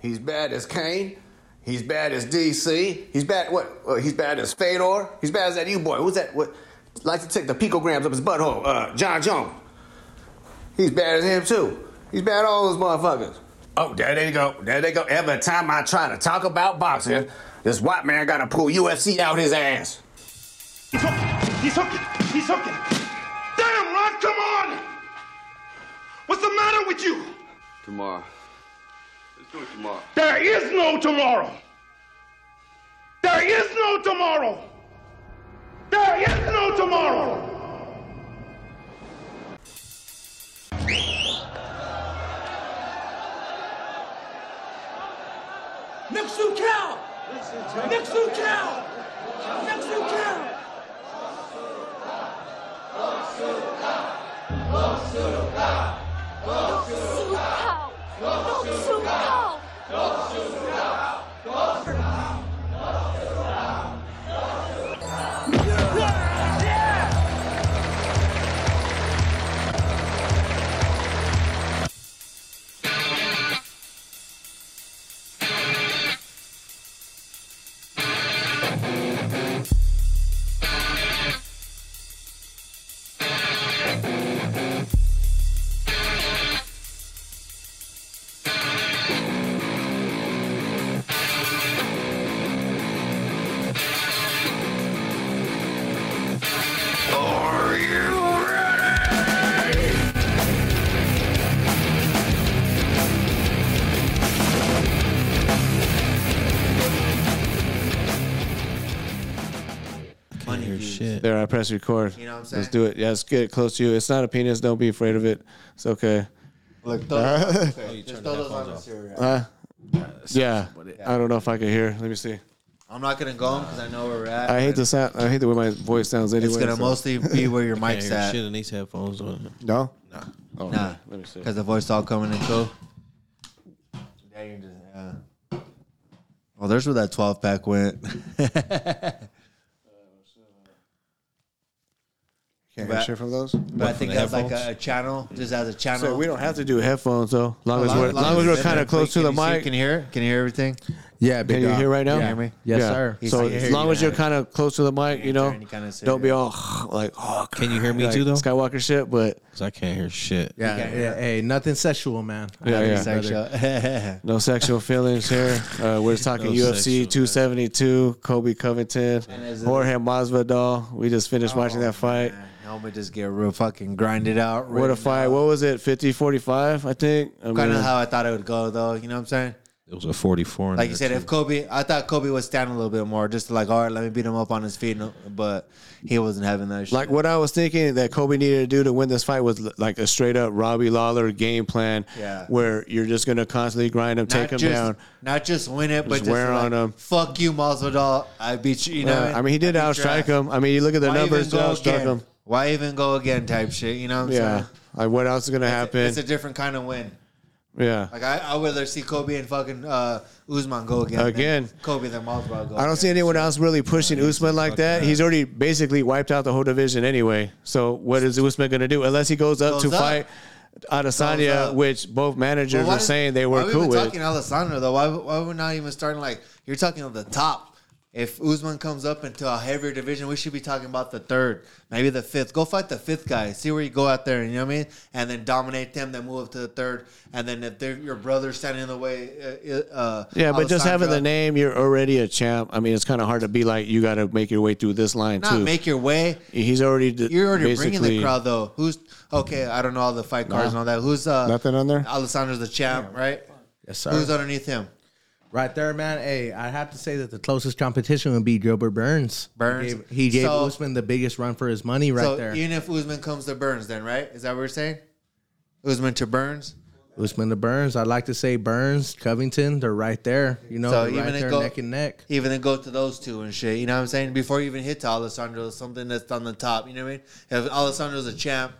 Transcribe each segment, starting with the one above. He's bad as Kane. He's bad as DC. He's bad. What? Uh, he's bad as Fedor. He's bad as that you boy. Who's that? What? Like to take the picograms up his butthole. Uh, John Jones. He's bad as him too. He's bad all those motherfuckers. Oh, there they go. There they go. Every time I try to talk about boxing, this white man gotta pull UFC out his ass. He's hooked. He's hooked. He's hooked. Damn, Rod, come on! What's the matter with you? Tomorrow. Let's do it tomorrow. There is no tomorrow. There is no tomorrow. There is no tomorrow. Next to cow. Next to cow. Next to cow. Cow. Not so cow. Funny dudes. shit. There, I press record. You know what I'm Let's saying? do it. Yeah, let's get it close to you. It's not a penis. Don't be afraid of it. It's okay. Look, throw those, just throw those on the cereal. Huh? Yeah. I don't know if I can hear. Let me see. I'm not gonna go because I know where we're at. I hate but the sound. I hate the way my voice sounds anyway. It's gonna so- mostly be where your Can't mic's hear at. shit in these headphones on. No? Nah, 'cause Let me see. because the voice all coming and go. Yeah, you just yeah. Well, there's where that 12 pack went. Uh, Can't hear shit from those? but I think the that's like headphones? a, a channel, just as a channel. So we don't have to do headphones though. Long as Long- we're long long as as we're it's kind of in- close to can the you see- mic. Can you hear? Can you hear everything? Yeah, Can you hear right now? Can you hear me? Yes, Yeah. sir. He's So like, as "Here long you as you're go." kind of close to the mic, you turn, know, you kinda sit don't be there. all like, oh, Can you hear me like too, though? Skywalker shit, but Because I can't hear shit. Yeah, yeah, Hey, nothing sexual, man. Yeah, yeah. Sexual. no sexual feelings here. Uh, we're just talking No UFC sexual, 272, Kobe Covington, is it- Jorge Masvidal. We just finished watching that Oh, fight. Homie just get real fucking grinded out. What a fight! What was it? 50-45, I think. I Kind mean, of how I thought it would go, though. You know what I'm saying? It was a 44. in Like you there, said, if too. Kobe, I thought Kobe was standing a little bit more, just like, all right, let me beat him up on his feet, no- but he wasn't having that shit. Like what I was thinking that Kobe needed to do to win this fight was l- like a straight up Robbie Lawler game plan, Yeah. where you're just gonna constantly grind him, take him just, down. Not just win it, but Just just wear like, on him. Fuck you, Masvidal. I beat you. You know, Uh, I mean, he did I beat your outstrike ass. him. I mean, you look at the Why numbers, even he go outstruck again? him. Why even go again? Type shit. You know what I'm Yeah. Like what else is gonna saying? happen? It's a different kind of win. yeah. Like I, I would rather see Kobe and fucking uh, Usman go again. than Again. Kobe than Masvidal. Go I don't see again. anyone else really pushing Usman like that. He's already basically wiped out the whole division anyway. So what is Usman gonna do unless he goes up Goes to up. fight Adesanya, up. which both managers But why were did- saying they why were we cool even with. Talking Alessandro though, why why we're not even starting like you're talking on the top. If Usman comes up into a heavier division, we should be talking about the third, maybe the fifth. Go fight the fifth guy. See where you go out there. You know what I mean? And then dominate them. Then move up to the third. And then if they're your brother standing in the way, uh, uh, Yeah, but just having the Alessandro, name, you're already a champ. I mean, it's kind of hard to be like you got to make your way through this line not too. make your way. He's already d- You're already basically, bringing the crowd though. Who's okay? I don't know all the fight cards and all that. Who's uh, Nothing on there? Alessandro's the champ, right? Yes, Who's underneath him? Right there, man. Hey, I have to say that the closest competition would be Gilbert Burns. Burns. He gave, he gave So- Usman the biggest run for his money right so there. even if Usman comes to Burns, then right? Is that what we're saying? Usman to Burns. Usman to Burns. I'd like to say Burns, Covington. They're right there. You know, So they're even right if there, go- neck and neck. Even then go to those two and shit. You know what I'm saying? Before you even hit to Alessandro, something that's on the top. You know what I mean? If Alessandro's a champ,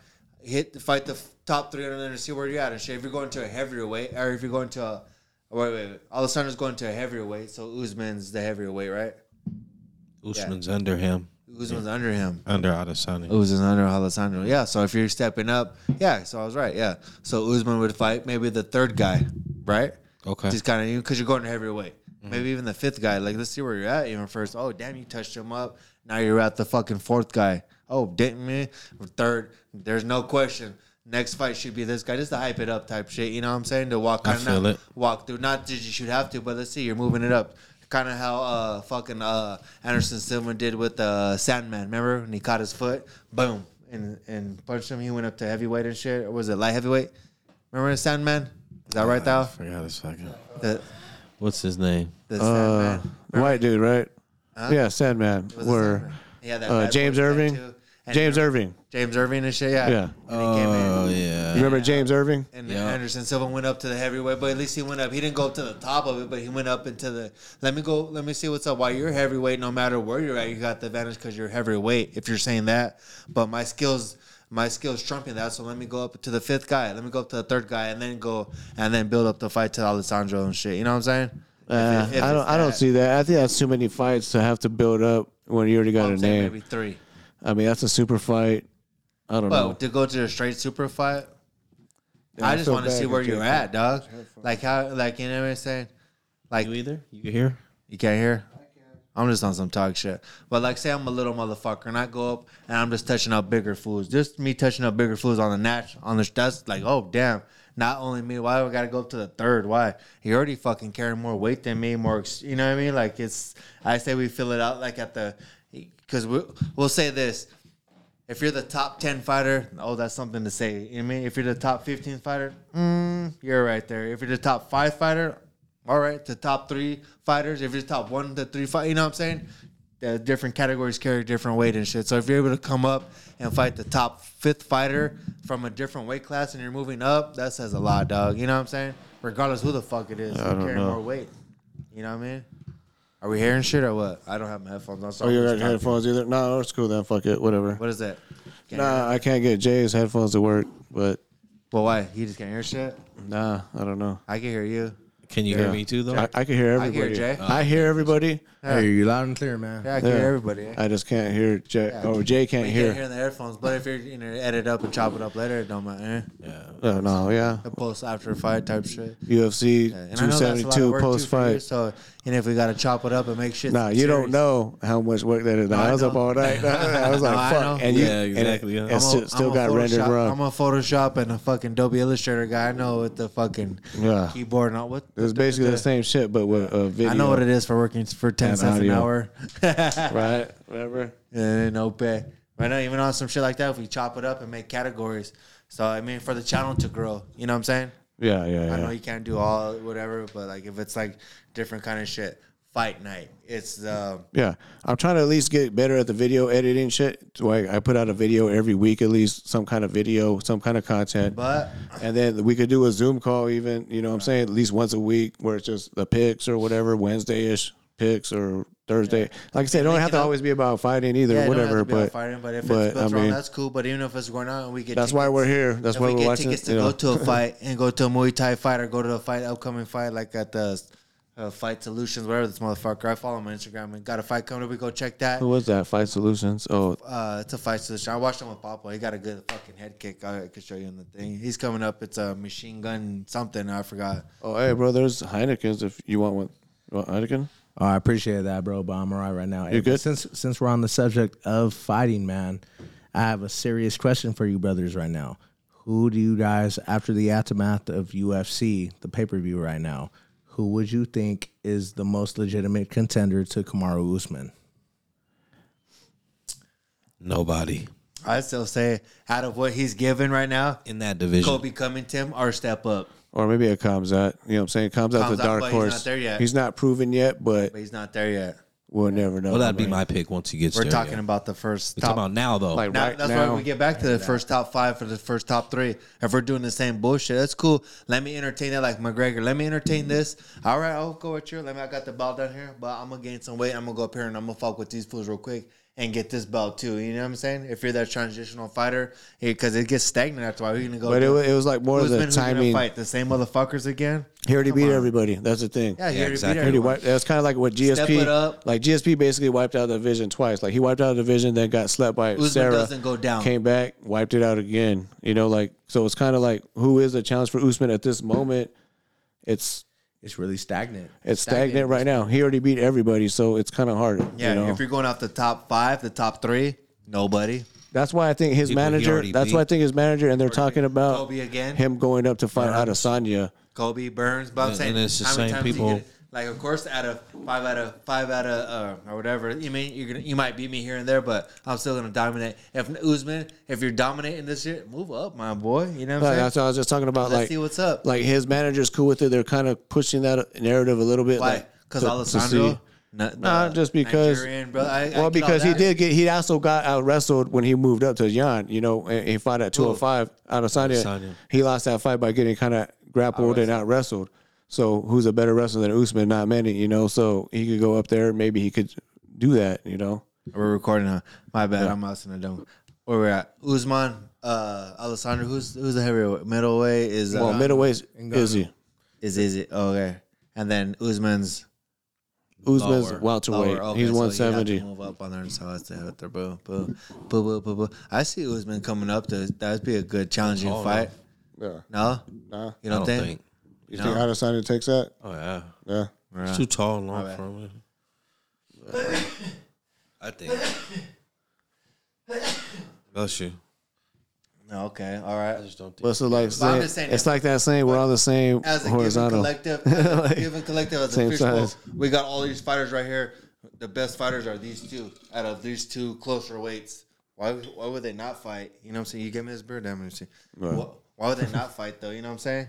hit fight the f- top three and then see where you're at and shit. If you're going to a heavier weight, or if you're going to a wait, wait, wait. Alessandro's going to a heavier weight, so Usman's the heavier weight, right? Usman's under him, Usman's under him. under Adesanya. Usman under Alessandro. Yeah. So if you're stepping up, yeah. So I was right. Yeah. So Usman would fight maybe the third guy, right? Okay. Just kind of because you're going heavyweight. Maybe even the fifth guy. Like, let's see where you're at. Even first. Oh, damn, you touched him up. Now you're at the fucking fourth guy. Oh, didn't me? Third. There's no question. Next fight should be this guy. Just to hype it up type shit. You know what I'm saying? To walk I kind feel it. of walk through. Not that you should have to, but let's see. You're moving it up. Kind of how uh fucking uh Anderson Silva did with uh Sandman. Remember when he caught his foot? Boom. And and punched him. He went up to heavyweight and shit. Or was it light heavyweight? Remember Sandman? Is that right, I Thou? forgot his fucking. The, What's his name? the Uh, Sandman. white dude, right? Yeah, Sandman. Was the Where Sandman. Yeah, that uh, bad boy James Irving? tattoo. And James remember- Irving. James Irving and shit. Yeah. Yeah. And he came in. You Oh, yeah. remember James Irving? And Yeah. Anderson Silva went up to the heavyweight, but at least he went up. He didn't go up to the top of it, but he went up into the. Let me go. Let me see what's up. While you're heavyweight, no matter where you're at, you got the advantage because you're heavyweight. If you're saying that, but my skills, my skills trumping that. So let me go up to the fifth guy. Let me go up to the third guy, and then go and then build up the fight to Alessandro and shit. You know what I'm saying? Uh, I don't. I don't see that. I think that's too many fights to have to build up when you already got a name. Maybe three. I mean, that's a super fight. I don't But know. to go to a straight super fight, Yeah, I I just feel want to bad see for where you're Jake. at, dog. Like how, like you know what I'm saying? Like You either? You here? you can't hear. I'm just on some talk shit. But like, say I'm a little motherfucker and I go up and I'm just touching up bigger fools. Just me touching up bigger fools on the natch on the that's like, oh damn. Not only me, why do I gotta go up to the third? Why? He already fucking carrying more weight than me, more. ex- You know what I mean? Like it's. I say we fill it out like at the, because we we'll say this. If you're the top 10 fighter, oh, that's something to say. You know what I mean? If you're the top 15 fighter, mm, you're right there. If you're the top five fighter, all right. The top three fighters, if you're the top one to three fight, you know what I'm saying? The different categories carry different weight and shit. So if you're able to come up and fight the top fifth fighter from a different weight class and you're moving up, that says a lot, dog. You know what I'm saying? Regardless who the fuck it is, you're don't carrying know. more weight. You know what I mean? Are we hearing shit or what? I don't have my headphones on. So oh, I'm you're just not talking. headphones either. No, it's cool then. Fuck it. Whatever. What is that? Can't hear Nah, I can't get Jay's headphones to work, but Well, why? He just can't hear shit. nah, I don't know. I can hear you. Can you Yeah. hear me too, though? I, I can hear I everybody. hear Jay. I hear everybody. I hear you loud and clear, man. Yeah, I can Yeah. hear everybody. eh? I just can't hear Jay. Oh, Jay can't You hear. can't hear in the headphones, but if you're you know edit up and chop it up later, it don't matter. eh? Oh, no, yeah. The post after a fight type shit. UFC Yeah, And I know that's a lot of 272 work too post for you, fight. So and if we gotta chop it up and make shit. Nah, you don't know how much work that is. I, I was up know. all night. I was like, No, I fuck. know. And you, Yeah, and it- exactly, yeah. and I'm shit still got rendered wrong. I'm a Photoshop and a fucking Adobe Illustrator guy. I know what the fucking Yeah. keyboard and all what. It was basically the same shit, but with a video. I know what it is for working for ten And cents an audio. hour. Right? Whatever. and Eh, no pay. Right now, even on some shit like that, if we chop it up and make categories. So I mean, for the channel to grow, you know what I'm saying? Yeah, yeah, yeah. I know you can't do all whatever, but like if it's like different kind of shit, fight night. It's um, yeah. I'm trying to at least get better at the video editing shit. So I, I put out a video every week, at least some kind of video, some kind of content. but and then we could do a Zoom call, even, you know what I'm saying? At least once a week where it's just the picks or whatever, Wednesday ish picks or Thursday. Like I said, it don't have to up- always be about fighting either, yeah, it don't have whatever. to be but on fighting, but if but, it's built I wrong, mean- that's cool. But even if it's going on, we get that's why tickets- we're here. That's if why we we're get watching. tickets to you go know. to a fight and go to a Muay Thai fight or go to a fight upcoming fight like at the uh, Fight Solutions, whatever this motherfucker. I follow him on Instagram and got a fight coming up. We go check that. Who was that? Fight Solutions. Oh, uh, it's a fight solution. I watched him with Papa. He got a good fucking head kick. I could show you in the thing. He's coming up. It's a machine gun something. I forgot. oh, hey, bro. There's Heineken's if you want one. You want Heineken? Oh, I appreciate that, bro. But I'm all right right now. You good? Since since we're on the subject of fighting, man, I have a serious question for you brothers right now. Who do you guys, after the aftermath of UFC, the pay per view right now, who would you think is the most legitimate contender to Kamaru Usman? Nobody I still say out of what he's given right now, in that division. Kobe Covington or step up, Or maybe a Kamzat. You know what I'm saying? Kamzat's a Kamzat, dark but he's horse. not there yet. He's not proven yet, but but he's not there yet. we'll never know. Well, that'd be my pick once he gets We're there. talking yeah. about the first We top. talking about now though. like now, right that's now. why we get back to the first top five for the first top three. If we're doing the same bullshit, that's cool. Let me entertain that like McGregor. Let me entertain this. All right, I'll go with you. Let me. I got the belt down here, but I'm gonna gain some weight. I'm gonna go up here and I'm gonna fuck with these fools real quick and get this belt too. You know what I'm saying? If you're that transitional fighter, because it gets stagnant after a while. You're gonna go. but it do- was, it was like more of Usman, the who's gonna timing. Fight the same motherfuckers again. He already Come beat on. everybody. That's the thing. Yeah, you Yeah, already exactly. beat He everyone. wiped, that's kind of like what GSP. Step it up. Like GSP basically wiped out the division twice. Like he wiped out the division, then got slept by Usman Sarah. doesn't go down. Came back, wiped it out again. You know, like so it's kind of like who is the challenge for Usman at this moment? It's It's really stagnant. It's stagnant right now. He already beat everybody, so it's kind of hard. Yeah, you know? if you're going off the top five, the top three, nobody. That's why I think his People he manager. already That's beat. why I think his manager, and they're talking about Kobe again. him going up to fight Adesanya. Kobe Burns, but I'm And- saying and it's the how many same times you people- get- like, of course, out of five, out of five, out of uh, or whatever. You mean you're gonna you might beat me here and there, but I'm still gonna dominate. If Usman, if you're dominating this year, move up, my boy. You know what Like, I'm that's saying? what I was just talking about. Let's like, see what's up. Like his manager's cool with it. They're kind of pushing that narrative a little bit. Why? like, Because to- to see. Alessandro. Not, Nah, just because- Nigerian, brother. I- I get all Well, because he that. did get, he also got out wrestled when he moved up to Jan. You know, and he fought at 205 out of Sonya. Sonya. He lost that fight by getting kind of grappled and out wrestled. So, who's a better wrestler than Usman? Not many, you know. So, he could go up there. Maybe he could do that, you know. We're recording. Huh? My bad. I'm out in the dome. Where we're at? Usman, uh, Alessandro. Who's who's the heavyweight? Middleweight is uh, Well, middleweight is he? is is it? Oh, okay. And then Usman's Usman's Lower. welterweight. lower. Okay, He's so you have to 170. move up on there. So that's the hit there. Boo, boo, boo, boo, boo, boo. I see Usman coming up. To, that'd be a good challenging fight. yeah. No, Nah. you I don't, don't think? think. You think Adesanya takes that? Oh yeah, Yeah. it's too tall and long for him. I think. Bless you. No. Okay. All right. I just don't think. What's it like? I'm Saying, just saying it's that- like that saying we're on the same as a horizontal. given collective, as a given collective, as a Same fish size. bowl, we got all these fighters right here. The best fighters are these two out of these two closer weights. Why, why would they not fight? You know what I'm saying? You give me this beer damage. Why, why would they not fight though? You know what I'm saying?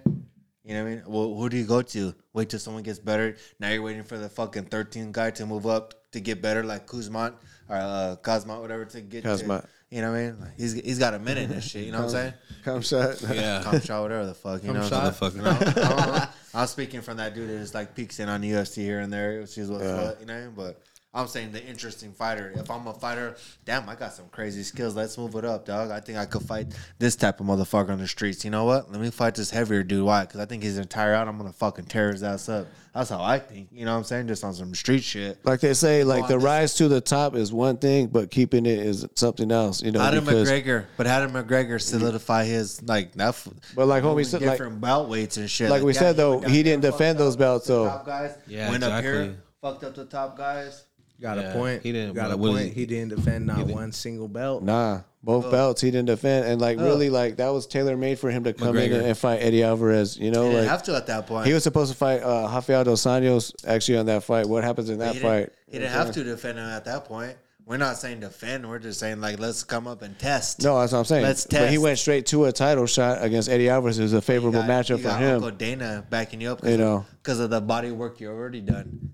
You know what I mean? Well, who do you go to? Wait till someone gets better. Now you're waiting for the fucking 13 guy to move up to get better, like Kuzmat or uh, Kazmat, whatever, to get to- Kazmat. you know what I mean? Like, he's he's got a minute and shit. You know what I'm saying? Come shot. yeah. Kamshot, whatever the fuck. You know what I'm saying? Motherfucker. I am speaking from that dude that just like peeks in on the UFC here and there, which is what's what, you know. But I'm saying the interesting fighter. If I'm a fighter, damn, I got some crazy skills. Let's move it up, dog. I think I could fight this type of motherfucker on the streets. You know what? Let me fight this heavier dude. Why? Because I think he's gonna tire out. I'm gonna fucking tear his ass up. That's how I think. You know what I'm saying? Just on some street shit. Like they say, like on the this- rise to the top is one thing, but keeping it is something else. You know, How did because- McGregor, but how did McGregor solidify his like that? f- But like homie moving said, like- different bout weights and shit. like we said, though, went down there, he didn't fucked defend up those belts, the though. Top guys Yeah, went up here, exactly. fucked up the top guys. Got Yeah, a point. he didn't- Got a what is point. he- He didn't defend not one single belt. Nah, Oh. both belts he didn't defend, and like really, like that was tailor made for him to come in McGregor. and, and fight Eddie Alvarez. You know, He didn't like have to at that point. he was supposed to fight uh, Rafael dos Anjos actually on that fight. What happens in He that didn't- fight? He didn't have to defend him at that point. We're not saying defend. We're just saying like let's come up and test. No, that's what I'm saying. Let's But he test. went straight to a title shot against Eddie Alvarez. It was a You favorable got- matchup you for got him. Uncle Dana backing you up, 'cause You of- know. because of the body work you already done.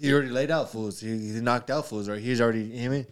He already laid out fools. He, he knocked out fools, right? He's already, you know what I mean?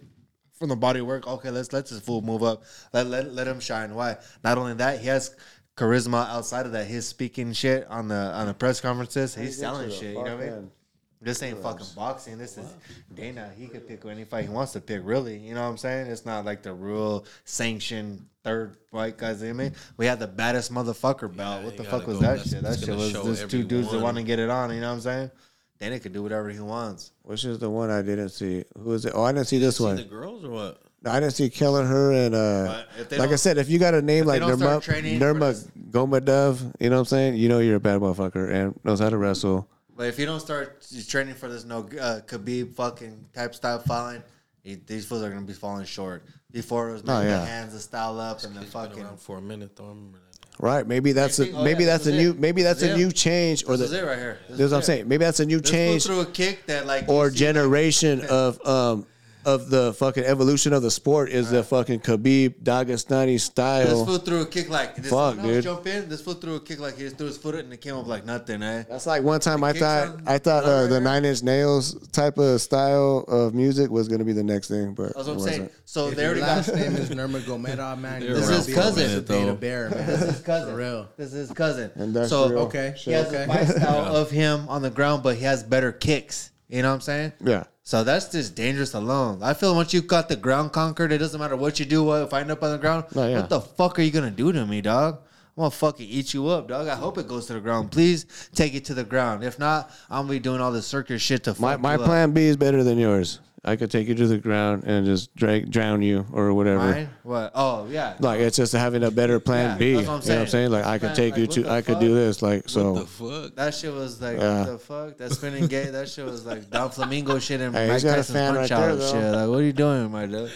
From the body work, okay, let's let this fool move up. Let, let, let him shine. Why? Not only that, he has charisma outside of that. He's speaking shit on the on the press conferences. He's selling shit. You know what I mean? This ain't fucking boxing. This is Dana. He could pick any fight he wants to pick, really. You know what I'm saying? It's not like the real sanctioned third fight guys. I mean, we had the baddest motherfucker belt. what you the gotta fuck was go. that That's- shit? That that's shit gonna was show just two dudes that everyone. want to get it on. You know what I'm saying? Dana could do whatever he wants. Which is the one I didn't see? Who is it? Oh, I didn't see this See the one. girls or what? No, I didn't see Kelleher and uh, But if they like I don't- said, if you got a name like they don't Nirma start training for Nirma this- Gomadov, you know what I'm saying? You know you're a bad motherfucker and knows how to wrestle. But if you don't start training for this no uh, Khabib fucking type style fighting, you- these fools are gonna be falling short. Before it was making yeah. the hands the style up and the Fucking fucking around for a minute though. I remember that. Right? Maybe that's a Maybe- oh, maybe yeah, that's a this is new it. maybe that's This a is new it. change or this is the it right here. This that's what I'm is it. saying. Maybe that's a new This change fool threw a kick that like you or see- generation of um of the fucking evolution of the sport is the fucking Khabib Dagestani This style. fool threw a kick like this. Fuck, when I was dude. Jump in. This fool threw a kick like he just threw his foot and it came up like nothing, eh? That's like one time I kicks thought on- I thought uh, the Right. Nine Inch Nails type of style of music was gonna be the next thing, but That's what it I'm wasn't. saying. So If they your already got. last name is Nurmagomedov, man. They're This around is for a cousin. minute, Data though. bear, man. This is his cousin. For real. This is his cousin. And that's so real. Okay. he has Okay. a fight style of him on the ground, but he has better kicks. You know what I'm saying? Yeah. So that's just dangerous alone. I feel once you got the ground conquered, it doesn't matter what you do. What if I end up on the ground? No, yeah. What the fuck are you gonna do to me, dog? I'm gonna fucking eat you up, dog. I hope it goes to the ground. Please take it to the ground. If not, I'm gonna be doing all this circus shit to fuck My my you up. plan B is better than yours. I could take you to the ground and just drag, drown you or whatever. Mine? What? Oh yeah. Like it's just having a better plan Yeah, B. that's what I'm You know what I'm saying? saying. Like I could Plan- take like, you what to the I could fuck? do this like so. fuck? That shit was like Yeah. what the fuck. That spinning gay. That shit was like Don Flamingo shit and Hey, Mike he's got a Tyson's fan punch right there, out though. shit. Like, what are you doing, my dude?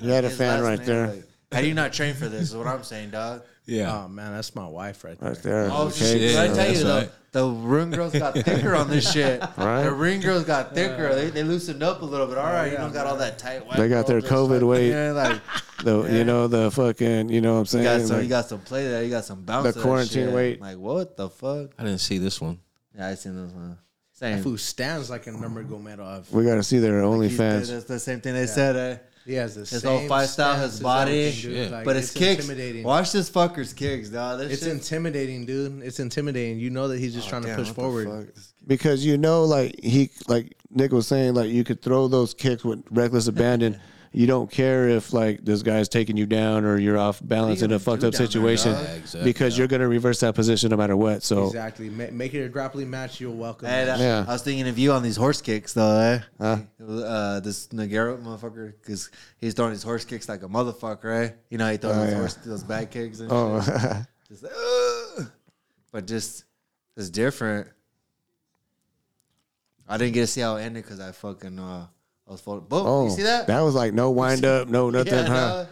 You had a fan right there. How do you not train for this? Is what I'm saying, dog. Yeah. Oh man, that's my wife right there. Right there. Oh Okay. shit! But I Yeah, tell you that's though, right. the ring girls got thicker on this shit. Right. The ring girls got thicker. They, they loosened up a little bit. All right, you don't got all that tight. white They got their girl dress COVID weight. Yeah, like The you know the fucking you know what I'm you saying? got some, you Like, got some play there. You got some bounce. The to that quarantine shit. weight. Like what the fuck? I didn't see this one. Yeah, I seen this one. That Same. fool stands like a number gomero. Of we gotta see their He's- OnlyFans. That's the same thing they said. Eh? he has the His same whole fight style, his stance as body, everything, dude. Yeah. Like, but it's, kicks. intimidating. Watch this fucker's kicks, dog. This It's shit- intimidating, dude. It's intimidating. You know that he's Oh, just trying to Damn, push what the forward. fuck? Because you know like he like Nick was saying, like you could throw those kicks with reckless abandon. You don't care if like this guy's taking you down or you're off balance you in a gonna fucked do up down there, situation dog? Yeah, exactly, because you're gonna reverse that position no matter what. So Exactly. Ma- make it a grappling match. You're welcome. Hey, that- Yeah. I was thinking of you on these horse kicks, though. Eh? Uh, this Nagaro motherfucker, because he's throwing his horse kicks like a motherfucker, eh? You know, how he throws Oh, those, yeah. horse, those back kicks and oh, shit. Just like, "Ugh." but just, it's different. I didn't get to see how it ended because I fucking, uh, I was folded. Boom, oh, you see that? was like no wind up, no nothing, Yeah, huh? dog.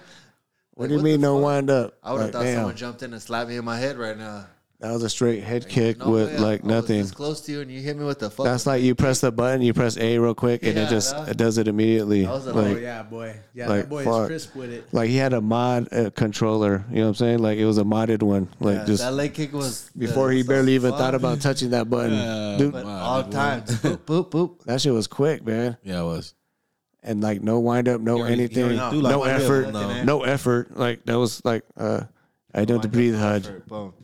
What Like, do you what mean the no fuck? wind up? I would have Like, thought damn, someone jumped in and slapped me in my head right now. That was a straight head kick No with way. like I was nothing. this close to you and you hit me with the fuck. That's like you press the button, you press A real quick, and it Yeah, just dog. it does it immediately. was a- oh like, yeah, boy. Yeah, like, that boy fuck. is crisp with it. like he had a mod uh, controller. You know what I'm saying? Like it was a modded one. Like Yeah, just that leg kick was before he was the barely even fuck. thought about touching that button. Dude, but all time. boop, boop, boop. that shit was quick, man. Yeah, I was. And like no wind up, no You already- you anything, already do, like, no wind up, effort, no. no effort. Like that was like uh, I don't have to breathe HUD. Boom.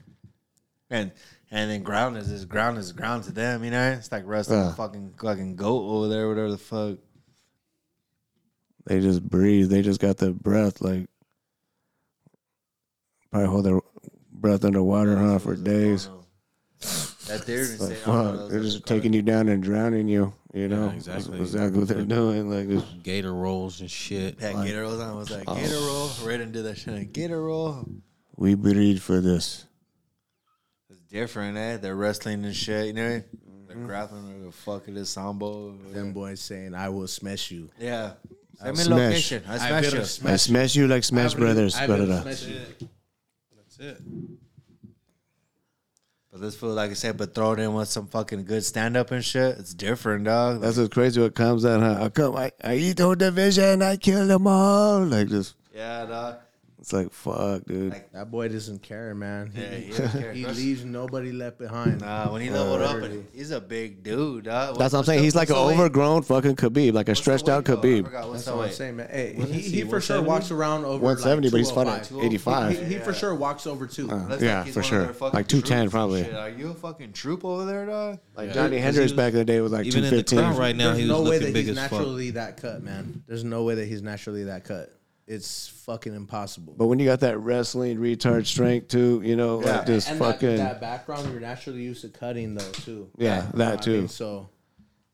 And and then ground is is ground is ground to them, you know? It's like wrestling Yeah. a fucking fucking goat over there, whatever the fuck. They just breathe. They just got the breath. Like probably hold their breath underwater, huh, for days. That theory Like, say, "Oh, I don't know, fuck, those they're are just the cars. taking you down and drowning you. You know, That's exactly. exactly what they're doing. Like, it's, Gator rolls and shit. Had gator rolls on. I was like, gator Oh. roll. Raiden did that shit. Gator roll. we breed for this. It's different, eh? They're wrestling and shit, you know? They're Mm-hmm. grappling or the fuck it is, sambo. Them boys saying, "I will smash you." Yeah. Send me Uh, Smash. location. I I smash will you. I smash you like Smash I will- Brothers. I blah, will blah, blah. smash you. That's it. But this fool, like I said, but throw it in with some fucking good stand up and shit. It's different, dog. That's what's crazy. What comes out? Huh? I come. I, I eat the whole division. I kill them all. Like just, yeah, dog. it's like fuck, dude. Like- That boy doesn't care, man. He, Yeah, he don't care. he leaves nobody left behind. Nah, Uh, when he leveled up, and he's a big dude, dog. That's what I'm saying. He's like an overgrown fucking Khabib, like a stretched out Oh, Khabib. What's That's the what I'm weight? saying, man. Hey, he, he for sure walks around over 170, like but he's fighting 205. at 85. He, he for sure walks over two. Looks Yeah, he's for one of their sure. fucking Like 210 troops and probably. shit. Are you a fucking troop over there, dog? Like Johnny Hendricks back in the day was like Even in the crowd 215. right now, There's he was no way looking that big he's as fuck. naturally that cut, man. There's no way that he's naturally that cut. It's fucking impossible. But when you got that wrestling retard strength too, you know, like just and that- fucking that, background, you're naturally used to cutting though too. yeah, that I mean, too. so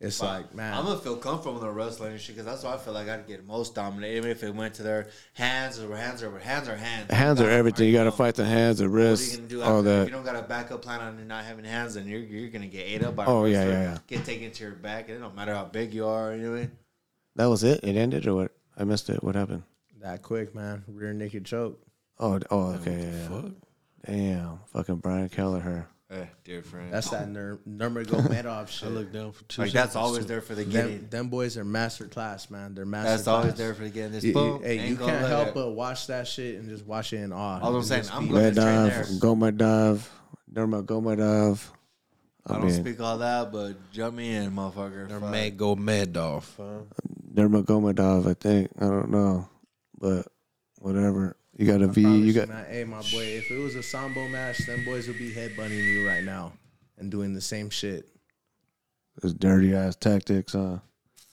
it's like man, I'm gonna feel comfortable in the wrestling and shit because that's why I feel like I'd get most dominated, even if it went to their hands or hands or hands or hands. Hands Dog, are everything. You got to know. fight the hands, the What are you wrists, gonna do after all that? If you that. don't got a backup plan on not having hands, then you're you're gonna get ate up by. Oh, a yeah, wrestler, yeah, yeah. Get taken to your back, and it don't matter how big you are. You know what I mean? That was it. It ended, or what? I missed it. What happened? that quick, man. Rear naked choke. Oh, d- oh, okay. Yeah, yeah. Damn, fucking Brian Kelleher. Eh, dear friend. That's that Nur- Nurmagomedov shit. I looked down for two. like that's always there for the them, getting. them boys are master class, man. They're master. That's class. always there for the getting. This You- you- boom. hey, you ain't gonna can't look help at- but watch that shit and just watch it in awe. All I'm And saying, just I'm be- glad- Let's train Medov, there. Gomedov, Nurmagomedov. I I don't mean, speak all that, but jump me in, motherfucker. Or Fuck. Matt go mad off. Nurmagomedov, I think. I don't know, but whatever. You got a V. You got Man, hey, my boy, if it was a sambo match, them boys would be headbutting you right now and doing the same shit. those dirty ass tactics, huh?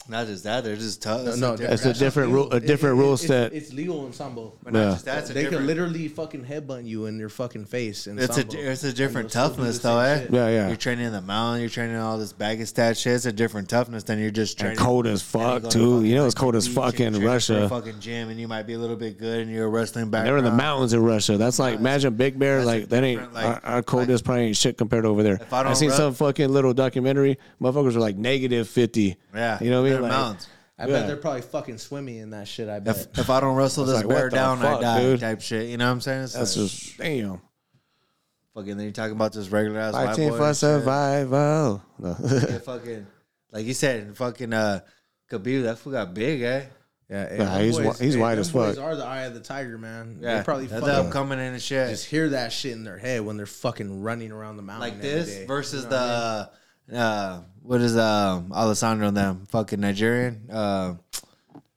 Not just that, they're just tough. No, no, That's a different rule. A different rule set. It's, legal in Sambo. But not Yeah. just that, it's a they could different- literally fucking headbutt you in your fucking face. In It's Sambo. a it's a different And they'll still do toughness the though, same eh? shit. Yeah, yeah. You're training in the mountain. You're training all this Baghdad shit. It's a different toughness than you're just And training. cold as and you fuck go to too. fucking You know it's like cold the as beach fuck and in train for a Russia. Fucking gym, and you might be a little bit good, and you're a wrestling background. They're in the mountains in Russia. That's like Imagine Big That's Bear. a Like that ain't different, like- our, our coldness. probably ain't shit compared to over there. If I I, don't seen rub- some fucking little documentary. Motherfuckers were like negative fifty. Yeah, you know what I they're mean. Like, mountains. I Yeah. bet they're probably fucking swimming in that shit. I bet. If, if I don't wrestle this like, what bear the down, fuck, I die. dude? Type shit. You know what I'm saying? It's That's like, just damn. fucking. Then you're talking about this regular ass white Fighting boy. for and shit. survival. No. Yeah, fucking, like you said, fucking uh, Khabib. That fool got big, eh? yeah, hey, Nah, them he's wi- he's hey, white them as boys fuck. Are the eye of the tiger, man? Yeah, they probably that's fucking upcoming and shit. just hear that shit in their head when they're fucking running around the mountain like every this day. versus You know the what I mean? uh what is um Alessandro and them fucking Nigerian uh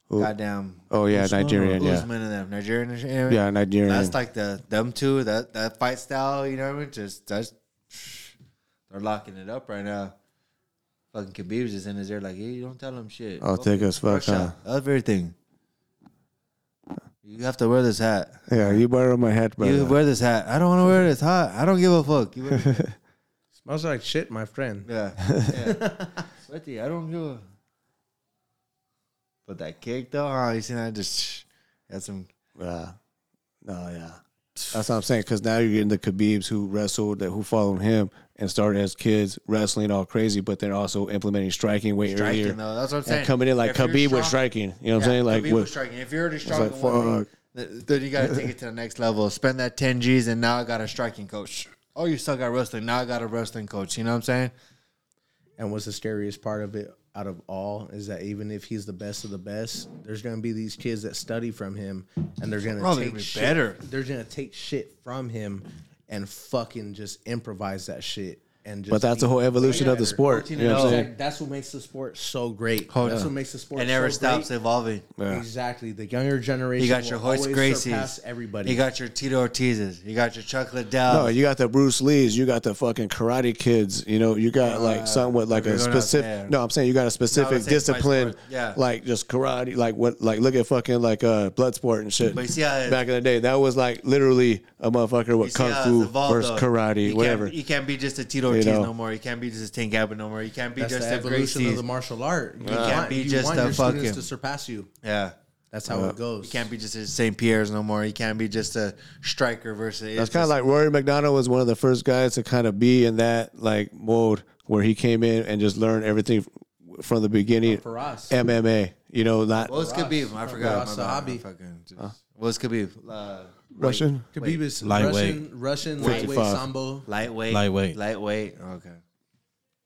goddamn Oh yeah, uh, Nigerian. Yeah, Usman and them Nigerian and shit. yeah, Nigerian. that's like the them two that that fight style you know what I mean just that's they're locking it up right now. Fucking Khabib's just in his ear like, hey, you don't tell him shit. I'll take us Oh, fuck, huh? Russia, everything. You have to wear this hat. Yeah, you borrow my hat, brother. You wear this hat. I don't want to wear this hat. I don't give a fuck. You wear this smells like shit, my friend. Yeah. Sweaty, I don't give a. But that kick though, huh? You seen that? Just had some. Yeah. No, yeah. That's what I'm saying. Because now you're getting the Khabibs who wrestled, that who followed him and started as kids wrestling all crazy, but they're also implementing striking way Striking, earlier. though. That's what I'm And saying. coming in like If you're Khabib was strong- striking. You know what I'm saying? Like, Khabib was with, striking. If you're already strong, like, in one league, fuck. th- then you gotta take it to the next level. Spend that ten G's, and now I got a striking coach. Oh, you still got wrestling. Now I got a wrestling coach. You know what I'm saying? And what's the scariest part of it out of all is that even if he's the best of the best, there's gonna be these kids that study from him and they're gonna Probably take be shit- better. They're gonna take shit from him and fucking just improvise that shit. And just but that's be the whole evolution way of the better. sport. You know what I'm saying? Exact- That's what makes the sport so great. Hold that's on. what makes the sport It never so stops great. evolving. Exactly. The younger generation. You got your will Hoist always surpass Gracies. Everybody. You got your Tito Ortizes. You got your Chuck No, Liddell. Oh, you got the Bruce Lees, you got the fucking Karate Kids, you know, you got like something with like Uh, we're a going specific. outside. No, I'm saying you got a specific saying discipline, fight sport, yeah. like just karate, like what, like look at fucking like uh Bloodsport and shit. But you see how it- back in the day, that was like literally a motherfucker You with see kung how it's fu evolved, versus though. You karate, can't- whatever. you can't be just a Tito Ortiz know? no more. You can't be just a Tank Abbott no more. You can't be that's just the a evolution Gracies. of the martial art. You can't be just want a your students fucking- to surpass you. yeah. That's how it goes. You can't be just a St. Pierre's no more. You can't be just a striker versus. That's kind of like Rory McDonald was one of the first guys to kind of be in that like mold where he came in and just learned everything f- from the beginning. for us. MMA, you know, not What was Khabib? I forgot. Ross My bad. Sahabi. I fucking just, what was Khabib? Uh, Russian. Khabib is Lightweight. Russian, Russian lightweight 55. sambo. lightweight. Lightweight. Lightweight. Okay.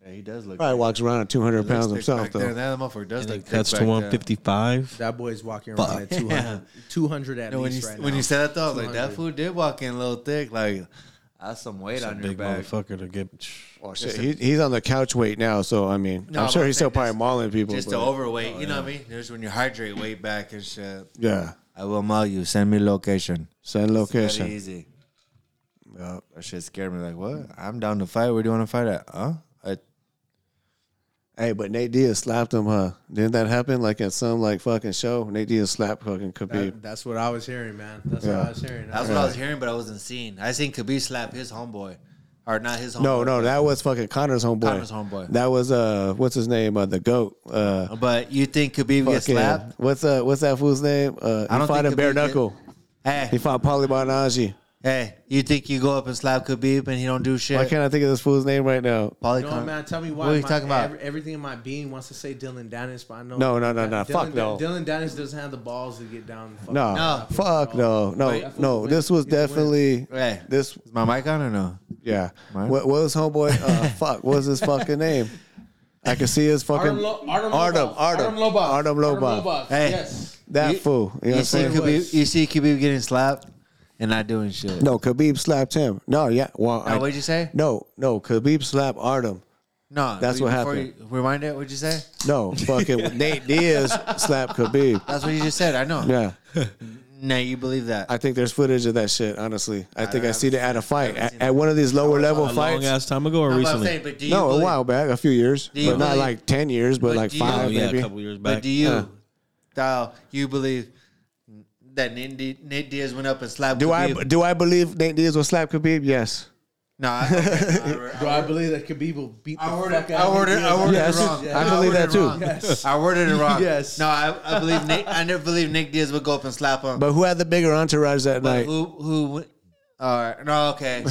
Yeah, he does look. Probably big. walks around at 200 He looks pounds thick himself back though. there. That motherfucker does look. It thick cuts back to there. 155. That boy's walking around at 200, 200 at No, when you least right when now. you said that though, I was like that 200. food did walk in a little thick. Like that's some weight on your Big back. motherfucker to get. Oh, shit. He, he's on the couch weight now, so I mean, No, I'm sure but he's still I'm saying probably just- mauling people. Just but- the overweight, you know what I mean? Just when you hydrate weight back and shit. yeah, I will mail you. Send me location. send Very location. easy. That shit scared me. Like, what? I'm down to fight. Where do you want to fight at? Huh? I, Hey, but Nate Diaz slapped him, huh? Didn't that happen? Like at some like fucking show, Nate Diaz slapped fucking Khabib. That- that's what I was hearing, man. That's Yeah. what I was hearing. that's what I was hearing, but I wasn't seeing. I seen Khabib slap his homeboy, or not his homeboy. No, no, that was fucking Connor's homeboy. Connor's homeboy. That was uh, what's his name? Uh, the goat. Uh, But you think Khabib gets fucking- slapped? What's uh, what's that fool's name? Uh, I he don't fought think him bare Khabib did. knuckle. He Hey, fought Paulie Bonaji. hey, you think you go up and slap Khabib and he don't do shit? Why can't I think of this fool's name right now? Paulie No, Con- man, tell me why. What are you my- talking about? ev- everything in my being wants to say Dylan Dennis, but I know. No, no, no, no. Dylan, Fuck no. Dylan Dennis doesn't have the balls to get down. and fucking No, No. fuck no, no, Wait. no. This was He's a winner. definitely Hey. this. Is my mic on or no? Yeah. Right. What, what was homeboy? Uh, fuck. What was his fucking name? I can see his fucking Artem, Lo- Artem, Artem, Lobov. Artem, Artem Lobov. Lobov. Hey. Yes. That You- fool. You know what You I'm see, saying? Khabib, you see Khabib getting slapped and not doing shit. No, Khabib slapped him. No, yeah. Well, No, what'd you say? No, no. Khabib slapped Artem. No, That's what before happened. You, rewind it. What'd you say? No, fucking Nate Diaz slapped Khabib. That's what you just said. I know. Yeah. Now you believe that? I think there's footage of that shit. Honestly, I think I, haven't seen it at a fight, haven't at, seen at it. one of these lower level A long fights. ass time ago or I'm about to recently? say, but do you No, a believe- while back, a few years, Do you but not believe- like ten years, but, but like do you- oh, five yeah, maybe. a couple years But back. do you, Yeah. Dow, you believe that Nate Di- Nate Diaz went up and slapped? do I Khabib? do I believe Nate Diaz will slap Khabib? Yes. No, I, Do I believe that Khabib will beat the I fuck ordered, out I of ordered, Nate Diaz? I ordered Yes, it wrong. I believe ordered that it too. wrong. Yes. I ordered it wrong. Yes. No, I, I believe Nick. I never believed Nick Diaz would go up and slap him. But who had the bigger entourage that But night? who? Who? would- All right. No. Okay.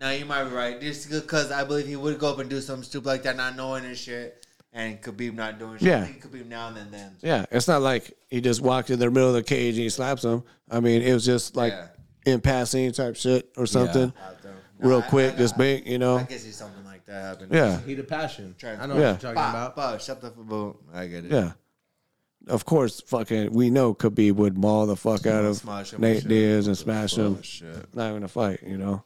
no, you might be right. Just because I believe he would go up and do something stupid like that, not knowing and shit, and Khabib not doing shit. I Yeah. think Khabib now and then. Then. Yeah, it's not like he just walked in the middle of the cage and he slaps him. I mean, it was just like Yeah. in passing type shit or something, Out there. real No, I- quick, I- just big, you know. I can see something like that happen. yeah, Heat of passion. Trying- I know Yeah. what you're talking Bah, about. bah, shut the fuck up. I get it. yeah. Of course, fucking, we know Khabib would maul the fuck out of Smash him and Nate shit. Diaz and smash him. Shit. Not even a fight, you know.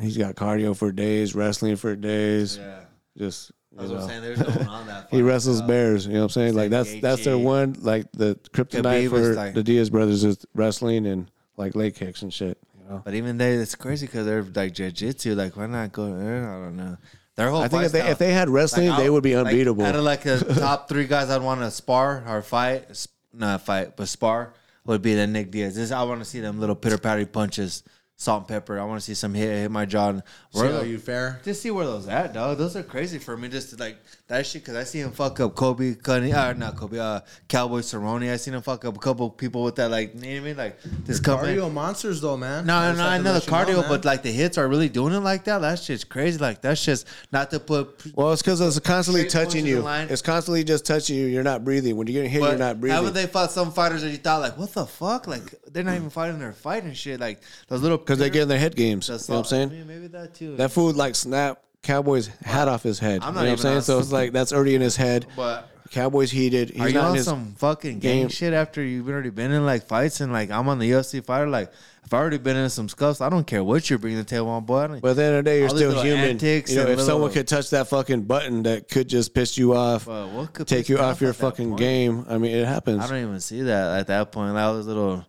He's got cardio for days, wrestling for days. Yeah. Just you That's what know. I'm saying. There's no one on that. He fucking wrestles show. bears. You know what I'm saying? Like that's that's their AKG. one like the kryptonite Khabib was for like- the Diaz brothers is wrestling and like leg kicks and shit. You know, But even they, it's crazy because they're like jujitsu. Like, why not go there? I don't know. Their whole I think if they lifestyle- if they had wrestling, Like, they I'll- would be like, unbeatable. out of like the top three guys I'd want to spar or fight, s- not fight, but spar would be the Nick Diaz. This I want to see them little pitter patty punches, salt and pepper. I want to see some hit hit my jaw. and- See how you fare? just see where those at, dog. Those are crazy for me. Just to, like that shit, because I see him fuck up Kobe Cunning, uh, not Kobe, uh, Cowboy Cerrone. I seen him fuck up a couple people with that, like, you know what I mean? Like, this company. Cardio monsters, though, man. No, just no, have I to know the let you cardio, man. but like the hits are really doing it like that. That shit's crazy. Like that's just not to put. well, it's because it's constantly Straight punch touching to the you. line. It's constantly just touching you. You're not breathing. When you're getting hit, you're But not haven't breathing. they fought some fighters that you thought like, what the fuck? Like they're not even fighting their fight and shit. Like those little Because they get in their head games. You know That's what I'm all- saying? I mean, maybe that too. That fool like snap Cowboy's hat off his head. I'm not you know what I'm even saying? on So some- it's like that's already in his head. but Cowboy's heated. He's are you not in on his, some fucking gang game. shit after you've already been in like fights and like I'm on the UFC fighter? Like if I already been in some scuffs, I don't care what you're bringing to the table on boy. I don't- But at the end of the day, you're All these still little human. antics You know, if and someone little- could touch that fucking button, that could just piss you off, Well, what could take piss you me off off your at that fucking point? game. I mean, it happens. I I, don't even see that at that point. Like, all those little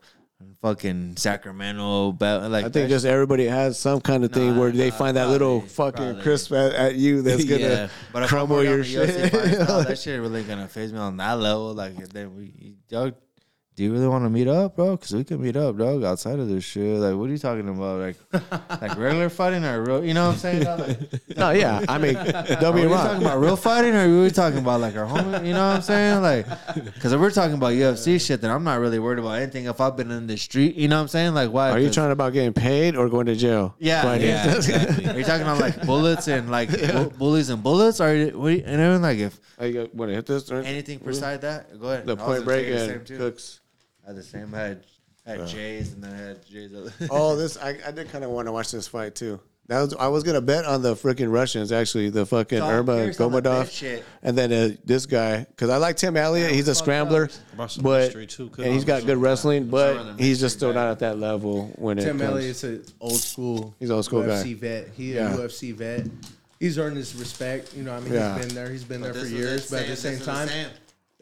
fucking Sacramento, ba- like think that just everybody has some kind of thing where they nah, find that little probably, fucking probably. crisp at, at you that's gonna yeah, but if crumble I'm your already on the UFC shit. lifestyle, that shit really gonna phase me on that level. Like, if then we, dog, do you really want to meet up, bro? Because we can meet up, dog, outside of this shit. Like, what are you talking about? Like, like regular fighting or real? You know what I'm saying? dog? Like, no, yeah. I mean, don't are be we wrong. Oh, talking about real fighting or are we talking about like our home? You know what I'm saying? Like, because if we're talking about UFC shit, then I'm not really worried about anything. If I've been in the street, you know what I'm saying? Like, why? Are you 'Cause- trying about getting paid or going to jail? Yeah, Fighting. yeah, exactly. Are you talking about like bullets and like bu- bullies and bullets? Are you, what are you- and then like if Are you want to uh, hit this? Or anything beside that? Go ahead. Mm-hmm. the I was gonna point break say the and same too. cooks. I had the same. I had, I had J's and then I had J's. Other. Oh, this I, I did kind of want to watch this fight too. That was I was gonna bet on the freaking Russians actually, the fucking Dog, Irma here's all the Gomedov, bitch shit. and then uh, this guy because I like Tim Elliott. He's a scrambler, Russell but Mystery, too, could and he's got also- good wrestling, Sure, but the he's just still not at that level when it Tim comes. Elliott's an old school. He's an old school UFC vet. He Yeah. a UFC vet. He's earned his respect. You know, what I mean, Yeah. he's been there. He's been there for years. But at the same time,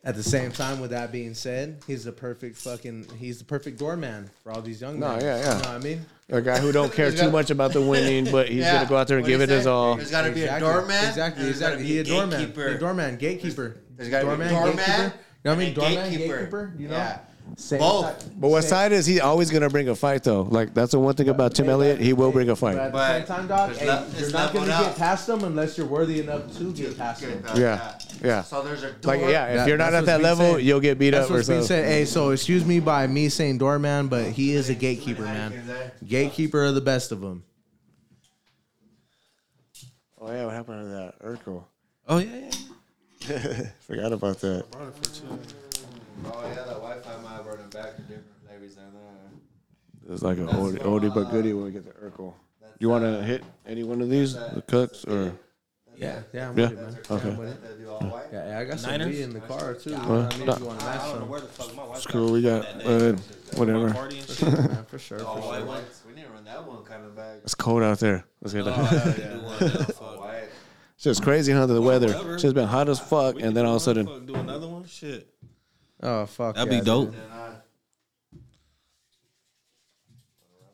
at the same time, with that being said, he's the perfect fucking. He's the perfect doorman for all these young No, men. yeah, yeah. You know what I mean? A guy who don't care He's too got- much about the winning, but he's gonna go out there and give it his all. There's got to be a Exactly. doorman. Exactly, and there's gotta exactly. be He a doorman. gatekeeper. A doorman, gatekeeper. There's gotta be a doorman gatekeeper. You know what I and mean? a Doorman, gatekeeper. gatekeeper. You know, Yeah. Same Both. type- But what same- side is he always gonna bring a fight though? Like that's the one thing about Tim Hey, Elliott. He will hey, bring a But at fight. the same But time, dog, there's hey, not- you're it's not not going to going get out. past them unless you're worthy enough to get past Okay, them. past Yeah, that. yeah. So there's a door. Like yeah, if That- you're not that's at what's being that level, said. you'll get beat That's up or what's being something. said. Hey, so excuse me by me saying doorman, but he is a gatekeeper, man. Gatekeeper of the best of them. Oh yeah, what happened to that Urkel? Oh yeah, yeah. Forgot about that. Oh yeah, that Wi-Fi might have running back to different flavors and that. It's like an oldie, what, oldie but goodie when we get the Urkel. You want to hit any one of these, the cooks or Yeah, yeah, I'm yeah? with it, man. Okay, That do all white. Yeah, yeah, I got some Niners? weed in the car too. You know what I mean? Nah. If you want to match some, the fuck my wife's it's cool. We got uh, whatever. party and shit. man, for sure. All For white sure. ones. We need to run that one kind of back. It's cold out there. Let's get Oh, it. I do one now, fuck. All white. It's just crazy, huh? The weather. whatever. It's just been hot as fuck, We and can then all of a do one, sudden, fuck, do another one. Shit. Oh fuck. That'd yeah, be dude. dope.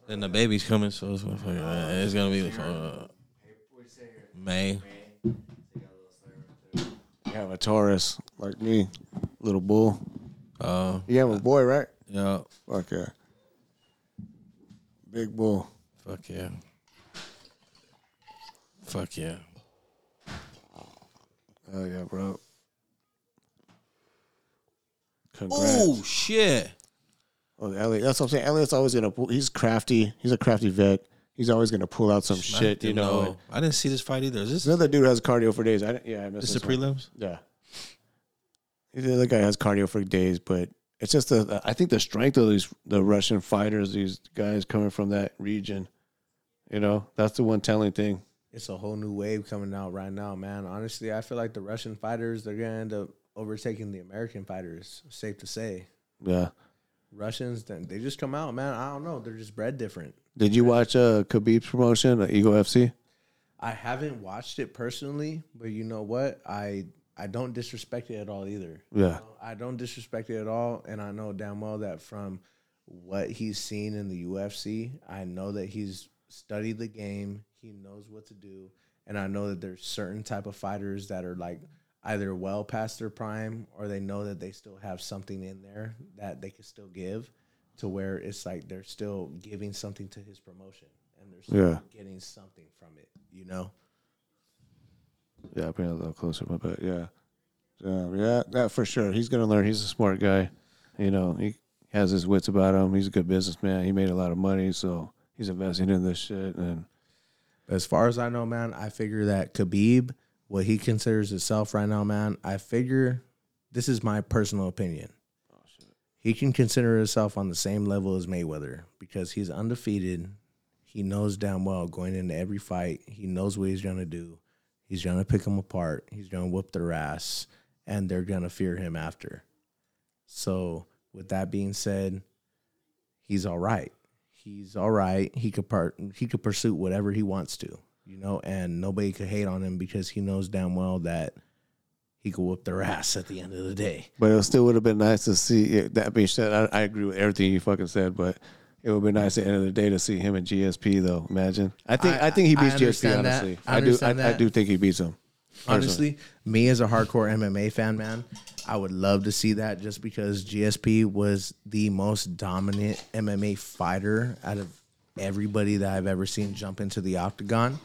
Then the baby's coming, so it's, motherfucker, uh, it's gonna be uh, May. You have a Taurus like me, little bull. Uh, You have a boy, right? yeah, Fuck yeah. Big bull. fuck yeah, fuck yeah. Hell yeah, bro. Congrats. Oh shit! Oh, Elliot. That's what I'm saying. Elliot's always gonna. Pull, he's crafty. He's a crafty vet. He's always gonna pull out some I shit. You didn't know. Like, I didn't see this fight either. Is this Another dude has cardio for days. I didn't- yeah, I this missed this. the one. prelims? Yeah. The other guy has cardio for days, but it's just the. I think the strength of these the Russian fighters, these guys coming from that region. You know, that's the one telling thing. It's a whole new wave coming out right now, man. Honestly, I feel like the Russian fighters they're gonna end up overtaking the American fighters. Safe to say, Yeah. Russians then they just come out, man. I don't know. They're just bred different. Did you watch uh Khabib's promotion, uh, Ego FC? I haven't watched it personally, but you know what? I I don't disrespect it at all either. Yeah. I don't disrespect it at all, and I know damn well that from what he's seen in the UFC, I know that he's studied the game. He knows what to do, and I know that there's certain type of fighters that are like either well past their prime or they know that they still have something in there that they could still give to where it's like they're still giving something to his promotion and they're still Yeah. getting something from it, you know? Yeah, I'll bring it a little closer, but, but yeah. Um, yeah, that for sure. He's gonna learn. He's a smart guy. You know, he has his wits about him. He's a good businessman. He made a lot of money, so he's investing in this shit. And As far as I know, man, I figure that Khabib, what he considers himself right now, man, I figure this is my personal opinion. He can consider himself on the same level as Mayweather because he's undefeated. He knows damn well going into every fight, he knows what he's going to do. He's going to pick them apart, he's going to whoop their ass, and they're going to fear him after. So, with that being said, he's all right. He's all right. He could part. He could pursue whatever he wants to, you know, and nobody could hate on him because he knows damn well that he could whoop their ass at the end of the day. but it still would have been nice to see. It. That being said, I, I agree with everything you fucking said, but it would be nice at the end of the day to see him and GSP though. Imagine. I think I, I- think he I beats GSP. understand that. Honestly, I I, do. I, understand I that. do think he beats him. Honestly, me as a hardcore MMA fan, man, I would love to see that just because GSP was the most dominant MMA fighter out of everybody that I've ever seen jump into the octagon.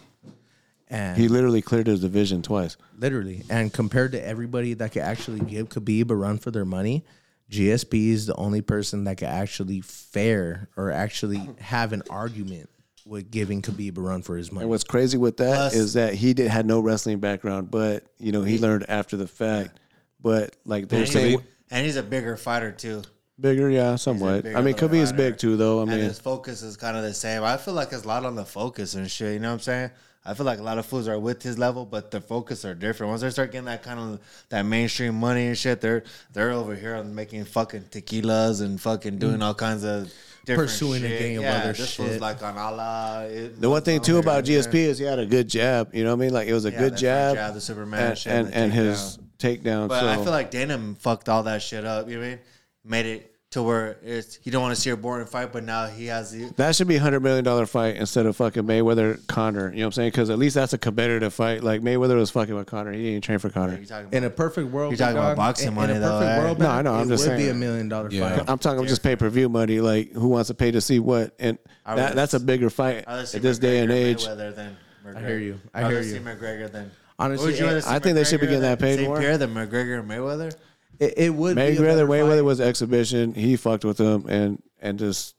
And He literally cleared his division twice. literally. And compared to everybody that could actually give Khabib a run for their money, GSP is the only person that could actually fair or actually have an argument with giving Khabib a run for his money. And what's crazy with that is Plus- that he did had no wrestling background, but you know he learned after the fact. But like they're And he's, saying, and he's a bigger fighter too. bigger, yeah, somewhat. bigger I mean, little Khabib is fighter. big too, though. I and mean, his focus is kind of the same. I feel like it's a lot on the focus and shit. You know what I'm saying? I feel like a lot of fools are with his level, but their focus are different. Once they start getting that kind of that mainstream money and shit, they're they're over here on making fucking tequilas and fucking Mm. doing all kinds of different Pursuing a shit. gang of yeah, other this shit. was like on Allah. It the one was thing on too here about and there. GSP is he had a good jab. You know what I mean? Like it was a Oh, Yeah, good that front jab, jab, the Superman and shit, and, the and his takedown. But so I feel like Dana fucked all that shit up. You know what I mean? Made it to where it's you don't want to see a boring fight, but now he has the that should be a hundred million dollar fight instead of fucking Mayweather Connor. You know what I'm saying? Because at least that's a competitive fight. Like Mayweather was fucking with Connor. He ain't trained for Connor. you're talking about. in a perfect world, You're talking big about dog, boxing in- in, money, a though, perfect eh? world, No, man, I know, I'm it just would saying. be a million dollar Yeah. fight. I'm talking about just pay per view money. Like who wants to pay to see what? And I that, would- that's a bigger fight I'd rather at see this day and McGregor age. Mayweather than McGregor. I hear you. I I'd rather hear you. see McGregor than. Honestly, Would you rather I- see I think they should be McGregor getting that than paid St. more. Pierre than McGregor and Mayweather. It, it would. be a Mayweather better Mayweather fight. was exhibition. He fucked with him and and just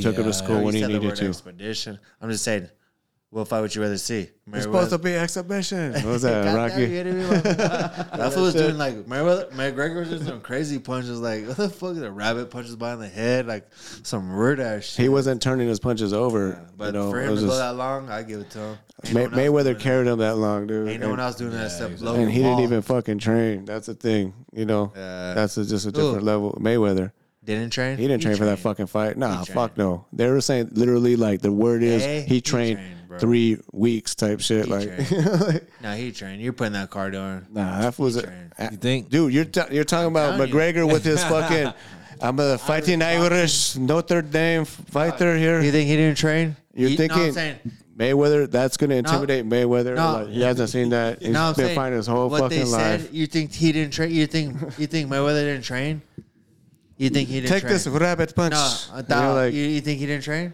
took him Yeah. to school when You he said the needed word to. Expedition. I'm just saying. What fight would you rather see? It's supposed to be exhibition. What was that, Rocky? That's what was doing like Mayweather, McGregor was doing some crazy punches, like what the fuck is a rabbit punches behind the head, like some weird ass shit. He wasn't turning his punches over. but you know, for it him to was go just- that long, I give it to him. Ain't no May- one else doing Mayweather that. carried him that long, dude. Ain't no And- one else doing that except Logan and he Paul. didn't even fucking train. That's the thing, you know. Yeah. That's a, just a different Who? level. Mayweather, Didn't train. he didn't train for that trained. fucking fight. Nah, trained. fuck no. They were saying literally like the word is Hey, he trained. bro. three weeks type shit. He Like, Nah, he trained. You're putting that card on. nah, that was a, You think? dude. You're ta- you're talking about telling you. McGregor with his fucking. I'm a fighting Irish, no third name fighter here. You think he didn't train? You're He- no, I'm thinking saying- Mayweather? That's gonna intimidate Mayweather. no. Like, he hasn't seen that. He's no, I'm been saying fighting his whole what fucking they said, life. You think he didn't train? You think you think Mayweather didn't train? You think he didn't Take train? this rabbit punch. No, And you're no, like, you, you think he didn't train?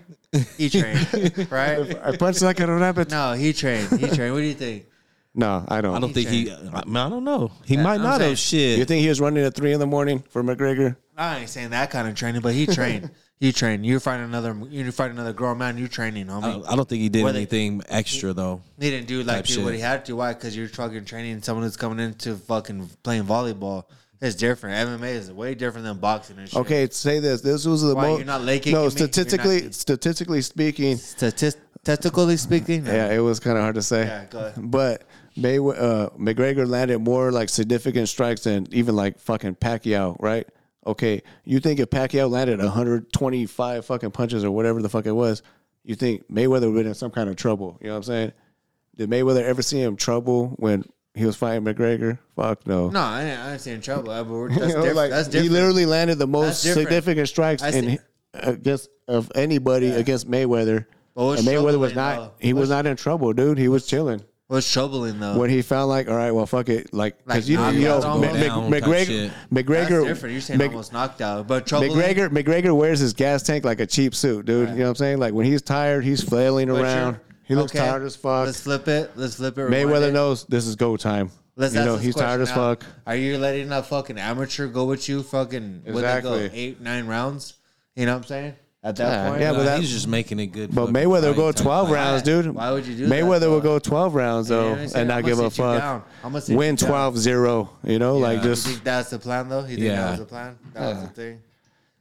He trained, right? I punch like a rabbit. No, No, he trained. He trained. What do you think? I don't. I don't think he. I, mean, I don't know. He might I'm not saying- have shit. You think he was running at three in the morning for McGregor? I ain't saying that kind of training, but he trained. he trained. You find another. You find another grown man. You training, homie. I, don't- I don't think he did Whether- anything extra though. He didn't do type like do shit. what he had to. Why? Because you're fucking training someone who's coming into fucking playing volleyball. It's different. MMA is way different than boxing and shit. Okay, say this. This was the Why, most. you're not leg kicking no, me? statistically, You're not- statistically speaking, Statist- statistically speaking, no. yeah, it was kind of hard to say. Yeah, go ahead. But May, uh, McGregor landed more like significant strikes than even like fucking Pacquiao, right? Okay, you think if Pacquiao landed 125 fucking punches or whatever the fuck it was, you think Mayweather would have been in some kind of trouble? You know what I'm saying? Did Mayweather ever see him trouble when he was fighting McGregor? Fuck no. no, I ain't, I ain't seeing trouble. But we're- that's, You know, different. like, that's He different. literally landed the most That's different. significant strikes I in see. against of anybody against Mayweather. But what's and Mayweather was troubling, not though? he was not in trouble, dude. He was chilling. What's troubling though? When he found like, all right, well, fuck it, like Uh. Like, because you, knocked you know out, almost down type McGregor shit. that's McGregor different. You're saying Mc- almost knocked out, but troubling. McGregor McGregor wears his gas tank like a cheap suit, dude. You know what I'm saying? Like when he's tired, he's flailing but you're- around. He looks okay, tired as fuck. Let's flip it. Let's flip it. rewind Mayweather it. knows this is go time. Let's you ask know this he's tired as question now. fuck. Are you letting a fucking amateur go with you? Fucking exactly. go Exactly. eight nine rounds? You know what I'm saying? At that Yeah, point, yeah, Yeah, but but that- he's just making it good. But fucking Mayweather will fight go type 12 fight. rounds, dude. Why would you do that, Mayweather though? will go 12 rounds, You know though, what I'm saying? and not I'ma give a sit you down. fuck. I'ma sit Win you down. 12 0. You know, like You just. think that's the plan though? You think Yeah. that was the plan? That was the thing.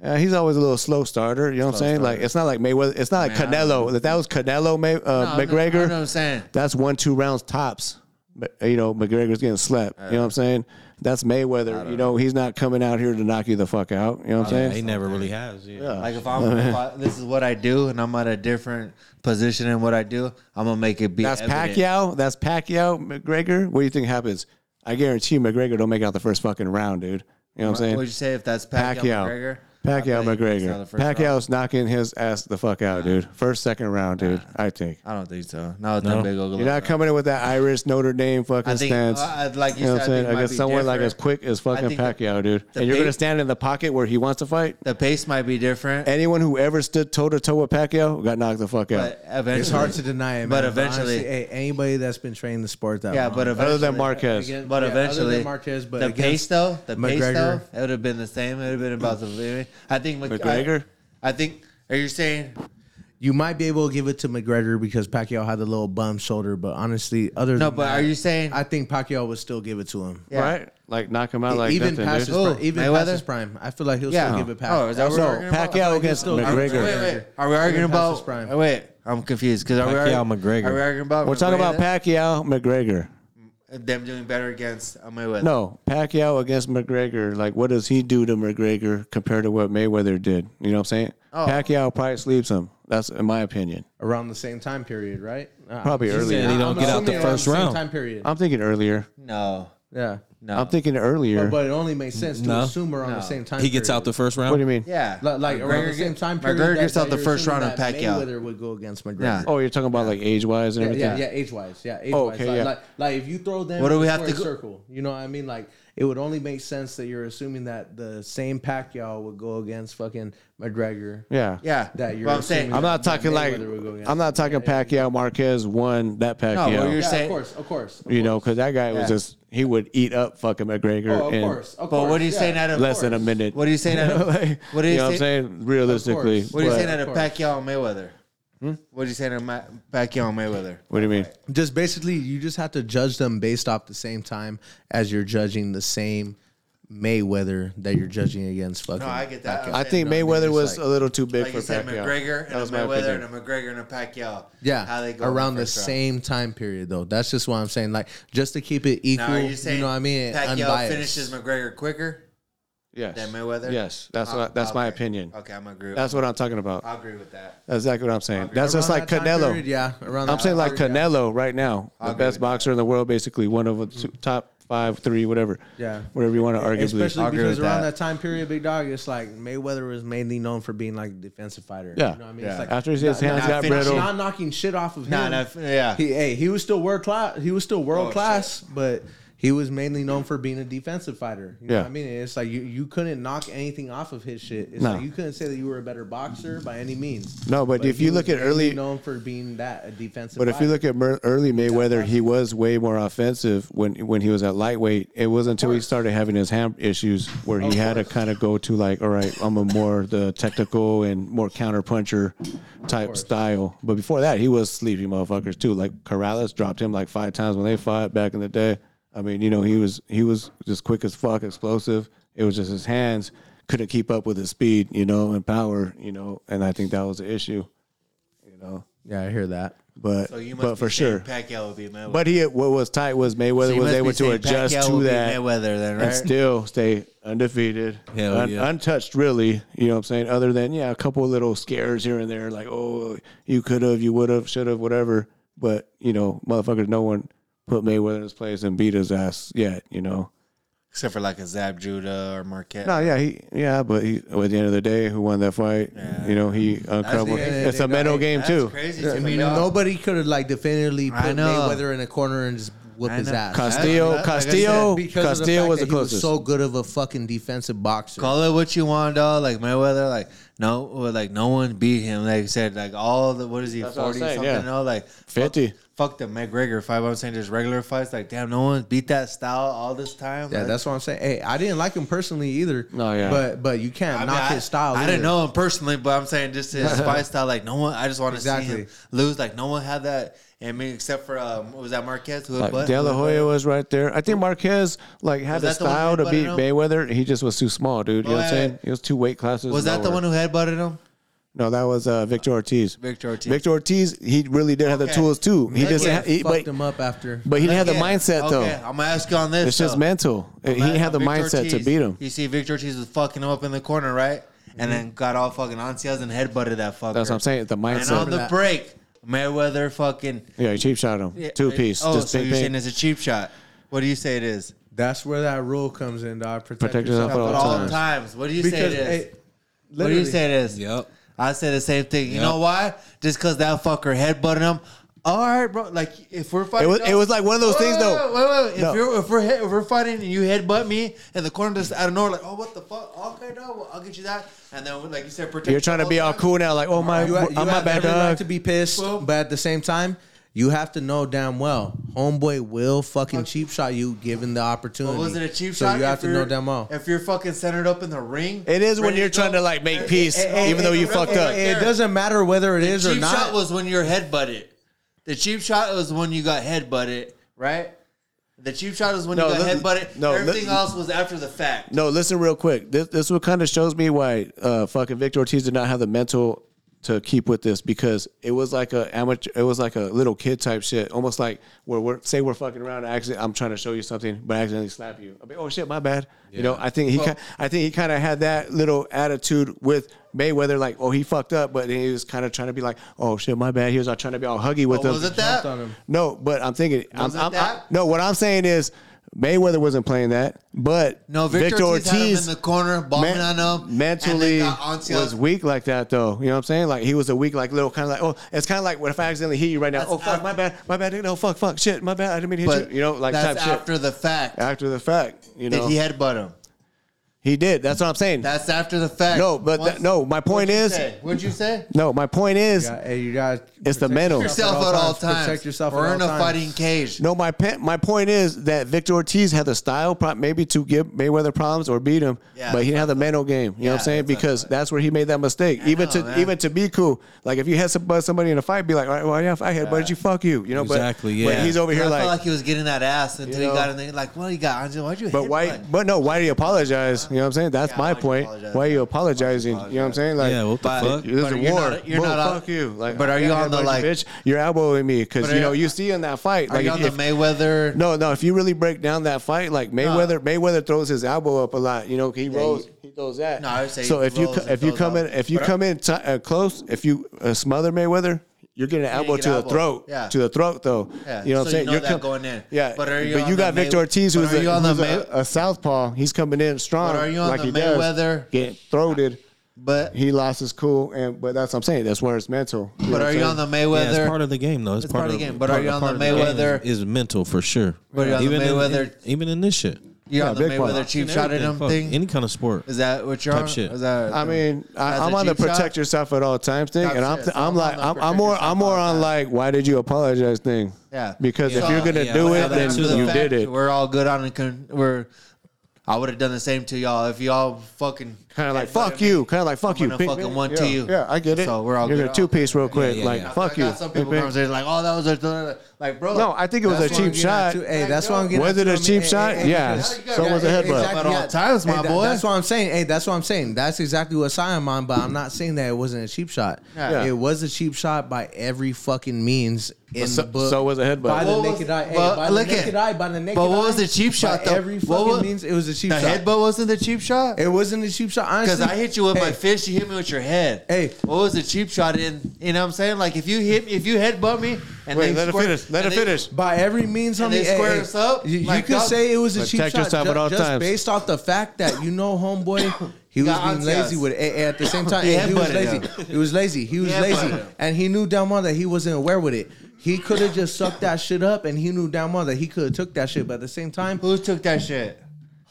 Yeah, he's always a little slow starter. You know what I'm Slow saying? Like starter. it's not like Mayweather. It's not like Man, I don't Canelo. If that was Canelo, May, uh, No, I know- I know McGregor. what I'm saying. That's one two rounds tops. But you know McGregor's getting slept. You know what Uh, I'm saying? That's Mayweather. You know, he's not coming out here to knock you the fuck out. You know what I'm Yeah, saying? he never really has. Yeah. Like if I'm, if I, this is what I do, and I'm at a different position in what I do, I'm gonna make it be. That's evident. Pacquiao. That's Pacquiao. McGregor. What do you think happens? I guarantee you McGregor don't make out the first fucking round, dude. You know what I'm saying? What would you say if that's Pacquiao, Pacquiao. McGregor? Pacquiao I bet he takes out the McGregor. first round. Pacquiao's knocking his ass the fuck out, dude. First, second round, dude. I think. I don't think so. No, it's not big. Ogle. You're not coming in with that Irish Notre Dame fucking I think, stance. uh, I'd like you said, I think know what I'm it saying? might Against be someone like as different. quick as I fucking think the- Pacquiao, dude. the And you're big- gonna stand in the pocket where he wants to fight. The pace might be different. Anyone who ever stood toe to toe with Pacquiao got knocked the fuck out. But eventually, It's hard to deny it, But man. eventually- Honestly, hey, anybody that's been training the sport that Yeah, long, but eventually, Other than Marquez, Again- But yeah, other than eventually, Marquez, but the against pace though, the pace though, McGregor- it would have been the same. It would have been about the. I think Mc- McGregor? I, I think. Are you saying? you might be able to give it to McGregor because Pacquiao had the little bum shoulder. But honestly, other No, than but that, are you saying? I think Pacquiao would still give it to him. yeah. E- right? Like knock him out like even nothing, dude. past his Ooh, prime, even Mayweather? past his prime, I feel like he'll Yeah. still give it past. Oh, is that what we're No, arguing about? Pacquiao against still- Wait, McGregor. wait, wait. Are we arguing Even past about? his prime. oh, Wait, I'm confused because are we Pacquiao, arguing, McGregor. Are we arguing about? We're talking about Mayweather? Pacquiao McGregor. them doing better against uh, Mayweather. No, Pacquiao against McGregor. Like, what does he do to McGregor compared to what Mayweather did? You know what I'm saying? Oh. Pacquiao probably sleeps him. That's in my opinion. around the same time period, right? Uh, Probably I'm earlier. saying He don't I'm get out assuming the around first same round. Time period. I'm thinking earlier. no, Yeah, no. I'm thinking earlier. but it only makes sense to No. assume around the same time. He gets out the first round. what do you mean? yeah, period. Li- like around the McGregor- same time period. McGregor that- gets out that the you're first round assuming of that Pacquiao. Mayweather would go against McGregor. Yeah. Oh, you're talking about like age wise and Yeah, yeah, everything. yeah, age wise. Yeah, age Oh, wise. okay, like, yeah. like, like if you throw them What do in we a have to go- square circle, you know what I mean? Like it would only make sense that you're assuming that the same Pacquiao would go against fucking McGregor. Yeah. yeah. That you're Well, I'm saying. assuming- I'm not talking like Mayweather would go against I'm not talking Pacquiao Marquez won that Pacquiao. well, you're Yeah, saying- of course, of course. of you know, course. because that guy was Yeah. just he would eat up fucking McGregor Oh, of in course, of but course, what are you yeah. saying out of less than a minute. What are you saying out of? Like, what are you, know what I'm say- saying? Realistically, Of course. What are you but- saying out of course. Pacquiao and Mayweather? What are you saying out of Ma- Pacquiao and Mayweather? what do you mean? just basically you just have to judge them based off the same time as you're judging the same Mayweather that you're judging against fucking. No, I get that. I I'm saying, think you know what I mean? Mayweather it's was like- a little too big Like for you said, Pacquiao. McGregor and That a was my Mayweather and opinion. a McGregor and a Pacquiao. yeah, how they go around in the first round. same time period though. That's just what I'm saying. Like just to keep it equal, Now, are you you, saying know what I mean? and Pacquiao unbiased. finishes McGregor quicker? Yes. than Mayweather? Yes, that's what I- that's my okay. opinion. Okay, I'm agree. That's what I'm talking about. I agree with that. That's exactly what I'm saying. That's just Around like that time Canelo. period, yeah, around I'm that saying time like Canelo right now, the agree best with boxer in the world, basically one of the two, Mm-hmm. top five, three, whatever. Yeah. whatever you E-, want to period. argue. especially I'll agree because with around that. that. time period, Big Dog, it's like Mayweather was mainly known for being like a defensive fighter. Yeah. you know what I mean. Yeah. It's like after his hands not got finishing brittle, not knocking shit off of him. Nah, nah, yeah. Oh, He, hey, he was still world class. He was still world class, but he was mainly known for being a defensive fighter. You know Yeah. what I mean, it's like you, you couldn't knock anything off of his shit. It's No. like you couldn't say that you were a better boxer by any means. No, but if he you was look at mainly early- known for being that a defensive. But if you fighter. look at Mer- early Mayweather, he was way more offensive when when he was at lightweight. It wasn't until he started having his ham issues where he had to kind of go to like, all right, I'm a more the technical and more counter puncher type style. But before that, he was sleepy motherfuckers too. Like Corrales dropped him like five times when they fought back in the day. I mean, you know, he was he was just quick as fuck, explosive. It was just his hands couldn't keep up with his speed, you know, and power, you know, and I think that was the issue, you know. yeah, I hear that. But So you must but be for saying sure, Pacquiao would be Mayweather. but he what was tight was Mayweather So you was must able be to saying adjust Pacquiao to would be that Mayweather then, and right? still stay undefeated, Hell un- yeah. untouched really. You know what I'm saying? Other than yeah, a couple of little scares here and there, like oh you could have, you would have, should have, whatever. But you know, motherfuckers, no one put Mayweather in his place and beat his ass yet. You know? Except for like a Zab Judah or Marquette. No, yeah, he yeah, but he, at the end of the day, who won that fight? You know, he uncovered. end of the It's a day, mental dog. game That's too. crazy I to me, mean, dog. nobody could have like definitively I put know. Mayweather in a corner and just whoop I his know. ass. Oh, Cust- Castillo, That's- like I said, Castillo, because of the Castillo fact was the that he closest. so good of a fucking defensive boxer. Call it what you want, dog. Like Mayweather, like no, well, like no one beat him. Like you said, like all the what is he what I'm forty saying, something? yeah. No, like fuck- 50. Fuck the McGregor fight. but I'm saying just regular fights. Like damn, no one beat that style all this time. Yeah, Like, that's what I'm saying. Hey, I didn't like him personally either. No, yeah. But but you can't I mean, knock I- his style. I either. didn't know him personally, but I'm saying just his fight style. Like no one, I just want to see Exactly. him lose. Like no one had that. I mean, except for um, what was that Marquez? Who had Like what? De La Who had Hoya what? was right there. I think Marquez like Was had the that the one style who to beat butted him? Mayweather. He just was too small, dude. You know what Wait. I'm saying? He was two weight classes. Was that the lower. one who headbutted him? No, that was uh, Victor Ortiz. Victor Ortiz. Victor Ortiz. He really did have the Okay. tools too. He That's doesn't. what ha- he- fucked but, him up after. but he didn't have the Yeah. mindset Okay, though. I'm gonna ask you on this. It's just though. mental. He Imagine had the Victor mindset to Ortiz. beat him. Mm-hmm. You see, Victor Ortiz was fucking him up in the corner, right? And then got all fucking ansias and headbutted that fucker. That's what I'm saying. The And on mindset. the break, Mayweather fucking Yeah, he cheap shot him. Two piece. Oh, just so big, you're saying big. it's a cheap shot? What do you say it is? That's where that rule comes in, dog. Protect, Protect yourself yourself At all at all times. times. What do you Because say it is? what hey, do you literally, say it is? Yep. I say the same thing. You Yep. know why? Just because that fucker headbutted him. All right, bro. Like if we're fighting, was- it was like one of those things, though. Wait, wait, wait. If, No. you're, if we're head, if we're fighting and you headbutt me in the corner, just out of nowhere, like, oh, what the fuck? Okay, no, well, I'll get you that. And then, like you said, protect. You're trying to be all cool now, like oh my, You, ha- you I'm my have bad every right dog. to be pissed, Well- but at the same time, you have to know damn well, homeboy will fucking cheap shot you given the opportunity. But was it a cheap so shot? you have if to know you're- damn well. If you're fucking centered up in the ring, It is when ready you're go. trying to, like, make Hey, peace, hey, hey, even though hey, you no, fucked no, up. hey, It there. doesn't matter whether it The is or cheap shot not. was when you're headbutted. The cheap shot was when you got headbutted, right? The cheap shot was when No, you got li- headbutted. no, li- Everything else was after the fact. No, listen real quick. This this what kind of shows me why uh, fucking Victor Ortiz did not have the mental to keep with this because it was like a amateur. It was like a little kid type shit, almost like where we're say we're fucking around. And accident, I'm trying to show you something, but I accidentally slap you. I mean, oh shit, my bad. You know, I think he, ki- I think he kind of had that little attitude with Mayweather, like oh he fucked up, but then he was kind of trying to be like oh shit, my bad. He was not trying to be all huggy with Oh, him. was it that? on him. No, but I'm thinking. I'm, Was it I'm- I- that? no, what I'm saying is Mayweather wasn't playing that, but No, Victor, Ortiz, had him in the corner, bombing men- on him. mentally and then got Antia. was weak like that though. You know what I'm saying? Like he was a weak, like little kind of like oh, it's kind of like what if I accidentally hit you right now? That's oh fuck, af- my bad, my bad. No fuck, fuck, shit, my bad. I didn't mean to hit But you. You know, like that's type after shit. the fact. After the fact, you know, Did he, he headbutt him? did. That's what I'm saying. That's after the fact. no, but that, Once- no. My point What'd you is, say? what'd you say? no. My point is, Yeah, hey, you guys. It's the protect mental. Yourself at all times. Protect yourself We're at all in a times. fighting cage. No, my pe- my point is that Victor Ortiz had the style, pro- maybe to give Mayweather problems or beat him, Yeah, but he didn't that's have the mental game. You know what Yeah, I'm saying? that's what- Because that's where he made that mistake. even know, to man. even to be cool, like if you had some, somebody in a fight, be like, all right, well, yeah, if I had, why did you fuck you? You know, but- Exactly, But yeah. he's over here I like, felt like he was getting that ass until You know? he got in there. Like, well, you got Angela. Why'd you? but headbutt? why? But no, why did he apologize? You know what I'm saying? That's Yeah, my why'd you point. apologize? Why are you Why'd you apologizing? You know what I'm apologize? saying? Like, Yeah, what the but- fuck? This is But a you're war. not- you're Bro, not on- fuck you. Like, but are you yeah, on the, bunch of like- bitch? You're elbowing me because But you are know you- you see in that fight. Are like, you on if- the Mayweather? no, no. If you really break down that fight, like Mayweather, Mayweather throws his elbow up a lot. You know, he rolls, he, throws that. No, I would say so. he If you rolls co- and if you throws come in elbow. if you come in ti uh, close, if you uh, smother Mayweather, you're getting an elbow get to elbow. the throat. Yeah. To the throat, though. Yeah, You know so what you I'm saying? know You're that going in. Yeah. But But, are you on you the got May- Victor Ortiz, but who's, are a, you on the who's May- a, a southpaw. He's coming in strong. But are you on like the he does, Mayweather? Getting throated. But He lost his cool, and but that's what I'm saying. That's where it's mental. but are you on the Yeah, Mayweather? it's part of the game, though. It's, It's part of the game, but part are you of- on part the of game Mayweather- Is, is mental for sure. But you're on the even in- Mayweather- in- even in this shit. you're Yeah, on the big one. Mayweather cheap shot at Everything, him fuck, thing. Any kind of sport. Is that what you're Type on? shit. Is that, I mean, That's I, I'm a on the cheap shot. protect yourself at all times thing, That's and I'm it. th- So I'm I'm like on the I'm, I'm protect more yourself I'm more all on times. like why did you apologize thing? Yeah. because if Yeah. you're gonna Yeah, do let's it, have that then too, though. you did it. We're all good on it. Con- We're. I would have done the same to y'all if y'all fucking Kind of like Everybody fuck you, kind of like fuck I'm you, gonna Big fucking man. one yeah. to you. Yeah, I get it. So we're all You're good. gonna two piece real quick, yeah, like yeah. fuck I you. got some people Big man. conversations like, "Oh, that was a like, bro." No, I think it was a That's cheap what I'm shot. Too. Hey, that's why I'm getting. Was at it a too. cheap Hey, shot? hey, hey, Yeah, that's- someone was a yeah, headbutt. At all times, my that- boy. That's what I'm saying. Hey, that's what I'm saying. That's exactly what I am on, but I'm not saying that it wasn't a cheap shot. Yeah. It was a cheap shot by every fucking means in So, the book. so was a by headbutt. the What was- naked eye. Hey, but by look the at- naked eye. By the naked but what was eye, the cheap shot, by though? Every What fucking was- means it was a cheap The shot. headbutt wasn't the cheap shot It wasn't a cheap shot. Honestly, because I hit you with my Hey, fist. You hit me with your head. Hey. what was the cheap shot in? You know what I'm saying? Like if you hit, if you headbutt me, and Wait, they let it square- finish. Let and it they- finish. By every means, And homie. they hey, square hey, us up, You, you like, could dog, say it was a cheap protect shot yourself ju- at all just times. based off the fact that you know, homeboy, he was Got being aunties. lazy with it. Hey, hey, at the same time, He hey, he was lazy. headbutted He was lazy. He was He lazy, headbutted him. and he knew damn well that he wasn't aware with it. He could have just sucked that shit up, and he knew damn well that he could have took that shit. But at the same time, Who took that shit?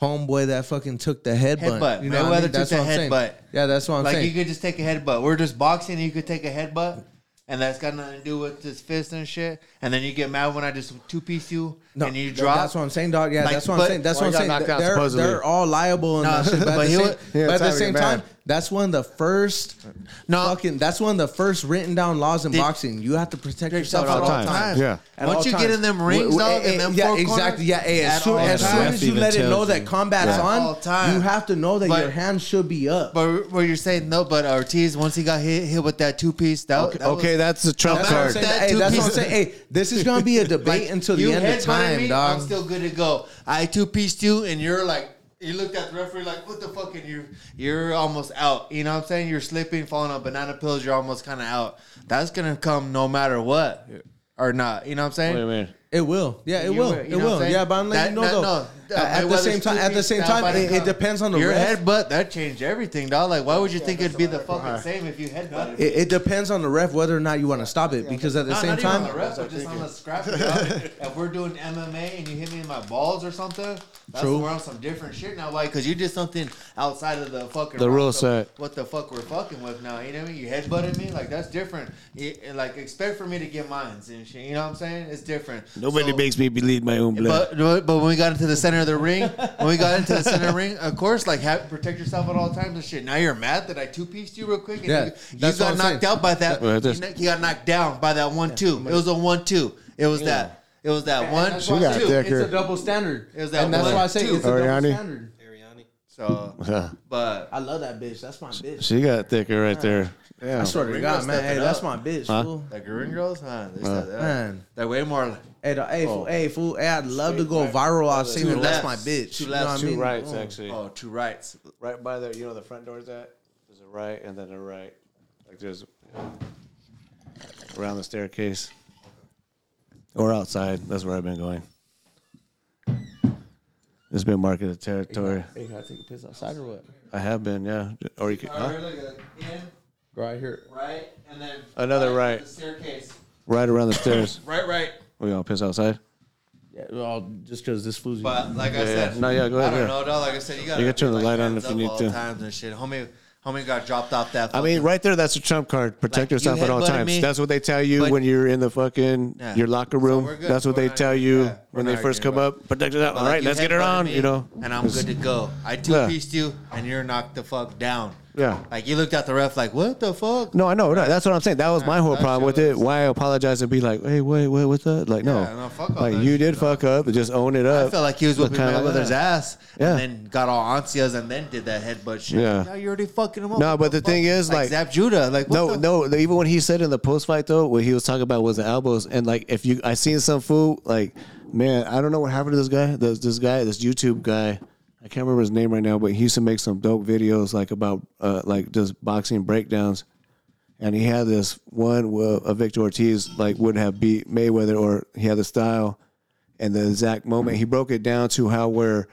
homeboy that fucking took the headbutt. Headbutt. You know what I Mayweather mean? took That's the what I'm saying. headbutt. Yeah, that's what I'm like saying. you could just take a headbutt. We're just boxing, and you could take a headbutt, and that's got nothing to do with this fist and shit. And then you get mad when I just two piece you and you th- drop. That's what I'm saying, dog. Yeah, Like, that's what I'm but- saying. That's Well, what he I'm got saying. knocked out, They're, supposedly. they're all liable and Nah, that shit. But, but at, he the wa- Yeah, same, but at it's the already same bad. time, that's one of the first. No. fucking. That's one of the first written down laws in Did- boxing. You have to protect yourself yourself at all times. Yeah. At Once all you get times. in them rings, W- w- dog, and eh, eh, them yeah, four exactly. corners, Yeah, eh, at as soon, all as, soon times. as you Ref let it even know tells that you. combat's At on, all times. you have to know that But- your hand should be up. But where you're saying no, but Ortiz once he got hit hit with that two piece, that Okay, that was- okay, that's the trump That's That what I'm was card. saying. that Hey, two that's what I'm pieces- saying. Hey, this is gonna be a like, debate until you the end of headbutted time, me, dog. I'm still good to go. I two pieced you, and you're like. You looked at the referee like, what the fuck? And you're, you're almost out. You know what I'm saying? You're slipping, falling on banana pills. You're almost kind of out. That's going to come no matter what or not. You know what I'm saying? Wait a minute. It will. Yeah, You it will. were- you It know what I'm will. saying? Yeah, but I'm letting That- you know that- no, though. at, at the Mayweather's same time, at the same stupid, time, stop it, by it the depends on the Your ref. headbutt that changed everything, dog. Like, why would you think it'd be the fucking same if you headbutted? It, it depends on the ref whether or not you want to stop it because at the No, same not even on the time, ref, but just on the scrap. dog. if we're doing MMA and you hit me in my balls or something, that's True. we're on some different shit now. Why? Because you did something outside of the fucking The realm rule of set. What the fuck we're fucking with now? You know what I mean? You headbutted me, like that's different. You- and, like expect for me to get mines and shit. You know what I'm saying? It's different. Nobody So- makes me believe my own blood. But, but but when we got into the center of the ring, when we got into the center of the ring, of course, like have, protect yourself at all times and shit. Now you're mad that I two pieced you real quick. And Yeah, you, you that's what got I'm knocked saying. out by that. Well, You, that's- kn- you got knocked down by that one two. It was a one two. It was that. It was that one that's why I got two. said- it's a double standard, It was that and that's one, why I say two. it's a double Ariani? standard. So, but I love that bitch. That's my bitch. she got thicker right there. Yeah. I swear to Ringo God, man. stepping Hey, up. that's my bitch, fool. like green girls, huh? They Uh, said that. Man. They're way more. Hey, the, hey, fool, hey, fool. Hey, I'd love to go viral. I've seen oh. Two it. That's lefts. my bitch. Two You know lefts, what I two mean? rights, Mm. actually. Oh, two rights. Right by the, you know, the front door's at. There's a right and then a right. Like there's around the staircase or outside. That's where I've been going. It's been marketed territory. Hey, can I take a piss outside or what? I have been, yeah. Or you could huh? Go out here. right, and then Another right. The staircase. right around the stairs. Right, right. We all piss outside. Yeah, well, just because this fool's. But like I Yeah, said, yeah. No, yeah, go ahead, I yeah. don't know, dog. Like I said, you got You can turn the light on if you need to. Times and shit, homie. Homie got dropped off that. I mean, fucking- right there, that's a trump card. Protect Like, you yourself at all headbutted times. me, that's what they tell you but- when you're in the fucking Yeah. your So locker room. we're good. that's what We're they not tell arguing. you Yeah, we're when they not first come arguing about up. Protect yourself. but, All like, right, you let's get it headbutted on. me, You know, and I'm good to go. I two pieced you, and you're knocked the fuck down. Yeah. Like you looked at the ref, like what the fuck? No, I know. No, that's what I'm saying. That was my whole that problem with shit it. was- Why apologize and be like, hey, wait, wait, what's up? Like, no. Yeah, no, fuck all like, that you shit, did though. fuck up. Just own it up. I felt like he was Look whipping kinda my like mother's that. ass, Yeah. and then got all ansias, and then did that headbutt shit. Yeah. now you're already fucking him up. No, What but the thing is, like- Zap Judah, like what No, the- no. the- Even when he said in the post fight though, what he was talking about was the elbows. And like, if you, I seen some fool. Like, man, I don't know what happened to this guy. This this guy, this YouTube guy. I can't remember his name right now, but he used to make some dope videos like about uh, like just boxing breakdowns. And he had this one where uh, Victor Ortiz like would have beat Mayweather, or he had the style and the exact moment Mm-hmm. he broke it down to how we're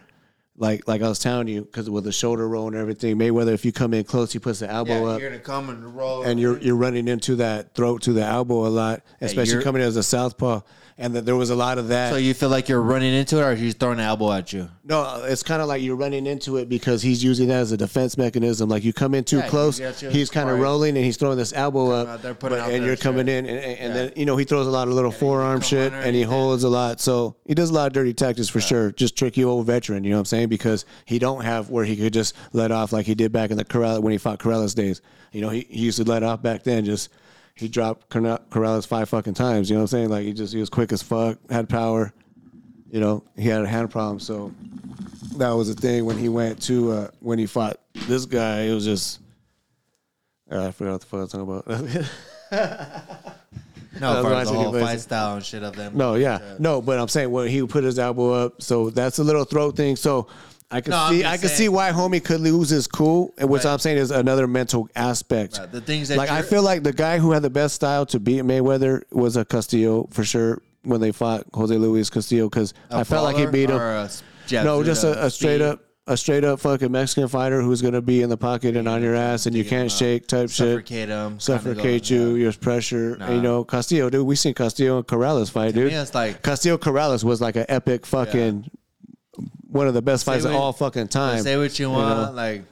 like like I was telling you because with the shoulder roll and everything. Mayweather, if you come in close, he puts the elbow yeah, up you're gonna come and roll, and you're you're running into that throat to the elbow a lot, especially you're- coming in as a southpaw. And that there was a lot of that. so you feel like you're running into it, or he's throwing an elbow at you. no, it's kind of like you're running into it because he's using that as a defense mechanism. Like you come in too Yeah, he close, gets you. he's kind of Right. rolling and he's throwing this elbow up, out there, putting out and there you're shit. coming in, and, and, and then you know he throws a lot of little forearm come shit, and he underneath it. holds a lot. So he does a lot of dirty tactics for sure. Just tricky old veteran, you know what I'm saying? Because he don't have where he could just let off like he did back in the Corral when he fought Corrales days. You know, he, he used to let off back then. Just he dropped Corna- Corrales five fucking times. You know what I'm saying? Like he just he was quick as fuck, had power. You know, he had a hand problem, so that was the thing when he went to uh, when he fought this guy. It was just. Uh, I forgot what the fuck I was talking about. No, for That's what I the said, whole but- fight style and shit of them. No, yeah, no, but I'm saying when he would put his elbow up, so that's a little throat thing. So I can No, I'm see, just I can saying- see why homie could lose his cool, and which Right. I'm saying is another mental aspect. Right, the things that like I you're- feel like the guy who had the best style to beat Mayweather was a Castillo for sure when they fought Jose Luis Castillo because A I felt like he brawler beat him. or a s- jab no, through just the a, a straight feet? up. A straight up fucking Mexican fighter who's gonna be in the pocket and on your ass and you can't shake type shit, uh, Suffocate him, suffocate kinda go, you, yeah. your pressure. Nah. You know, Castillo, dude, we seen Castillo and Corrales fight, dude. me, it's like- Castillo Corrales was like an epic fucking one of the best fights of what- all fucking time. Say what you know? want, like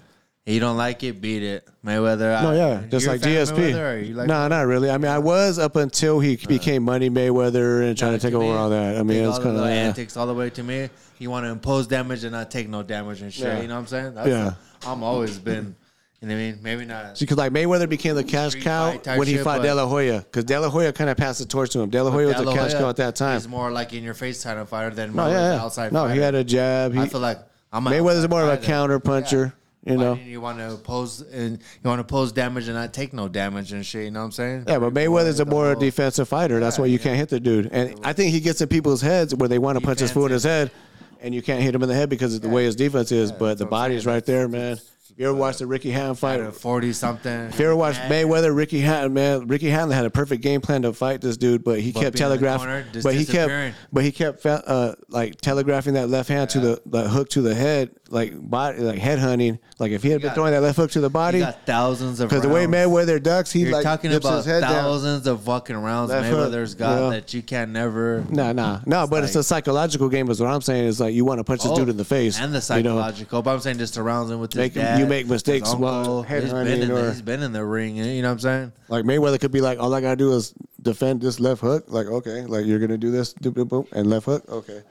you don't like it, beat it, Mayweather. No, I- yeah, just you're a like fan of DSP. Mayweather, or you like nah, not really. I mean, I was up until he became Money Mayweather and trying to take me, over all that. I mean, take it all was the kind of little yeah. antics all the way to me. You want to impose damage and not take no damage and shit. Yeah. You know what I'm saying? That's Yeah. I'm always been. You know what I mean? Maybe not. because like Mayweather became the cash Street cow fight type when he shit, fought but- De La Hoya because De La Hoya kind of passed the torch to him. De La Hoya was De the La cash Hoya cow at that time. He's more like in your face kind of fighter than No, Mayweather's yeah, yeah. outside. no, he fighter. had a jab. He, I feel like I'm an Mayweather's outside more of a fighter. counter puncher. You Why know, didn't you want to oppose and you want to pose damage and not take no damage and shit. You know what I'm saying? Yeah, but Mayweather's a The more whole- defensive fighter. That's why you can't hit the dude. And I think he gets in people's heads where they want to punch his fool in his head, and you can't hit him in the head because of the way his defense is. but the body is right there, man. If you ever watched the Ricky Hatton fight? If forty something. you ever watched Mayweather, Ricky Hatton, man, Ricky Hatton had a perfect game plan to fight this dude, but he But kept being in the telegraphing. corner, just But he disappearing. kept, but he kept uh, like telegraphing that left hand to the, the hook to the head, like body, like head hunting. Like if he had been got- throwing that left hook to the You body, got thousands of because the way rounds. Mayweather ducks, he You're like talking dips about his head down. thousands of fucking rounds Left hook, Mayweather's got yeah. that you can never. No, no, no. But it's a like- Oh, psychological game. Is what I'm saying. Is like you want to punch this dude in the face and the you know? psychological. But I'm saying just surrounds him with his Make him- dad, you make his mistakes while uncle. head He's been hunting in or- the, he's been in the ring. You know what I'm saying? Like Mayweather could be like, all I gotta do is defend this left hook. Like okay, like you're gonna do this, boom, boom, boom, and left hook. Okay,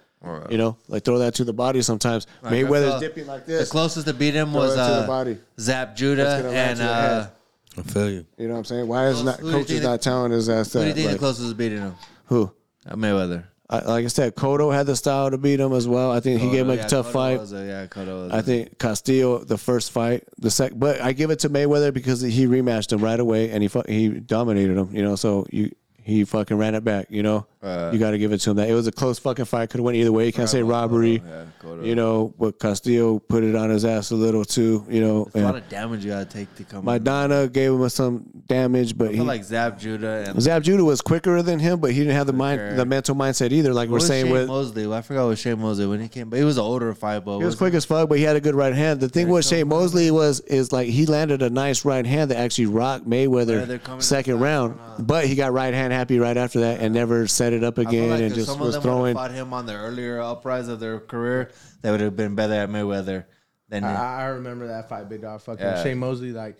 you know, like throw that to the body sometimes. I Mayweather's felt- dipping like The this. closest to beat him Throw was that to the uh, body. Zap That's Judah gonna land and to the uh, head. I feel you. you know what I'm saying? Why is Who not do you coach think is the- not telling his ass who do you that? think the Like, closest to beating him? who? Uh, Mayweather. I, like I said, Cotto had the style to beat him as well. I think he gave Cotto, him a yeah, tough Cotto fight. was a- yeah, Cotto was I a- think Castillo the first fight, the sec, but I give it to Mayweather because he rematched him right away and he fu- he dominated him, you know. So you he fucking ran it back, you know. you got to give it to him that it was a close fucking fight, could have went either way. You can't say robbery, you know. But Castillo put it on his ass a little too, you know. a lot And of damage you gotta take to come. in. Madonna gave him some damage, but I he. feel like Zap Judah and Zab Judah was quicker than him, but he didn't have the Quicker. mind, the mental mindset either. Like we're What was saying Shane with Mosley. I forgot what Shane Mosley when he came, but it was an older fight. But He was wasn't- quick as fuck, but he had a good right hand. The thing with Shane Mosley was is like he landed a nice right hand that actually rocked Yeah, they're Mayweather coming second to the round, but he got right hand happy right after that and never set it up I feel again like and if just some of was them would've throwing. fought him on the earlier uprise of their career, they would have been better at Mayweather Ah, than I, I remember that fight, Big Dog. Fucking Yeah. Shane Mosley, like,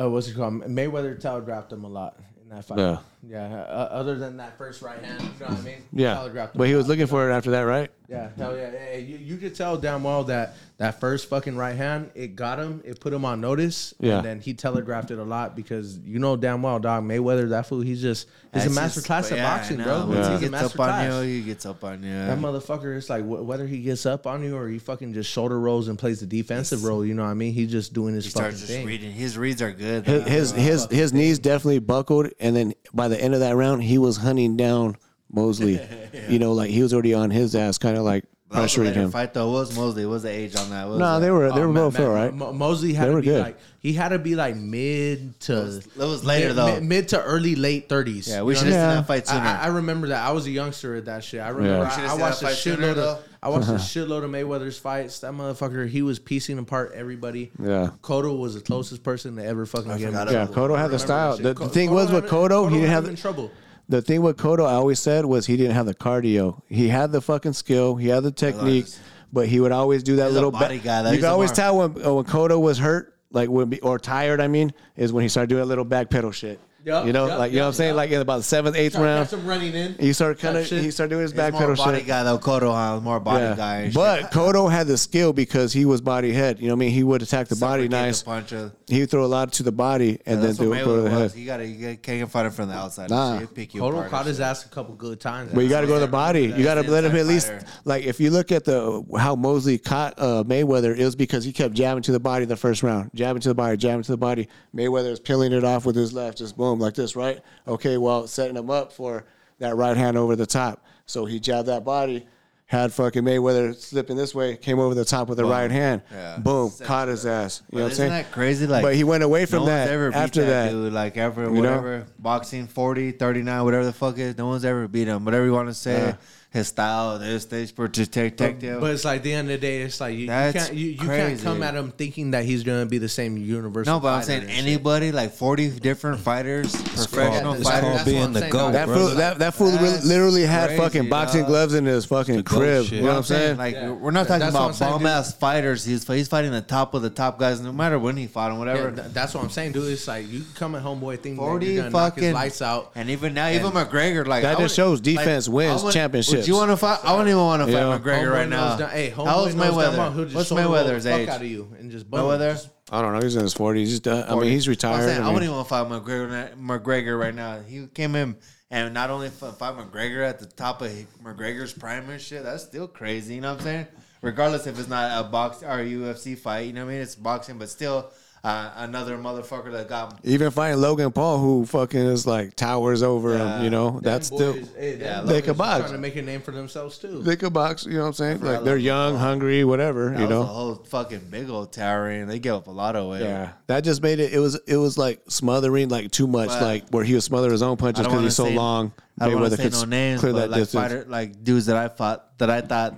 uh, what's it called? Mayweather telegraphed him a lot. And that fight. Yeah. Yeah. Uh, other than that first right hand, you know what I mean? Tyler Yeah. grabbed him But he was out. looking for it after that, right? Yeah, hell yeah. Hey, you, you could tell damn well that that first fucking right hand, it got him, it put him on notice. Yeah. And then he telegraphed it a lot because you know damn well, dog, Mayweather, that fool, he's just, he's That's a master just- class at yeah, I boxing, know. bro. Once He's he a gets up master on class. you, he gets up on you. That motherfucker, it's like wh- whether he gets up on you or he fucking just shoulder rolls and plays the defensive role, you know what I mean? He's just doing his he fucking starts just thing. reading. His reads are good. His his his, his knees definitely buckled, and then by the end of that round, he was hunting down Mosley. You know, like he was already on his ass, kind of like That was a pressuring later him. Fight though, what was Mosley? What was the age on that? What was No, that? they were they Oh, were man, both man, all right. Mo- Mosley had They to were be good. like he had to be like mid to It was- it was later, mid, though. mid, mid to early late thirties. Yeah, we should have Yeah. seen that fight sooner. I, I remember that. I was a youngster at that shit. I remember Yeah. Should've I, I seen watched a that fight sooner, shitload though. of I watched a shitload of Mayweather's fights. That motherfucker, he was piecing apart everybody. Yeah. Cotto was the closest person to ever fucking get him. forgot in Yeah, trouble. Cotto had the Remember style. that shit. The, the Co- thing was with had- Cotto, he didn't had have him in trouble. the thing with Cotto. I always said was he didn't have the cardio. He had the fucking skill. He had the technique, but he would always do that He's a little body guy, though. You He's could a always mar- tell when uh, when Cotto was hurt, like when be, or tired. I mean, is when he started doing that little back pedal shit. Yup, you know, yup, like you know what I'm yup, saying, yup. like in about the seventh, eighth Try to round, catch him running in. he started kind of Type shit. he started doing his He's back more pedal body shit. guy though. Cotto, huh? More body Yeah. guy. and shit. But Cotto had the skill because he was body head. You know what I mean? He would attack the body Suffocate the nice. punch, uh, He would throw a lot to the body, and then That's they what would go to the Mayweather head. was. You gotta, you can't fight him from the outside. Nah. He'll pick you Cotto apart caught and his shit. ass a couple good times. But you got to go to the body. You got to He's let him inside at least fighter. like if you look at the how Mosley caught uh, Mayweather, it was because he kept jabbing to the body the first round, jabbing to the body, jabbing to the body. Mayweather is peeling it off with his left, just boom like this, right? Okay, well setting him up for that right hand over the top. So he jabbed that body, had fucking Mayweather slipping this way, came over the top with the right hand, Yeah. boom, Set caught his ass. You But know what I'm isn't saying? that crazy? Like, but he went away from no that one's ever beat after that. dude. Like, ever, know? whatever, boxing 40, 39, whatever the fuck it is, no one's ever beat him. Whatever you want to say, Yeah. his style, this, this, for just take, take, But, but it's like the end of the day, it's like you, you That's can't you, you can't crazy. come at him thinking that he's gonna be the same universal. No, but I'm fighter saying and shit. anybody, like 40 different fighters, professional it's fighters. called being the goat, That fool, that, that fool really- That's literally had crazy, fucking boxing dog. gloves in his fucking The goat crib. shit. You know what I'm saying? Like Yeah. we're not talking That's what I'm about saying, bomb ass fighters. He's he's fighting the top of the top guys, no matter when he fought him, Yeah, whatever. th- that's what I'm saying, dude. It's like you can come at homeboy thinking that Forty you're gonna knock fucking his lights out. and even now, even McGregor, like That I just wouldn't- shows defense wins I wouldn't- championships. Would you want to fight? I wouldn't even want to fight Yeah. McGregor Homeboy right now. knows down- hey, homeboy How old's knows down Mayweather? who just What's shoulder roll the Mayweather's fuck age? Out of you and just boom, Mayweather. just- I don't know. He's in his forties. He's done. I mean, he's I'm retired. saying, I I wouldn't mean, even want to fight McGregor, right- McGregor right now. He came in and not only fi- fight McGregor at the top of McGregor's prime and shit. That's still crazy. You know what I'm saying? Regardless if it's not a box or a UFC fight, you know what I mean? It's boxing, but still uh, another motherfucker that got even fighting Logan Paul, who fucking is like towers over Yeah. him. You know, that's still Boys, hey, Yeah, them they boys could is box. Trying to make a name for themselves too. they could box. You know what I'm saying? Like about they're Logan young, hungry, whatever. that You was a know. whole fucking big old tower and they gave up a lot of weight. Yeah, that just made it. It was it was like smothering, like too much, But- like where he was smothering his own punches because wanna he's so say- long. I don't want to Mayweather say could no s- names, clear but that like distance. fighter, like dudes that I fought that I thought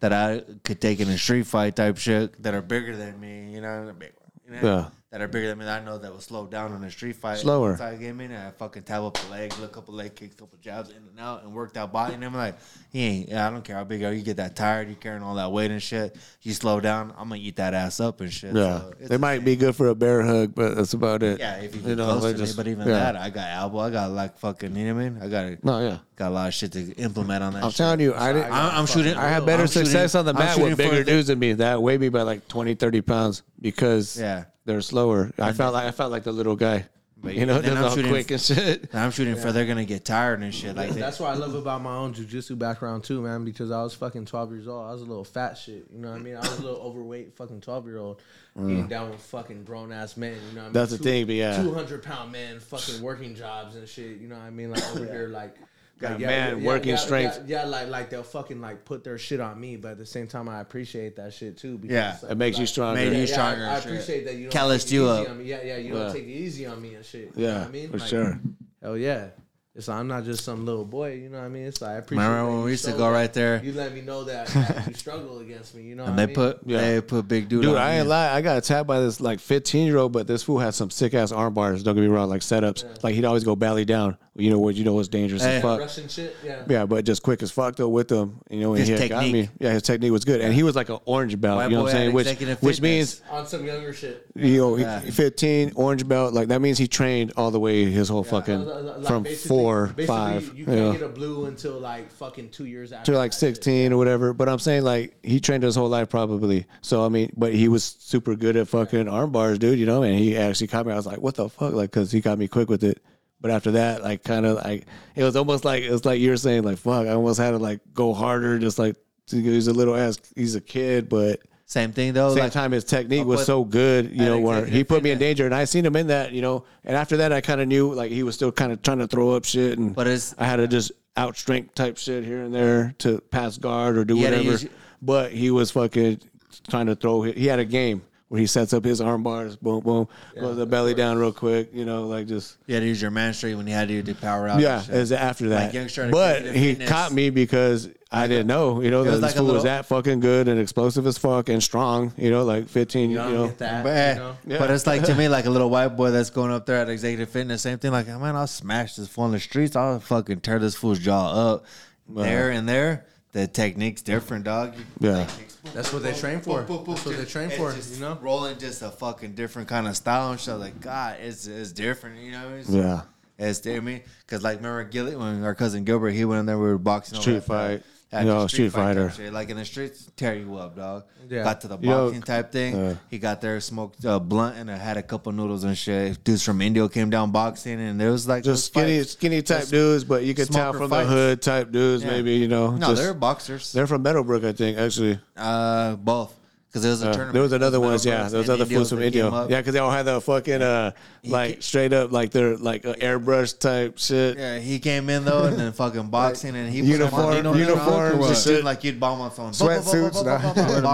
that I could take in a street fight type shit that are bigger than me, you know, the big one, you know, Yeah. that are bigger than me. That I know that will slow down on a street fight. Slower. So I came in and I fucking tap up the leg, look up a leg kicks, couple jabs in and out, and worked out body. And I'm like, he ain't. yeah, I don't care how big you are. You get that tired, you carrying all that weight and shit. You slow down, I'm gonna eat that ass up and shit. Yeah, So it's they the might same. be good for a bear hug, but that's about it. Yeah, if you, You get know, close they to me, just- but even yeah. that, I got elbow, I got like fucking, you know what I mean? I got No, yeah. got a lot of shit to implement on that. I'm shit. telling you, I didn't. I, am shooting. I had better I'm shooting- success on the I'm mat shooting with for bigger the- dudes than me that weighed me by like 20, 30 pounds because Yeah. they're slower. I felt like I felt like the little guy, you know, then just I'm all shooting- quick and shit. I'm shooting for they're gonna get tired and shit like that. That's what I love about my own jujitsu background too, man. Because I was fucking twelve years old. I was a little fat shit. You know what I mean? I was a little overweight, fucking twelve year old, getting down with fucking grown ass men. You know what I mean? Mm. That's the thing, but yeah. two hundred pound men, fucking working jobs and shit. You know what I mean? Like over here, like. Got man working yeah, strength. Yeah, yeah, like like they'll fucking like put their shit on me, but at the same time I appreciate that shit too. Because Yeah, it's It makes you like- stronger. Made you yeah, stronger I, I and shit. appreciate that you don't Calloused take it you easy up. on me. Yeah, yeah, you don't Yeah. take it easy on me and shit. you know yeah, what I mean? for Like, sure. Hell yeah. It's like, I'm not just some little boy, you know what I mean? It's like I appreciate Remember that when you we used to showed go that- right there? You let me know that, that you struggle against me, you know. And what I they mean? put Yeah. they put big dude. Dude, on I ain't me. lie. I got attacked by this like 15 year old, but this fool had some sick ass arm bars. Don't get me wrong, like setups. Like he'd always go belly down. you know what you know what's dangerous Hey. as fuck. Russian shit, yeah. Yeah, but just quick as fuck though with him. You know, and His he had got technique. me. Yeah, his technique was good, and he was like an orange belt. My you know boy what I'm saying? had Which executive which fitness. means On some younger shit. you know, he- Yeah. 15 orange belt. Like that means he trained all the way his whole fucking Uh, Like, from basically- four, basically, five, You you can't know, get a blue until like fucking two years after. to like that shit. 16 or whatever. But I'm saying like he trained his whole life probably. So I mean, but he was super good at fucking arm bars, dude. You know, and he actually caught me. I was like, what the fuck? Like, cause he got me quick with it. But after that, like, kind of like it was almost like it's like you're saying like, fuck. I almost had to like go harder, just like he's a little ass. He's a kid, but Same thing though. same like, time his technique up was with- so good, you at know, where executive he put me in fitness. danger, and I seen him in that, you know. And after that, I kind of knew like he was still kind of trying to throw up shit, and But it's- I had to just out strength type shit here and there to pass guard or do You had to whatever. use- but he was fucking trying to throw. He had a game where he sets up his arm bars, boom, boom, goes the belly down real quick, you know, like just you had to use your man strength when you had to do power out. yeah, and shit. it was after that. Like young started but executive he fitness. caught me because I didn't know, you know, that was this like a fool was little- that fucking good and explosive as fuck and strong, you know, like 15, you, I don't know. get that. But, eh, you know? Yeah. but it's like to me, like a little white boy that's going up there at executive fitness, same thing. Like, man, I'll smash this fool in the streets. I'll fucking tear this fool's jaw up. There and there, the technique's different, dog. Yeah. That's what they train for. That's what they train It's for. just You know. rolling just a fucking different kind of style and shit. Like, God, it's it's different, you know. What I mean? So, Yeah. It's I mean, because like remember Gilly when our cousin Gilbert he went in there we were boxing over Street at the- fight. at No, the Street fight type Fighter. shit. like in the streets tear you up dog Yeah. got to the know- boxing type thing Yeah. he got there smoked a blunt and had a couple noodles and shit dudes from Indio came down boxing and there was like Just those skinny, fights. skinny type Those- dudes, but you could tell smoker from fights. the hood type dudes, Yeah. maybe, you know. no just- they're boxers they're from Meadowbrook, I think, actually. uh both because there was a Uh, tournament there was another ones, yeah. Meadowbrooks There and was other Indios fools from that Indio. came up. Yeah, because they all had the fucking, uh, like, straight up, like, they're like uh, airbrush type shit. Yeah, he came in though, and then fucking boxing, and he Uniform- put him on, uniforms and and shit. shit like you'd bomb on someone. Sweatsuits, nah.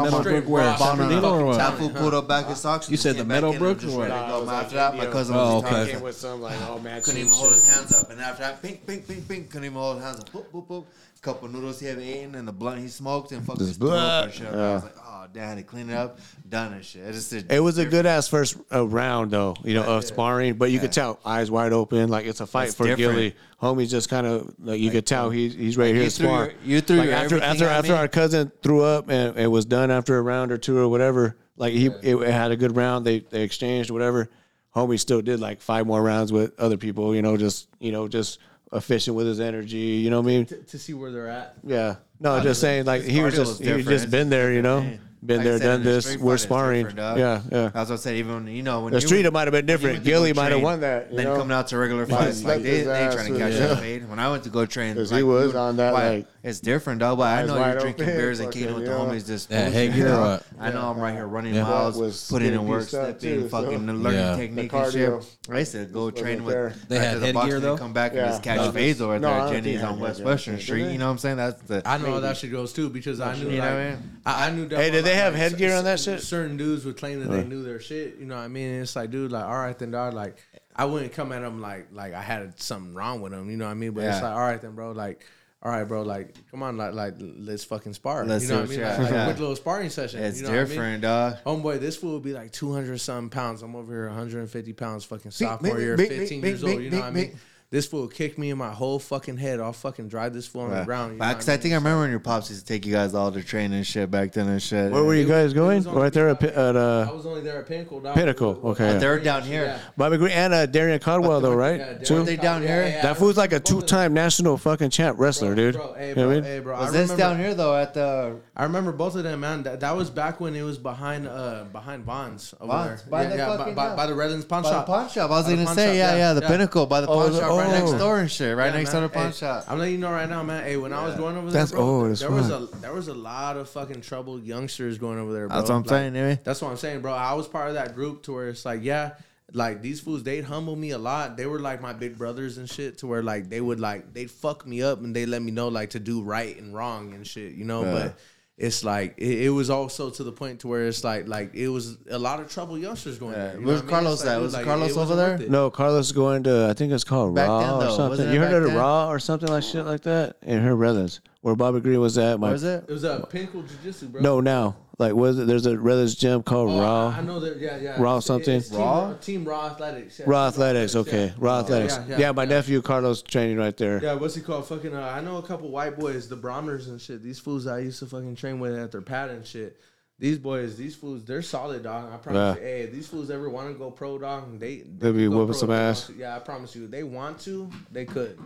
Meadowbrook Meadowbrook wear. Sacramento or what? That fool pulled up back his socks. You said the Meadowbrook or what? Nah, Uh, it was like After that, my Indio. cousin Oh, was okay. talking. Came with some, like, all Couldn't matching even hold shit. his hands up, and after that, pink, pink, pink, pink, couldn't even hold his hands up. Boop, boop, boop. Couple noodles he had eaten, and the blunt he smoked, and fucking Just threw up and blah. shit. I was like, oh damn, he cleaned it up, done and shit. It, just did- It was a good ass first uh, round though, you know, of sparring. But you could tell eyes wide open, like it's a fight It's for different. Gilly. Homie's just kind of like you could tell he's he's ready here you to threw spar. your- you threw like your after everything after at after me. our cousin threw up and it was done after a round or two or whatever. Like he it, it had a good round. They they exchanged whatever. Homie still did like five more rounds with other people. You know, just you know, just efficient with his energy. You know what I mean? To, to see where they're at. Yeah. No, just saying like his he was cardio just was he was different. just been there. You know, been Like I there, said, done in the this. street we're fight, it's sparring. different, dog. Yeah, yeah. That's what I said. Even you know when The you- street might have when been you different. went to Gilly go might have train, won that, you Then know? coming out to regular have fights, like slapped they, his they ass ain't trying to with- catch yeah. that fade. When I went to go train, 'Cause like, he was dude, on that, why- like, it's different, dog. But I eyes know wide you're drinking open, beers and kicking fucking, with the yeah. homies. Just That bullshit, Hager, dog. uh, I know I'm right here running Yeah. miles, That was putting in getting work, beefed up, stepping, too, so- fucking Yeah. learning The technique and cardio shit. I used to go wasn't train there. with. They back had to the headgear, boxing and though? Come back Yeah. and just catch No, fades over no, there. I don't at think Jenny's they had on West headgear. Western Did Street. they? You know what I'm saying? That's the. I know how that shit goes too because I knew You know like what I mean? I, I knew. Hey, did they have headgear on that shit? Certain dudes would claim that they knew their shit. You know what I mean? And it's like, dude, like, all right then, dog. Like, I wouldn't come at him like like I had something wrong with him. You know what I mean? But it's Yeah. like, all right then, bro. Like. All right, bro. Like, come on, like, like let's fucking spar. Let's you know what I see mean? what Like, you like got. a quick little sparring session. It's you know what I mean? different, dog. Homeboy, this fool would be like 200 something pounds. I'm over here 150 pounds, fucking Beep, sophomore beep, year, beep, 15 beep, years beep, old. You know beep, what I mean? beep. This fool kicked me in my whole fucking head. I'll fucking drive this fool on the Yeah. ground. you know But- what Cause I think I remember when your pops used to take you guys all to train and shit back then and shit. Where were you guys going? was on Right there at, the- Pi- at I uh, was only there at Pinnacle. dog. Pinnacle. Okay. But Oh, they're down here. Yeah. Bobby Green and uh, Darian Caldwell though, right? Yeah, Two. they down yeah, here? yeah, that I fool's like a remember- two-time national fucking champ wrestler, dude. Bro, hey, You bro, know what I mean? hey, bro. I Was this remember- down here though at the I remember both of them, man. That, that was back when it was behind uh behind Bonds over Bonds? there. By yeah, the yeah, by, fucking- by, yeah. by the Redlands pawn by the shop. pawn shop? I was By the gonna pawn say shop, yeah, yeah, the yeah. pinnacle by the pawn the- shop right oh. next door and shit, right Yeah, next man. to the pawn Hey, shop. I'm letting you know right now, man. Hey, when I was going over there, That's bro, old as there was a fuck. there was a lot of fucking troubled youngsters going over there. Bro. That's what I'm Like, saying, anyway. That's what I'm saying, bro. I was part of that group to where it's like, yeah, like these fools, they'd humble me a lot. They were like my big brothers and shit, to where like they would like they'd fuck me up and they let me know like to do right and wrong and shit, you know. But it's like it, it was also to the point to where it's like like it was a lot of trouble youngsters going there. you know Where's what I mean? Carlos It's like, at? dude, Was like, it Carlos over wasn't there? worth it. No, Carlos going to I think it's called Back Raw then, though, or something. wasn't it You heard back it at then? Raw or something like shit like that in her brothers. where Bobby Green was at. My Where's that? It was a uh, pinnacle jujitsu, bro. no, now like was it? There's a Brothers gym called Oh, I- Raw. I know that. Yeah, yeah. Raw It's- something? it's Team Raw? Team Raw Athletics. yeah. Raw Athletics, okay. Raw Athletics. yeah, Yeah, yeah, my yeah. nephew Carlos training right there. Yeah, what's he called? Fucking, uh, I know a couple white boys, the Bromers and shit. These fools I used to fucking train with at their pad and shit. These boys, these fools, they're solid, dog. I promise Yeah. you. Hey, if these fools ever want to go pro, dog, they They'll be could go whooping pro some if they ass. want to. Yeah, I promise you. If they want to, they could.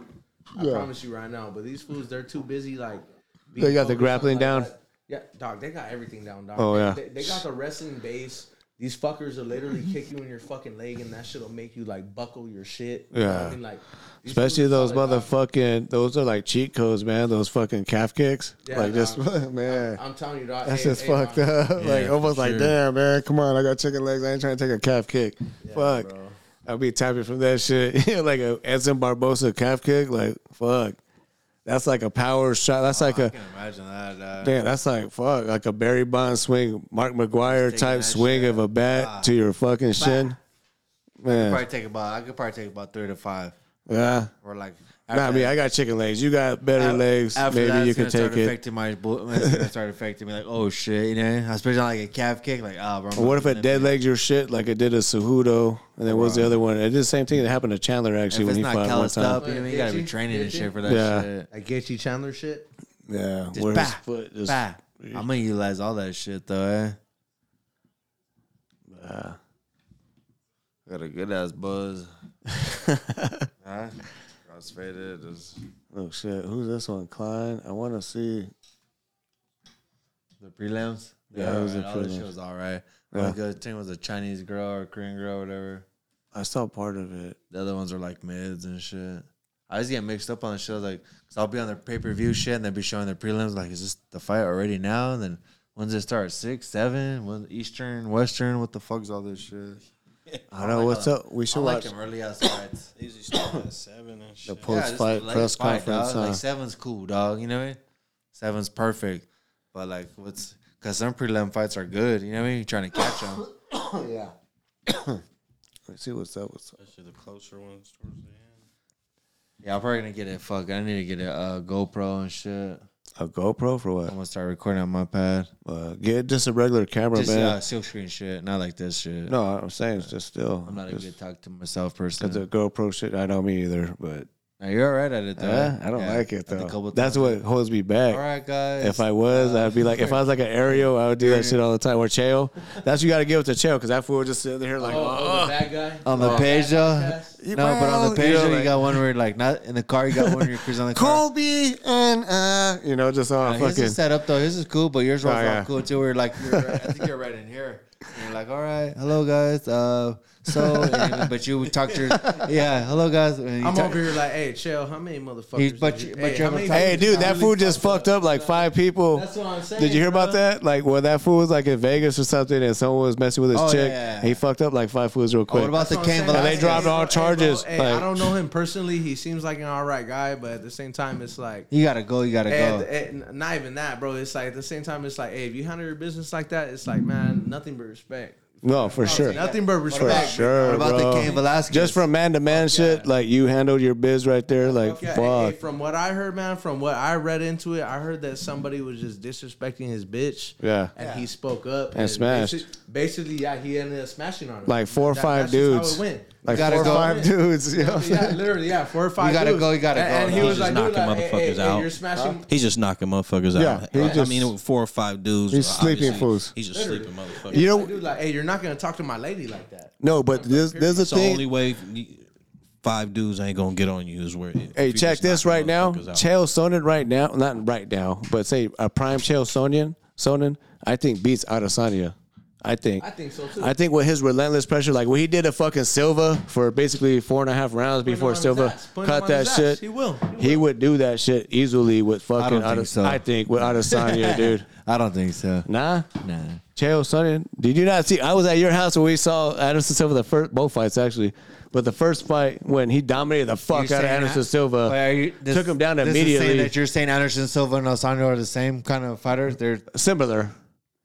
Yeah. I promise you right now. But these fools, they're too busy. Like being They got the focused on, grappling down? that- Yeah, dog. They got everything down, dog. Oh, They- yeah. They, they got the wrestling base. These fuckers will literally kick you in your fucking leg, and that shit'll make you like buckle your shit. You know what Yeah. I mean, like these Especially fools are those solid, dog. motherfucking, those are like cheat codes, man. Those fucking calf kicks. Yeah, like just, dog. man. I'm telling you, dog. that's hey, just hey, uh, fucked dog. up. like for almost like, sure. damn, man, come on, I got chicken legs. I ain't trying to take a calf kick. fuck. I'll be tapping from that shit. Yeah, like a Edson Barbosa calf kick. Like, fuck. That's like a power shot. That's like a, I can imagine that. Uh, Damn, that's like fuck, like a Barry Bond swing, Mark McGuire type that swing shit. of a bat to your fucking shin. Man, probably take about. I could probably take about three to five. yeah. Or like. Nah, I mean, I got chicken legs. You got better legs. Maybe you can it's gonna take start it. affecting my. bull- It's gonna start affecting me. Like, oh shit, you know. Especially like a calf kick. Like, ah, bro. I'm Or what if not it doing dead legs your shit like it did a Cejudo? And then what was the other one? It did the same thing that happened to Chandler If actually it's when he not fought one calloused time. up, you know, you gotta be Itchy, training and itchy. shit for that Yeah. shit. That Gaethje Chandler shit. Yeah, Just where his bah, foot just bah. I'm gonna utilize all that shit though. Eh? Bah. Got a good ass buzz. huh? Crossfaded. Is Oh shit, who's this one? Klein. I want to see. the prelims. Yeah, They're it was all the right. All that prelims. shit was all right. Yeah. Only good thing was a Chinese girl or Korean girl, whatever. I saw part of it. The other ones are like mids and shit. I just get mixed up on the shit. Like, i I'll be on their pay per view shit and they'll be showing their prelims. Like, is this the fight already now? And then when's it start? Six, seven? When Eastern, Western? What the fuck's all this shit? I don't know what's up. We I should like watch them early ass fights. They usually start at seven and the shit. Yeah, just post-fight like press fight, conference. dog. Like huh? seven's cool, dog. You know what I mean? Seven's perfect, but like what's because some prelim fights are good. You know what I mean? You're trying to catch them. Let's see what's up. What's up? Especially the closer ones towards the end. yeah, I'm probably gonna get it. Fuck, I need to get a uh, GoPro and shit. A GoPro for what? I'm gonna start recording on my pad. Uh, get just a regular camera, Just man. uh, silk screen shit, not like this shit. no, I'm saying it's just still. I'm not a just, good talk to myself That's person. a GoPro shit. I know me either, but Now you're all right at it though. uh, I don't Yeah, like it I think a though. couple That's times. what holds me back. All right, guys. If I was, I'd be like, if I was like an Aerial, I would do that shit all the time. Or Cheo. That's what you got to get with the Cheo because that fool would just sitting there like, Oh, oh, the oh, bad guy. on the page though, You- no, but on the well, you page know, though, you like- got one where like not in the car, you got one where you're on the car. Colby and uh, you know, just all Uh, his fucking. is set up though. His is cool, but yours was Oh, all yeah. cool too. Where are like, you're right, I think you're right in here. And you're like, all right, hello guys. Uh, so, and- but you would talk to, your, yeah, hello guys. And you I'm talk- over here like, hey, chill. How many motherfuckers? He- did but you- but hey, you're how many able to- Hey, dudes dude, got that really fool just fucked fucked up like five people. That's what I'm saying. Did you hear about bro. that? Like, well, that fool was like in Vegas or something, and someone was messing with his Oh, yeah, chick. yeah, yeah. He fucked up like five fools real quick. "Oh, what about the That's what I'm Cain saying. And they Velasquez? dropped all Hey, bro, charges, Hey, like- I don't know him personally. He seems like an all right guy, but at the same time, it's like. You gotta go. You gotta And, go. and eh, not even that, bro. It's like at the same time, it's like, hey, if you handle your business like that, it's like, man, nothing but respect. no, for sure. Nothing but For respect. sure, What about bro. the Cain Velasquez? Just from man to man shit, like you handled your biz right there. Like, Okay, hey, fuck. from what I heard, man, from what I read into it, I heard that somebody was just disrespecting his bitch. Yeah. And he spoke up And smashed. basi- Basically, yeah, he ended up smashing on him. Like four or That- five that's just dudes. How it went. Like gotta four or go. five dudes. You know what I'm Yeah, saying? literally, yeah, four or five. gotta dudes. go, you gotta and, go, And he dog. was He's like, just dude, like, knocking hey, hey, motherfuckers hey, out. you're smashing. He's just knocking motherfuckers Yeah, out. he I, I just- mean, four or five dudes. He's sleeping obviously, fools. He's just sleeping motherfuckers. You Like, know, dude, like, hey, you're not gonna talk to my lady like that. no, but this there's a It's the only thing. way you- five dudes ain't gonna get on you is where. Hey, check this right now. Chael Sonnen right now, not right now, but say a prime Chael Sonnen. Sonnen, I think beats Adesanya. I think. I think so too. I think with his relentless pressure, like when he did a fucking Silva for basically four and a half rounds before him on his Silva ass. Put him cut on that his ass. shit, He will. He, would do that shit easily with fucking. don't think Ades- so. I think with Adesanya, dude. I don't think so. Nah, Nah. Chael Sonnen. Did you not see? I was at your house when we saw Anderson Silva the first both fights actually, but the first fight when he dominated the fuck You're out of saying Anderson that- Silva, Wait, are you- this- took him down this is saying immediately. that you're saying Anderson Silva and Osano are the same kind of fighters. They're similar.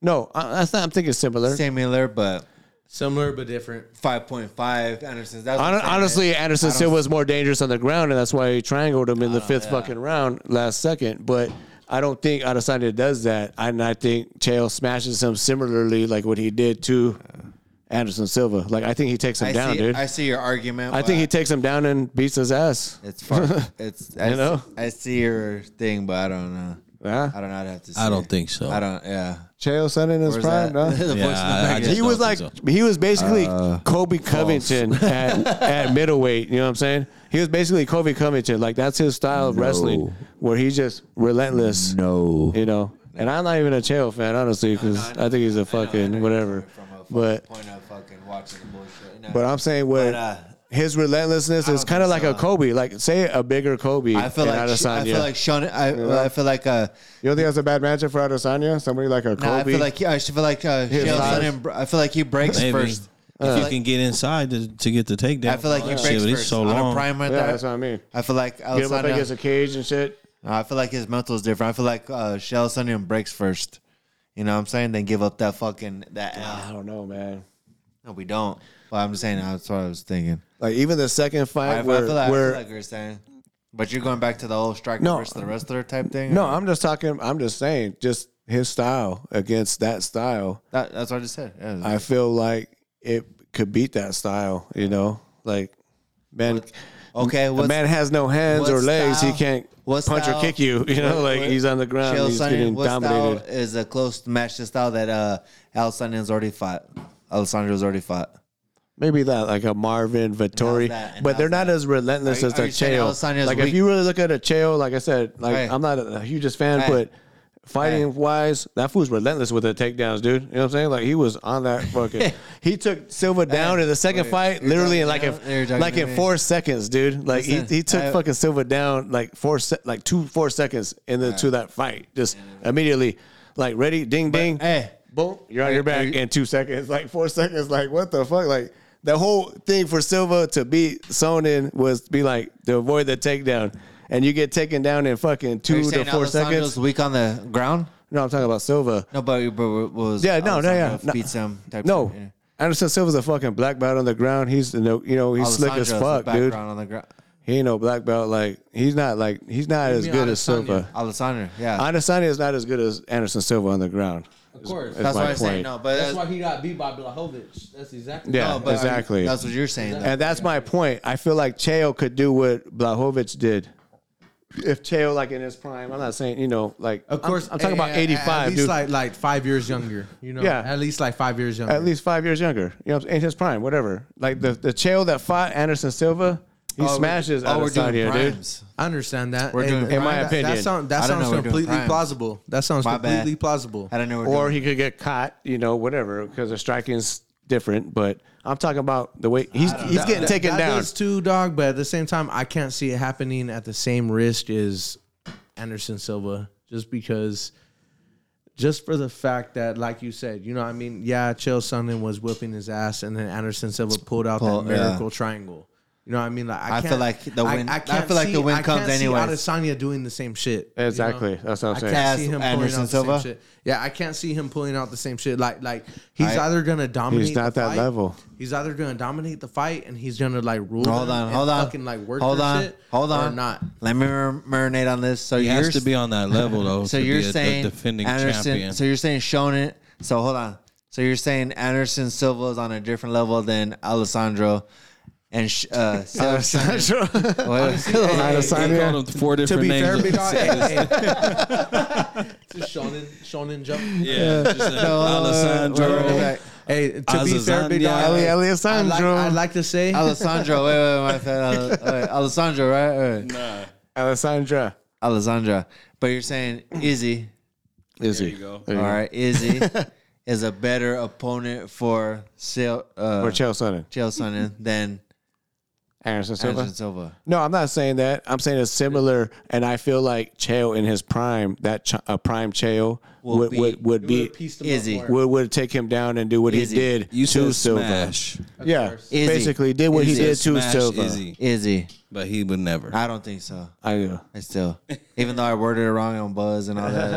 No, I, that's not. I'm thinking similar. similar, but Similar but different. five point five Anderson's. That's what Hon- I'm saying. Honestly, Anderson I don't- Oh, Silva was more dangerous on the ground, and that's why he triangled him in the fifth fucking round last second. But I don't think Adesanya does that. And I think Chael smashes him similarly, like what he did to Anderson Silva. Like I think he takes him I down, see, dude. I I, see your argument. but think he takes him down and beats his ass. It's far, it's I You know? See, I see your thing, but I don't know. Yeah. I don't know. I'd have to. See I don't it. think so. I don't. Yeah. Chael son in his Where's that? prime, no? The voice in the I- I background. just He was don't like think he was basically Kobe Covington at, at middleweight. You know what I'm saying? He was basically Kobe Covington. Like that's his style of wrestling, where he's just relentless. No. you know. And I'm not even a Chael fan, honestly, because I, think he's a fucking whatever. From a fucking But point of fucking watching the bullshit. No. but I'm saying what But, uh, his relentlessness I is don't kind of like think a so. Kobe, like say a bigger Kobe. I feel than like Sh- I Adesanya. feel like Sean. I, I feel like uh. you don't think that's a bad matchup for Adesanya? Somebody like a Kobe. Nah, I feel like he, I should feel like uh. Chael eyes. Sonnen br- I feel like he breaks Maybe. first. if you like- can get inside to, to get the takedown. oh, I feel like he Shit, breaks but he's first so on long. a prime right yeah, there. that's what I mean. Oh, I feel like Get him up Adesanya. against a cage and shit. I feel like his mental is different. I feel like uh, Shell Sonnen breaks first. You know what I'm saying? Then give up that fucking that. I don't know, man. No, we don't. But I'm just saying that's what I was thinking. Like even the second I, fight I where, feel like, I where feel like you're saying, but you're going back to the old striker No. versus the wrestler type thing. no, or- I'm just talking. I'm just saying, just his style against that style. that, that's what I just said. Yeah. I feel like it could beat that style, you know? Like man okay, a what's, man has no hands what or legs, style- he can't what punch style- or kick you, you know, what- like what- he's on the ground, Chael he's Sonnen, getting what dominated. Style is a close match to style that uh, Al Sonnen's already fought. Alessandro's already fought. Maybe that like a Marvin Vittori, how's that? And but they're how's not that? as relentless Are- as are the you saying Chael. Adesanya's Like if weak? you really look at a Chael, like I said, like Hey. I'm not a hugest fan, Hey. but fighting wise, that fool's relentless with the takedowns, dude. You know what I'm saying? Like he was on that fucking. he took Silva down in the second Wait, fight, you're literally talking in like now? You're a, talking like to in me? four seconds, dude. Like he, Listen, he took I- fucking Silva down like four se- like two four seconds into to that fight, just immediately, like ready, ding ding. hey. Boom, you're on your Are back you- in two seconds, like four seconds. Like, what the fuck? Like, the whole thing for Silva to beat Sonnen was be like to avoid the takedown. And you get taken down in fucking Are you two to saying four Alessandro's seconds. weak on the ground. No, I'm talking about Silva. No, but, but what was Yeah, no, no, yeah. Alessandro No. beats him. Type No. shit, yeah. Anderson Silva's a fucking black belt on the ground. He's, you know, you know he's slick as Alessandro's fuck, the dude. background On the ground. He ain't no black belt. Like, he's not like, he's not as mean good as Adesanya? Silva. Alessandro, yeah. Anderson is not as good as Anderson Silva on the ground. Of course. That's that's my why I say point. no, but That's that's, why he got beat by Blahovic. That's exactly. Yeah, no, but exactly. that's what you're saying. Though. And that's my point. I feel like Chael could do what Blahovic did. If Chael, like in his prime, I'm not saying you know, like Of course, I'm, I'm talking a- about a- '85, At least dude. like like five years younger. You know, Yeah. At least like five years younger. at least five years younger. You know, in his prime, whatever. Like the the Chael that fought Anderson Silva, he Oh, we- smashes oh, out we're of doing Saudi, dude. primes. I understand that. We're doing- in my that- opinion. that, sound, that I don't know sounds we're doing completely primes. plausible. That sounds My bad. completely plausible. I don't know. What Or doing. he could get caught, you know, whatever, because the striking's different. But I'm talking about the way he's he's That- getting that- taken that down. does too, dog. But at the same time, I can't see it happening at the same risk as Anderson Silva, just because, just for the fact that, like you said, you know, what I mean, yeah, Chael Sonnen was whipping his ass, and then Anderson Silva pulled out Pull- that yeah. miracle triangle. You know what I mean? Like I, I feel can't- like the win- I can't feel like the win I comes can't see anyways. Adesanya doing the same shit. you know? Exactly. That's what I'm I saying. can't As see him pulling Anderson out the same Silva? shit. Yeah, I can't see him pulling out the same shit. Like, like he's I- either gonna dominate. not the that fight, level. He's either gonna dominate the fight and he's gonna like rule. hold them on, and hold on, fucking like work hold their on, shit, hold on. or not. Let me mar- marinate on this. So He you're has to be on that level though. so to you're be a- a saying defending Anderson. champion. So you're saying Shonen. So hold on. So you're saying Anderson Silva is on a different level than Alessandro and sh- uh, Alessandro. He Adesanya, called him four To different be fair, names. big dog. hey, hey. It's Shonen, Shonen Jump. yeah, just like Alessandro. Hey, to be fair, Azazania. big dog. Ali I'd like, Alessandro. I'd like to say Alessandro, wait, wait, wait, my friend. Al- wait, Alessandro, right? right. Alessandra. Alessandro. But you're saying Izzy, Is he? all right, Izzy is a better opponent for Sil- uh, Or Chael Sonnen, Chael Sonnen than Anderson Silva. Anderson Silva. No, I'm not saying that. I'm saying it's similar, and I feel like Chael in his prime, that ch- a prime Chael Will would be- would, would be pieced him up Izzy. more. would, would take him down and do what Izzy. he did You to said Silva. smash. Yeah, Izzy. basically did what he Izzy. did to Smash Silva. Izzy. Izzy. But he would never. I don't think so. I know. I still, even though I worded it wrong on Buzz and all that,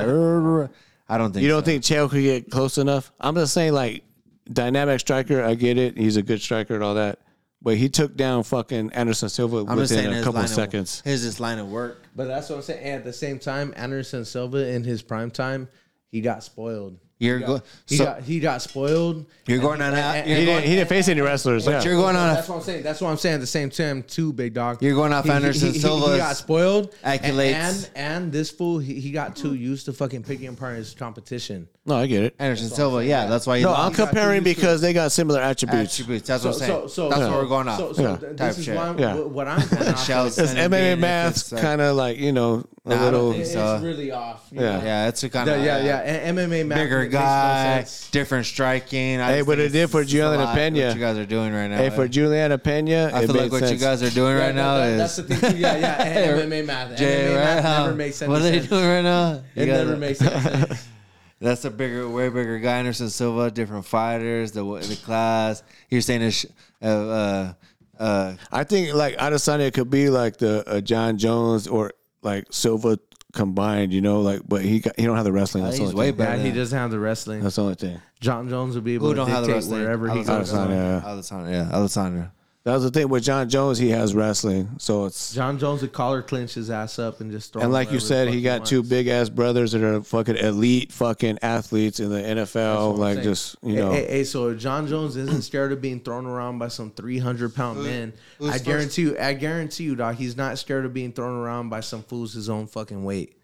I don't think You don't so. think Chael could get close enough? I'm just saying, like dynamic striker. I get it. He's a good striker and all that. But he took down fucking Anderson Silva I'm just saying within a his couple line of seconds. Of, his his line of work. But that's what I'm saying. At the same time, Anderson Silva in his prime time, he got spoiled. You're he go- got, he, so- got he got spoiled. You're and going he- on and- out. and- He You're didn't, he going. didn't face any wrestlers. But yeah. you're going on. That's what I'm saying. That's what I'm saying. At the same time, too, big dog. You're going off He- he- Anderson he- he- He, Silva's got spoiled. accolades. And and this fool, he, he got too used to fucking picking apart his competition. no, I get it. Anderson Silva. Yeah, that's why. he No, lost. I'm comparing because they got similar attributes. attributes. That's what I'm saying. that's so- what we're going off. So, so Yeah. Type th- this is shit. why Yeah. what I'm going off Shells. is- It's And being MMA if math, it's like- kind of like you know a Nah, I don't little. think It's so. really off. you Yeah. know? yeah, it's a kind Yeah, of yeah, yeah. And MMA match Bigger makes no guy, sense. different striking. I Hey, just but think it did it's- for it's a Gianna lot what Pena. You guys are doing right now. Hey, for Juliana Pena, I it feel made like what sense. you guys are doing right Yeah, now that- is that's the thing. Too. Yeah, yeah. And MMA math. Jay, MMA right? math Huh? never makes sense. What are they doing right now? You It guys never are- makes sense. That's a bigger, way bigger guy. Anderson Silva, different fighters, the the class. You're saying it's uh, uh, uh, I think like Adesanya could be like the uh, John Jones or like Silva combined, you know, like but he got, he don't have the wrestling. That's the he's only way thing. better. yeah, he than- doesn't have the wrestling. That's the only thing. John Jones would be able uh, Who to don't have the dictate wrestling? wherever he goes. Adesanya. Adesanya, yeah, Adesanya. That was the thing with John Jones. He has wrestling, so it's John Jones would collar clinch his ass up and just throw. and him like you wherever the said, fuck he got wants. two big ass brothers that are fucking elite fucking athletes in the NFL. I'm Like saying. just you Hey, know, hey, hey, so if John Jones isn't scared of being thrown around by some three hundred pound man. who's I first? guarantee you, I guarantee you, dog. He's not scared of being thrown around by some fools his own fucking weight.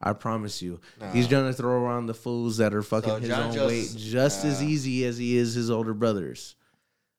I promise you, he's gonna throw around the fools that are fucking So his John own Jones- weight just as easy as he is his older brothers.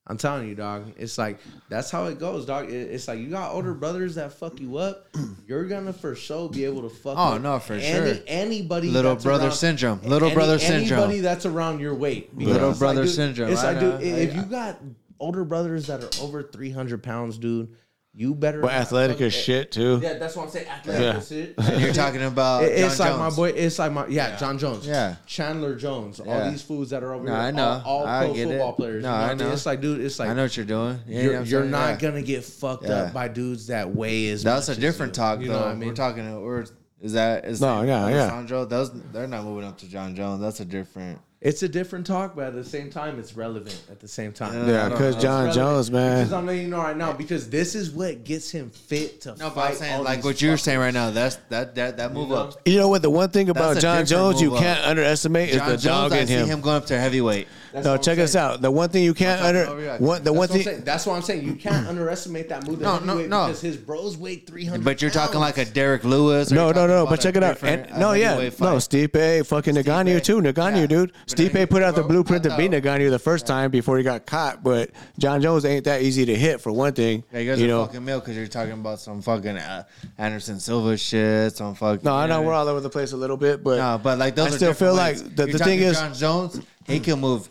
I'm telling you, dog. It's like that's how it goes, dog. It- It's like you got older brothers that fuck you up. You're gonna for sure be able to fuck. Oh, up no, for any- sure. Anybody, Little that's brother around- syndrome. Little any- brother syndrome. Anybody that's around your weight. Because Little it's brother like, dude, syndrome. It's I like, know. dude, i- I- if you got older brothers that are over 300 pounds, dude, you better. but not athletic fuck- as shit too. Yeah, that's what I'm saying. Athletic Yeah. as shit. And you're talking about It- it's John like Jones. my boy. It's like my yeah, John Jones. Yeah. Chandler Jones. Yeah. All these foods that are over No, here. I know. All, all I pro get it. football players. No, you know I what I mean? know. It's like, dude. It's like I know what you're doing. Yeah, you're, I'm you're saying, not yeah. gonna get fucked Yeah. up by dudes that weigh as. That's a much as different you. talk, You though. know what I mean? We're talking. We're is that is No, yeah, yeah. Alessandro? Those they're not moving up to John Jones. That's a different. It's a different talk, but at the same time, it's relevant. At the same time, Yeah, I don't because know. John It's Jones, relevant. man. Because I'm letting you know right now because this is what gets him fit to No, but fight. I'm saying all like these what you're fuckers. saying right now. That's that that that move know? up. You know what? The one thing about a John different Jones you move up. can't underestimate is John the Jones, dog I in see him. him. going up to heavyweight. That's No, what I'm check us saying. out. The one thing you can't talking under over here. one, the That's one what, I'm thing saying. That's what I'm saying. You can't underestimate that move. No, No, no, no, no. Because his bros weigh 300. But you're talking like pounds. a Derek Lewis. or No, you're no, talking no. about But a check it out. different, And, uh, no, yeah, heavyweight no. fight. Stipe, fucking Nagano too. Nagano, Yeah. dude. But Stipe Ngannou- put out the well, blueprint to I beat thought- Nagano the first time before he got caught. But John Jones ain't that easy to hit for one thing. Yeah, you guys you are know. fucking milk because you're talking about some fucking uh, Anderson Silva shit. Some fucking. No, I you know what we're all over the place a little bit, but No, but like those. I are still feel different ways. like the, You're the thing talking is, John Jones, he can move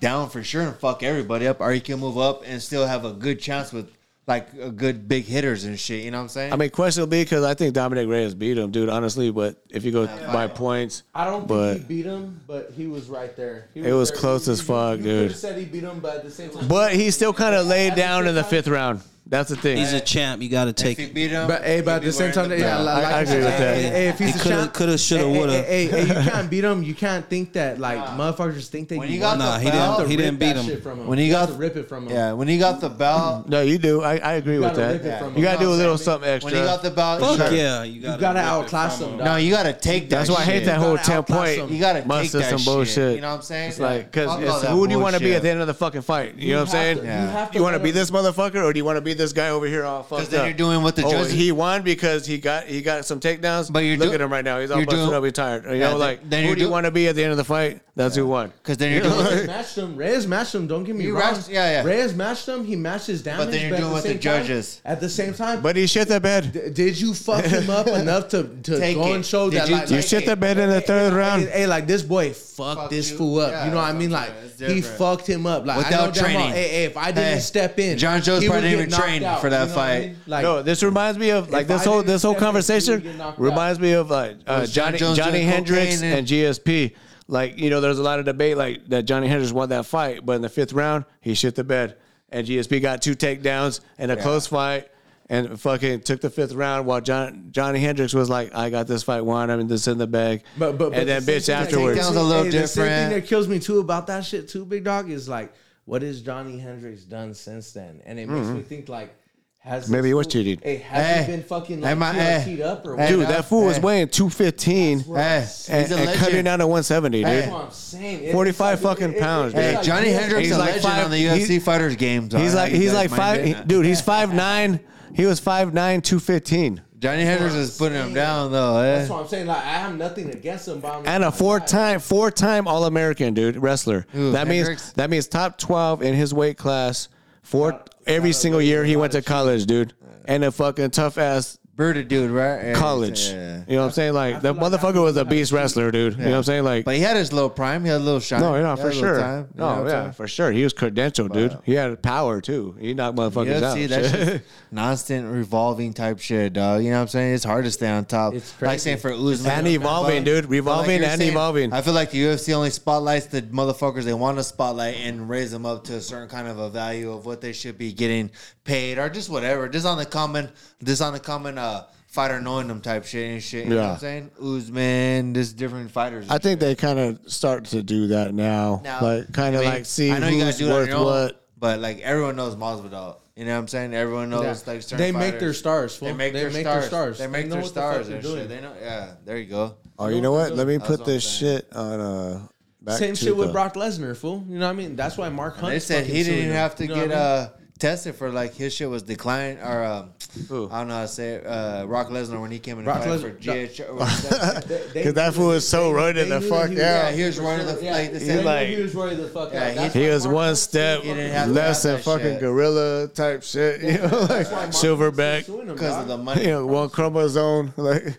down for sure and fuck everybody up, or he can move up and still have a good chance with like a good big hitters and shit. You know what I'm saying? I mean, question will be because I think Dominic Reyes beat him, dude. Honestly, but if you go by points, I don't think But- he beat him, but he was right there. He It was there. close You- as you- fuck, you dude. could've said he beat him, but at the same time. but he still kind of laid down in the fifth round. That's the thing. He's a champ. You got to if take he it. beat him, But hey, but at the same time, yeah, I- like I you agree said, with that. hey, hey, if He he's a coulda- champ- coulda, shoulda, hey, hey, woulda. Hey, hey, you can't beat him. You can't think that like motherfuckers think that When you he got won. the Nah, he You belt- have didn't. to He didn't rip that beat shit him. from him. When he You have got to the- rip it from him. yeah, when he got the belt, No, you do. I, I agree with gotta rip it that. from You him. got to do a You know what little I'm saying? something extra. when he got the belt, Fuck sure. yeah, you got You gotta outclass him. No, you gotta take that. That's why I hate shit. that whole gotta ten outclass point. him. You gotta must take of that some shit. bullshit. You know what I'm saying? It's like Fuck because all that who do you want to be bullshit. at the end of the fucking fight? You, know what I'm saying? have to- you have to You want to let be him- this motherfucker, or do you want to be this guy over here all fucked up? 'Cause then you're doing what the oh, judges- he won because he got he got some takedowns. But you're look do- at him right now. He's all you're busted doing- up. He's tired. You Yeah, know, then- like then who you're do you do- want to be at the end of the fight? That's who won. Because then you're doing. Reyes matched him. Reyes matched him. Don't get me He wrong. matched- yeah, yeah. Reyes matched him. He matched his damage. then you're at doing what the same time- judges. at the same time, But he shit the bed. d- did you fuck him up enough to, to Take go it. and show Did that you like, You like, shit the bed in the third hey, round. hey, like this boy fucked Fuck this you. fool up. Yeah, you know what I that's mean? what I'm Like saying. It's he different. fucked him up. Like I Without know damn well, training. Hey, hey, if I didn't Hey, step in, John Jones he probably would didn't get even train knocked out, for that you know what I fight. mean? Like no, this reminds me of like If this I whole didn't this whole step in, he conversation would get knocked out. reminds me of like uh, Was John Johnny Jones Johnny doing Hendricks cocaine and- and GSP. Like you know, there's a lot of debate like that Johnny Hendricks won that fight, but in the fifth round he shit the bed, and GSP got two takedowns and a close fight. And fucking took the fifth round while John, Johnny Hendricks was like, "I got this fight won. I'm in this in the bag." But but but and then the same bitch thing that- afterwards, Takedowns a little The same different. thing that kills me too about that shit too, big dog, is like what has Johnny Hendricks done since then? And it makes Mhm. me think like, has Maybe this he was fool- cheating. Hey, has Hey, he Eh. been fucking hey, like my- too, like, hey, teed up or Hey, dude, that fool was Hey. weighing 215 and, That's and, He's a legend. cutting down to 170, dude. That's what I'm saying. It- it's 45 like- Eh. fucking it- it- pounds, it's dude. like- Johnny yeah. Hendricks He's a like legend five- on the UFC he's- fighters games. He's all like right? You he's guys like mind five, that? dude. He's five nine. He was five nine, two fifteen, Johnny Hendricks is putting him down though. Eh? That's what I'm saying. Like, I have nothing against him, but I'm and a four time four time All American dude wrestler. Ooh, that Hendricks? means that means top twelve in his weight class. Four every single year he went to college, dude, and a fucking tough ass Birded dude, right? Yeah, college. yeah. You know what I'm saying? Like that motherfucker was a beast wrestler, dude. You know what I'm saying? Like But he had his little prime. He had a little shine. no, no, He had for a little sure. time, you know what no, I'm yeah, saying? for sure. He was credentialed, dude. He had power too. He knocked motherfuckers UFC, out. that's just constant revolving type shit, dog. You know what I'm saying? It's hard to stay on top. It's Like crazy. saying for Usman. And evolving, But dude. like Revolving you're and evolving. I feel like the UFC only spotlights the motherfuckers they want to spotlight and raise them up to a certain kind of a value of what they should be getting paid or just whatever. Just on the common, just on the common uh, fighter knowing them type shit and shit. You know what I'm Yeah. saying? Usman, just different fighters. I think they kind of start to do that now. Now, like kind of I mean, like see I know you who's guys do it on worth your own, what. but like everyone knows Masvidal. You know what I'm saying? Everyone knows like certain they make their fighters. stars. fool. They make, their, stars. They make know their what the fuck stars. they're and shit. doing. They know. Yeah, there you go. Oh, you know what? Let me That's put what I'm this saying. shit on uh back Same to shit with the- Brock Lesnar, fool. You know what I mean? That's why Mark Hunt. They said he fucking sued didn't him. have to You know get what I mean? uh tested for like his shit was declined or um, Who? I don't know how to say it, uh, Rock Lesnar when he came in Brock and Lesnar- fight for GH. They- they- 'Cause that fool was so they- running they the knew fuck that he out. was- Yeah, he was running the- like, they they said, knew like- he was running the fuck Yeah, out. he- That's He why was Mark one Hunt's step suing him. didn't have to have less than that fucking shit. gorilla type shit, you know, like That's why Mark Hunt's silverback, suing him, because of dog. the you money. know, one chromosome. Like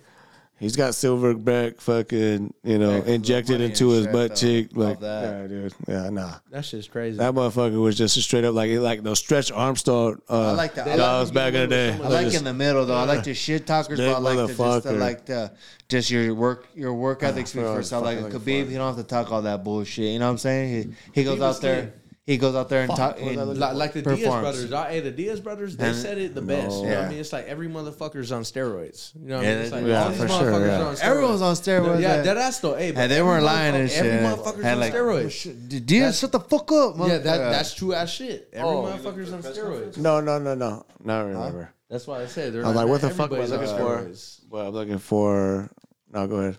he's got silverback fucking, you know, Because of the injected money into and his shit, butt though, cheek. of Like, that. yeah, dude, yeah, nah. That shit's crazy. That motherfucker was just a straight up like like those stretch Armstrong. I Uh, like that. I Dogs like- back in the day. I like just- in the middle though. I like the shit talkers, but Big I like the, just the, motherfucker. like the just your work your work ethics speak Ah, bro, for itself. Like fucking like Khabib, fuck. he don't have to talk all that bullshit. You know what I'm saying? He, he goes was out there, skinny. he goes out there and talk what was I and looking Like, like the Diaz performs. brothers, I, hey, the Diaz brothers, they And- said it the best. You know what Yeah. I mean? It's like every motherfucker's on steroids. You know what I Yeah, mean? It's they- like yeah, all these for motherfuckers sure, yeah. are on steroids. Everyone's on steroids. Yeah, yeah. dead ass though. Hey, but and they weren't every lying and motherfucker- shit. Every motherfucker's and on like, steroids. Dude, Diaz, shut the fuck up, Yeah, that, motherfucker. that's true ass shit. Every motherfucker's on steroids. no, no, no, no. Not remember. That's why I said they're I was like, not- what the fuck am I everybody's looking on for? steroids. Well, I'm looking for. No, go ahead.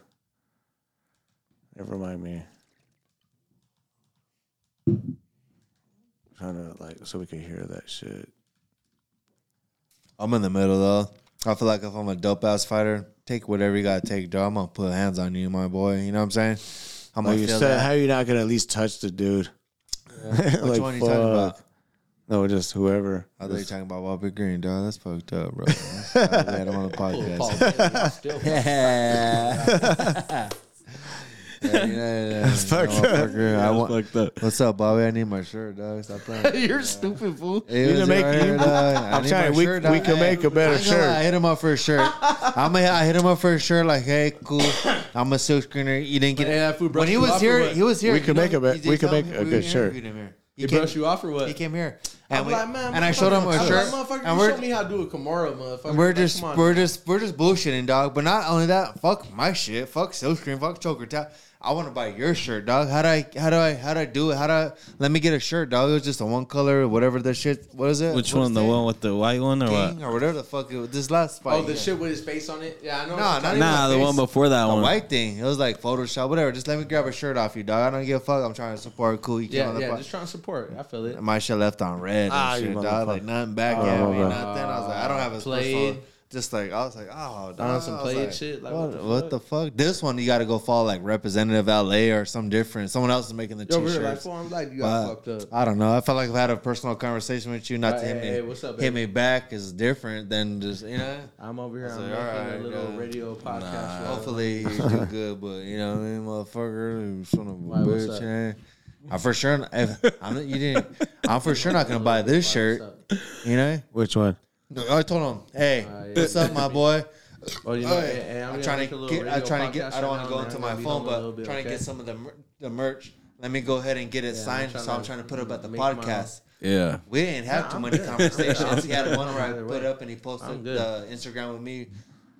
Never mind me. Trying to like so we can hear that shit. I'm in the middle though. I feel like if I'm a dope ass fighter, take whatever you gotta take, dog. I'm gonna put hands on you, my boy. You know what I'm saying? I'm Like gonna you feel said, that. how you not gonna at least touch the dude? Which like, one are you talking about? fuck. No, just whoever. I thought you talking about Bobby Green, dog. That's fucked up, bro. Sorry, we had him on the Paul podcast. Bettany, still fucking- That's fucked up. I want, What's up, Bobby? I need my shirt, dog. Stop playing. You're stupid fool. It You was can make- right here, you- dog. I'm need trying, my we- shirt, we dog. can make a better I ain't gonna shirt. lie, I hit him up for a shirt. I'm a, I hit him up for a shirt. Like, hey, cool. I'm a silk screener. You didn't get Hey, that food When brushed he you was off or here, what? he was here. We can You make a bet- he did we can come- make a we interviewed good shirt. Him here. He, He came, brushed you off or what? he came here. And, I'm we- like, man, and I showed him motherfucker, a shirt. I'm like, Motherfucker, and you we're, showed me how to do a Kimura, motherfucker. we're Like, just come on. we're just we're just bullshitting, dog. But not only that, fuck my shit, fuck silkscreen, fuck choker tap. I want to buy your shirt, dog. How do I how do I how do I do it? How do I let me get a shirt, dog? It was just a one color, whatever the shit. What is it? Which What is one? The that? one with the white one or King what? or whatever the fuck. It was, this last fight. Oh, the yeah. shit with his face on it. Yeah, I No, know. what you're not talking even about. Nah, the face. one before that The one. white thing. It was like Photoshop, whatever. Just let me grab a shirt off you, dog. I don't give a fuck. I'm trying to support. Cool, you came on Yeah, the yeah, pod- just trying to support. I feel it. my shit left on red and Ah, you shit, dog. Like nothing back at me, Oh, nothing. I was like, I don't have a Played. played. Just like I was like, oh, dog. Done on some I was played like, shit, like, what, what the what the fuck? This one you got to go follow like Representative LA or some different. Someone else is making the Yo, t-shirts. we're like, fool, I'm like, you But got fucked up. I don't know. I felt like if I had a personal conversation with you, not Right, to hit hey, me, hey, what's up, hit me baby? back is different than just you know. I'm over here. I I'm was making like, a alright, little yeah. radio podcast. show. Hopefully you do good, but you know what I mean, motherfucker, you son of a Why, what's bitch. up? eh? I'm for sure. If, I'm not, you didn't. I'm for sure not gonna buy this shirt. You know. Which one? I told him, hey, yeah. what's up, my boy? Oh, you know, Hey, hey, hey, I'm gonna trying make a to little get. I'm radio trying to get. podcast I don't want right to now, go man. into I'm my gonna be phone, home a but little bit, trying to okay? get some of the mer- the merch. Let me go ahead and get it I'm signed. so trying I'm to trying to put up at the make my- podcast. Yeah. We didn't have Nah, too I'm many good. conversations. I'm he had good. one where I Either put way. up and he I'm posted good. the Instagram with me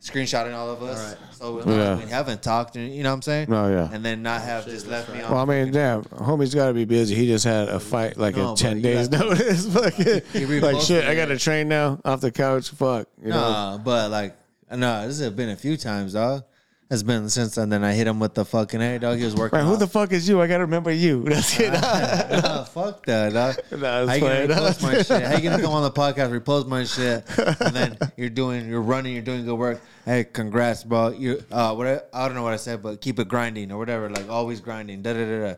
screenshotting all of us. So it's Yeah. like we haven't talked, and- you know what I'm saying? Oh, yeah. And then not have just left me on. Well, I mean, damn, homie's got to be busy. He just had a fight like No, in but ten you days got- notice. Fucking You be like shit. posting I got to train now off the couch. Fuck. You know? Nah, but like, nah, this has been a few times, dog. It's been since then. Then I hit him with the fucking hey, dog. He was working. Man, who out." the fuck is you? I got to remember you. That's it. Nah, fuck that, dog. Nah, it's How you gonna fine. repost my shit? How you gonna come on the podcast, repost my shit, and then you're doing, you're running, you're doing good work. Hey, congrats, bro. You, uh, what? I, I don't know what I said, but keep it grinding or whatever. Like always grinding. Da da da da.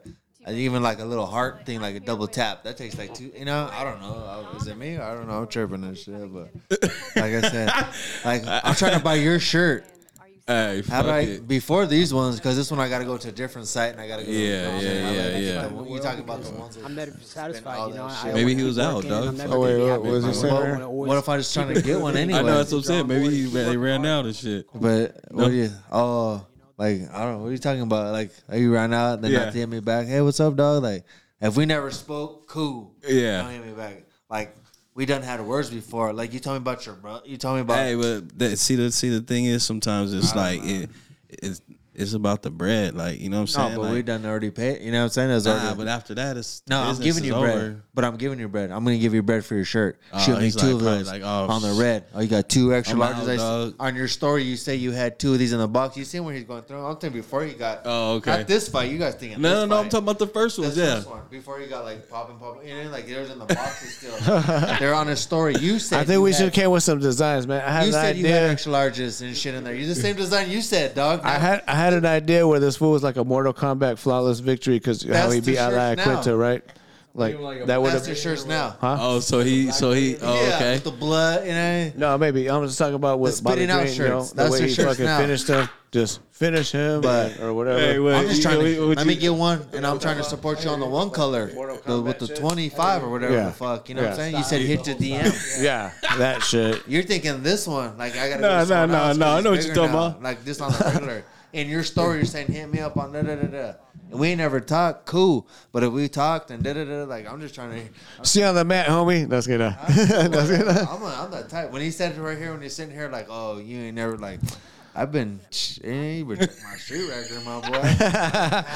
And Even like a little heart thing, like a double tap. That takes like two. You know, I don't know. Uh, Is it me? I don't know. I'm tripping and shit, but like I said, like I'm trying to buy your shirt. Hey, How fuck do I it. before these ones? Because this one I got to go to a different site and I got to go. to Yeah, the- yeah, I yeah, gotta get yeah. the one- You talking about the ones? that- I'm never all satisfied, you that know. I- I shit. always Maybe he keep was out, working, and dog. I'm never Oh, wait, gonna be what- happy what with was my he saying boat there? when it always- What if I just trying to get one anyway? I know that's what I'm saying. Maybe he, they ran out of shit. But what do you? Oh, like I don't know. What are you talking about? Like, are you right now? Then Yeah. not to hit me back. Hey, what's up, dog? Like, if we never spoke, cool. Yeah. Don't hit me back. Like, we done had words before. Like, you told me about your brother. You told me about. Hey, but that, see the see the thing is sometimes it's like it, it's it's about the bread, like you know what I'm no, saying. but like, we done already paid. You know what I'm saying? It was nah, already- but after that, it's no, I'm business giving is you over. bread. But I'm giving you bread. I'm gonna give you bread for your shirt. Oh, Shoot me he's two like- of probably those like, oh, on the sh- red. Oh, you got two extra I'm larges. out, I s- dog. on your story, you say you had two of these in the box. You seen where he's going through? 'em? I'm thinking before he got. Oh, okay. Not this fight. You guys thinking? No, this no, no. I'm fight. talking about the first ones. That's Yeah, this one. Before he got like popping, popping, you know, like they was in the boxes still. They're on a story. You said I think we you should had, came with some designs, man. I had You an said you idea. had extra larges and shit in there. You the same design you said, dog. I had I had an idea where this fool was like a Mortal Kombat flawless victory because how That's he the beat Ally shirts now. Quinta, right? Like that would that's their have. shirts now. Huh? Oh, so he, so he. Oh, yeah, okay. with the blood and No, maybe I'm just talking about The with Bobby spitting out Green. You know, shirts. the That's way their he shirts fucking now. finished him, just finish him But- or whatever. I. I'm just trying you- to what let you- me get one, and I'm trying to support you on the one color the, with the 25 or whatever Yeah. the fuck. You know what Yeah. I'm saying? You said hit to DM. Yeah, that shit. You're thinking this one, like I gotta. Nah, go nah, to someone nah, else 'cause nah, I it's know what you're bigger talking now. about. Like this on the regular. In your story, you're saying hit me up on da da da da, and we ain't never talked. Cool, but if we talked and da da da, like I'm just trying to. See on the mat, homie. That's good. That's good. I'm, a, I'm that type. When he said it right here, when you're sitting here, like, oh, you ain't never like. I've been, eh, you better check my street record, my boy.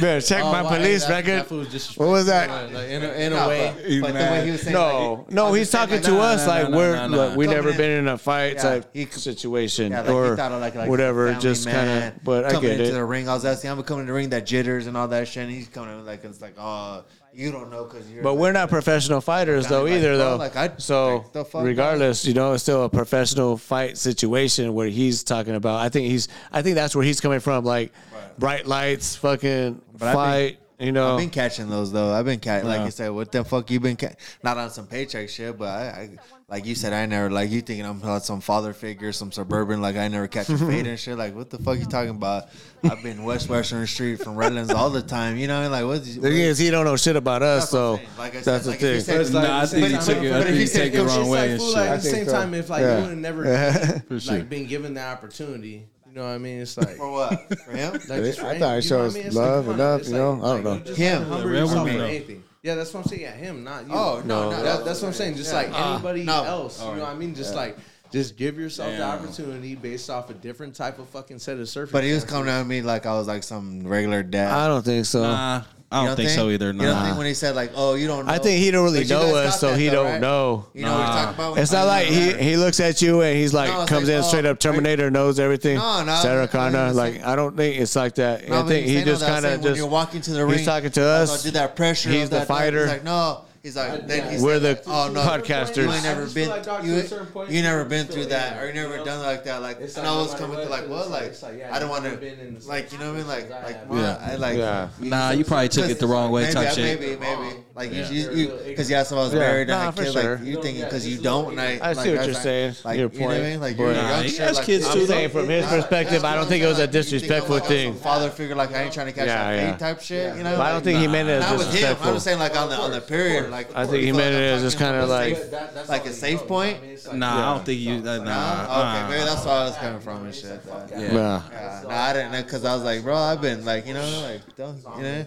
Man, check Oh, my police record. What was that? Like, in a, in a Nah, way, but, but the way he was saying, like, No, no, I'm he's just saying, talking like, to nah, us nah, like nah, we're nah, nah, like we nah. never Coming been in a fight Yeah, type he could- situation Yeah, like or he thought of like, like whatever. family Just kind man of, but I coming get into the it. ring. I was asking, I'm coming to the ring that jitters and all that shit. And he's coming in like it's like, oh, you don't know because you're. But like, we're not professional fighters though Like, either bro, though. like, I'd- so like, the fuck, regardless, you know, it's still a professional fight situation where he's talking about. I think he's. I think that's where he's coming from. Like bright lights, fucking But I fight. You know, I've been catching those though. I've been catching, like Yeah. you said, what the fuck you been ca- not on some paycheck shit, but I, I like you said, I never like you thinking I'm on some father figure, some suburban, like I never catch a fade and shit. Like what the fuck you talking about? I've been West Western Street from Redlands all the time, you know, like what's the thing is he don't know shit about us. That's what I'm So saying. Like I said, that's like, if the you thing. said- It's like- nah, I think he it's took it. I like- think he it's took it like- wrong it's way like, and fool, like, shit. at the same time, if like you Yeah. would have never For sure. like been given the opportunity, you know what I mean? It's like for what? For him? Like, I just for thought it him, you know shows what I mean? It's love come on, enough, it's you know? I don't know. you just Him. gotta humble Yeah, yourself women, for though. anything. Yeah, that's what I'm saying. Yeah, him, not you. Oh no, no, That- that's what I'm saying. Just like anybody no. else, you know what I mean? Just like just give yourself the opportunity based off a different type of fucking set of surface. But he was coming at me like I was like some regular dad. I don't think so. Nah, I You don't think so You either. don't Nah. think when he said like, "Oh, you don't." know. I think he don't really But you know guys us, got so that, he though, don't right? know. You know what we're talking about. when- It's not I like mean, he, whatever. he looks at you and he's like No, it's comes like, in oh, straight up Terminator knows everything. No, no, Sarah that's what Connor. he's Like saying. I don't think it's like that. No, I but think he's he saying all just that, kind saying of when just you're walking to the he's ring. talking to oh, us. no, do that pressure. He's of the that, that. fighter. He's like no. He's like then he We're said, the like, oh no podcasters. You ain't never I just been. feel like, dog, to a certain You, point, you never you been feel through it, that, or you you never know? done like that. Like It's and like I was nobody coming to was, like it's what like- like it's like, yeah, I don't you've want never been in to this like you know what I mean like I like have. why? Yeah. I like Yeah. Nah, you probably took it the wrong way, Maybe, type I- shit. maybe, maybe. Like Yeah. you, you, because you asked if I was Yeah. married Nah, and for had kids. sure. Like you thinking because you don't, and I. I like, see what that's you're not- saying, Like your you know what I point. mean? Like you're Nah, young you shit, ask like, kids it's- too, I'm though. saying from his Nah, perspective, that's I what don't I'm think it was a saying. You think disrespectful I'm like thing. some Father figure, like I ain't trying to catch Yeah, that yeah. fade type shit. You know, But I don't Like, think he nah. meant it Not with as him. I'm just disrespectful. saying, like on the on the period, like I think he meant it as just kind of like Uh, like a safe point. Nah, I don't think you. Nah, Nah, nah. okay, maybe that's where I was coming from and shit. though. nah. Yeah, nah, I didn't know because I was like, bro, I've been like, you know, like, don't, you know,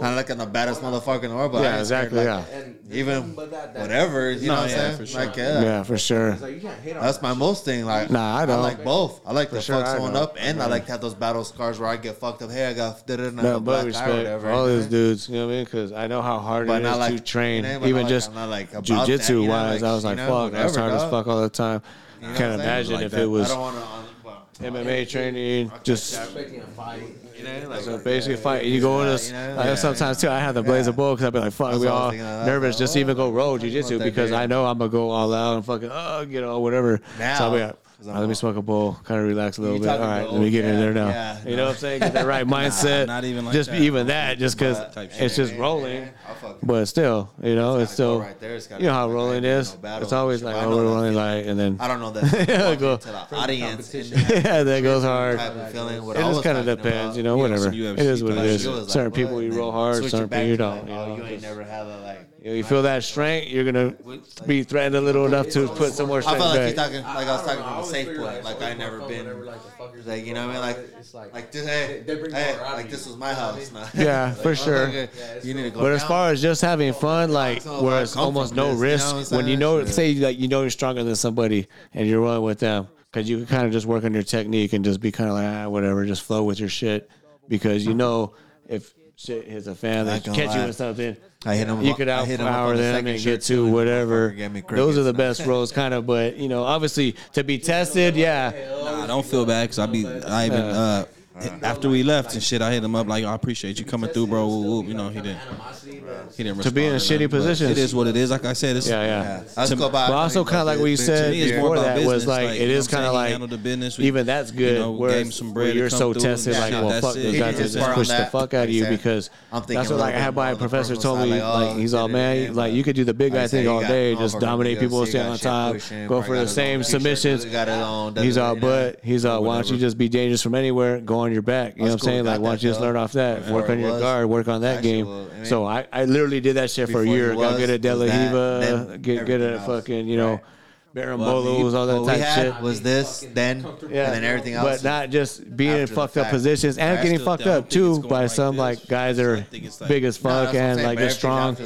not like I'm the baddest motherfucker in the world, but Yeah, I ain't exactly, Like, yeah. and even whatever, you No, know what yeah, I'm saying? for sure. Like, yeah. Yeah, for sure. It's That's my most thing. Like, Nah, I don't. like both. I like For to sure, fuck I someone don't. up, and I Yeah. like to have those battle scars where I get fucked up. Hey, I got da da No, da but black eye or respect whatever. all you know? these dudes. You know what I mean? Because I know how hard But it not is to like- train, you know, but not even like- just I'm not like about that, jujitsu you know, wise. like, I was you like, know, fuck, that's whatever, hard as dog. fuck all the time. You know what Can't I'm saying? imagine Like if that. it was I don't um, want to. MMA training, just You know, like, So basically, fight you go in this. you know? I know Yeah, sometimes too. I have the blaze of bull because I'd be like, "Fuck, That's we what I was all thinking of. I was nervous like, oh, just to even go roll want jujitsu that because big. I know I'm gonna go all out and fucking uh, get all whatever." so I'll be Now, like, 'cause I'm "All right, "Let me all- smoke a bowl, kind of relax a little You bit. All talking right, about let me old- get in yeah, there now." yeah, you know no. what I'm saying? Get that right mindset. not even like just that. even that, just because Type shit. it's just Yeah, rolling. I'll fuck But still, you know, it's gotta go still. right there. It's gotta You know go how like rolling that, is. no battle It's always shit. like I oh, know we're that rolling feeling. light, and then I don't know that. Yeah, go. to the audience. and yeah, that goes hard. type of feeling. What It I just was kind of talking depends, about. you know. Yeah, Whatever. some It UFC is what it type is. shit. was Certain like, people what? you And roll then hard, switch it certain back people you to, like, don't. You oh, know, you ain't just- never had a like. you know, you feel that strength, you're gonna be threatened a little enough to put some more I strength felt like back. he's talking, like I was talking from a safe point, like I never been, like you know what I mean, like, like, this, hey, hey, like this was my house. nah. Yeah, Like, for oh, sure. nigga, you need to go. But as down. far as just having fun, like So, where like, it's come almost from no this, you know risk what I'm when you saying? know, Shit. say like you know you're stronger than somebody and you're running with them, because you can kind of just work on your technique and just be kind of like ah whatever, just flow with your shit, because you know if shit hits a fan, they Not gonna catch you lie. with something. I hit him. You up- could I hit him up outpower on the them second and shit, get too, to and whatever. motherfucker gave me Those are the crickets. best roles, kind of. But you know, obviously to be tested, yeah. Nah, I don't feel bad because I be I even uh, after we left and shit, I hit him up like I appreciate you coming through, bro. Whoop, whoop. You know he didn't he didn't To be in respond or shitty nothing, but positions. It is what it is. Like I said, it's Yeah, yeah. Yeah. Let's go by- But also, kind of like what you Bitch, said me, it's more before about that was business, like, like, you it know is what I'm kind of saying? He like handled the business. We, even that's good. know, whereas gave him some bread where to you're come so through and tested, shit. like, Yeah, well, that's fuck it. those He guys just just, work on push the that. fuck out of you Exactly. because I'm thinking that's what a like I little had bit more my on the professor personal told side, me like, oh, like he's all da-da-da-da, man like but you could do the big like I guy said, thing you all got day, just motherfucker dominate from people, UFC, stay got on shit top, pushing, go probably for got the his same own picture, submissions. got his own He's all da-da-da-da, but he's all why don't you whatever. just be dangerous from anywhere, go on your back. You know what I'm That's cool, saying? got Like why don't that, you just dog. learn off that, Before work it on your was, guard, work on that actually, game. well, I mean, So Oh, I I literally did that shit before for a he year. Got was, good at De La was that, Hiva, then get good everything at else. fucking you know. Right. Barambolos, all that what we type had shit. was this, then, and then everything else. But not just being in after the fucked up fact. positions and I getting still- fucked I don't up think it's too going by like some this. like guys that I are don't think it's like- big as fuck and like just strong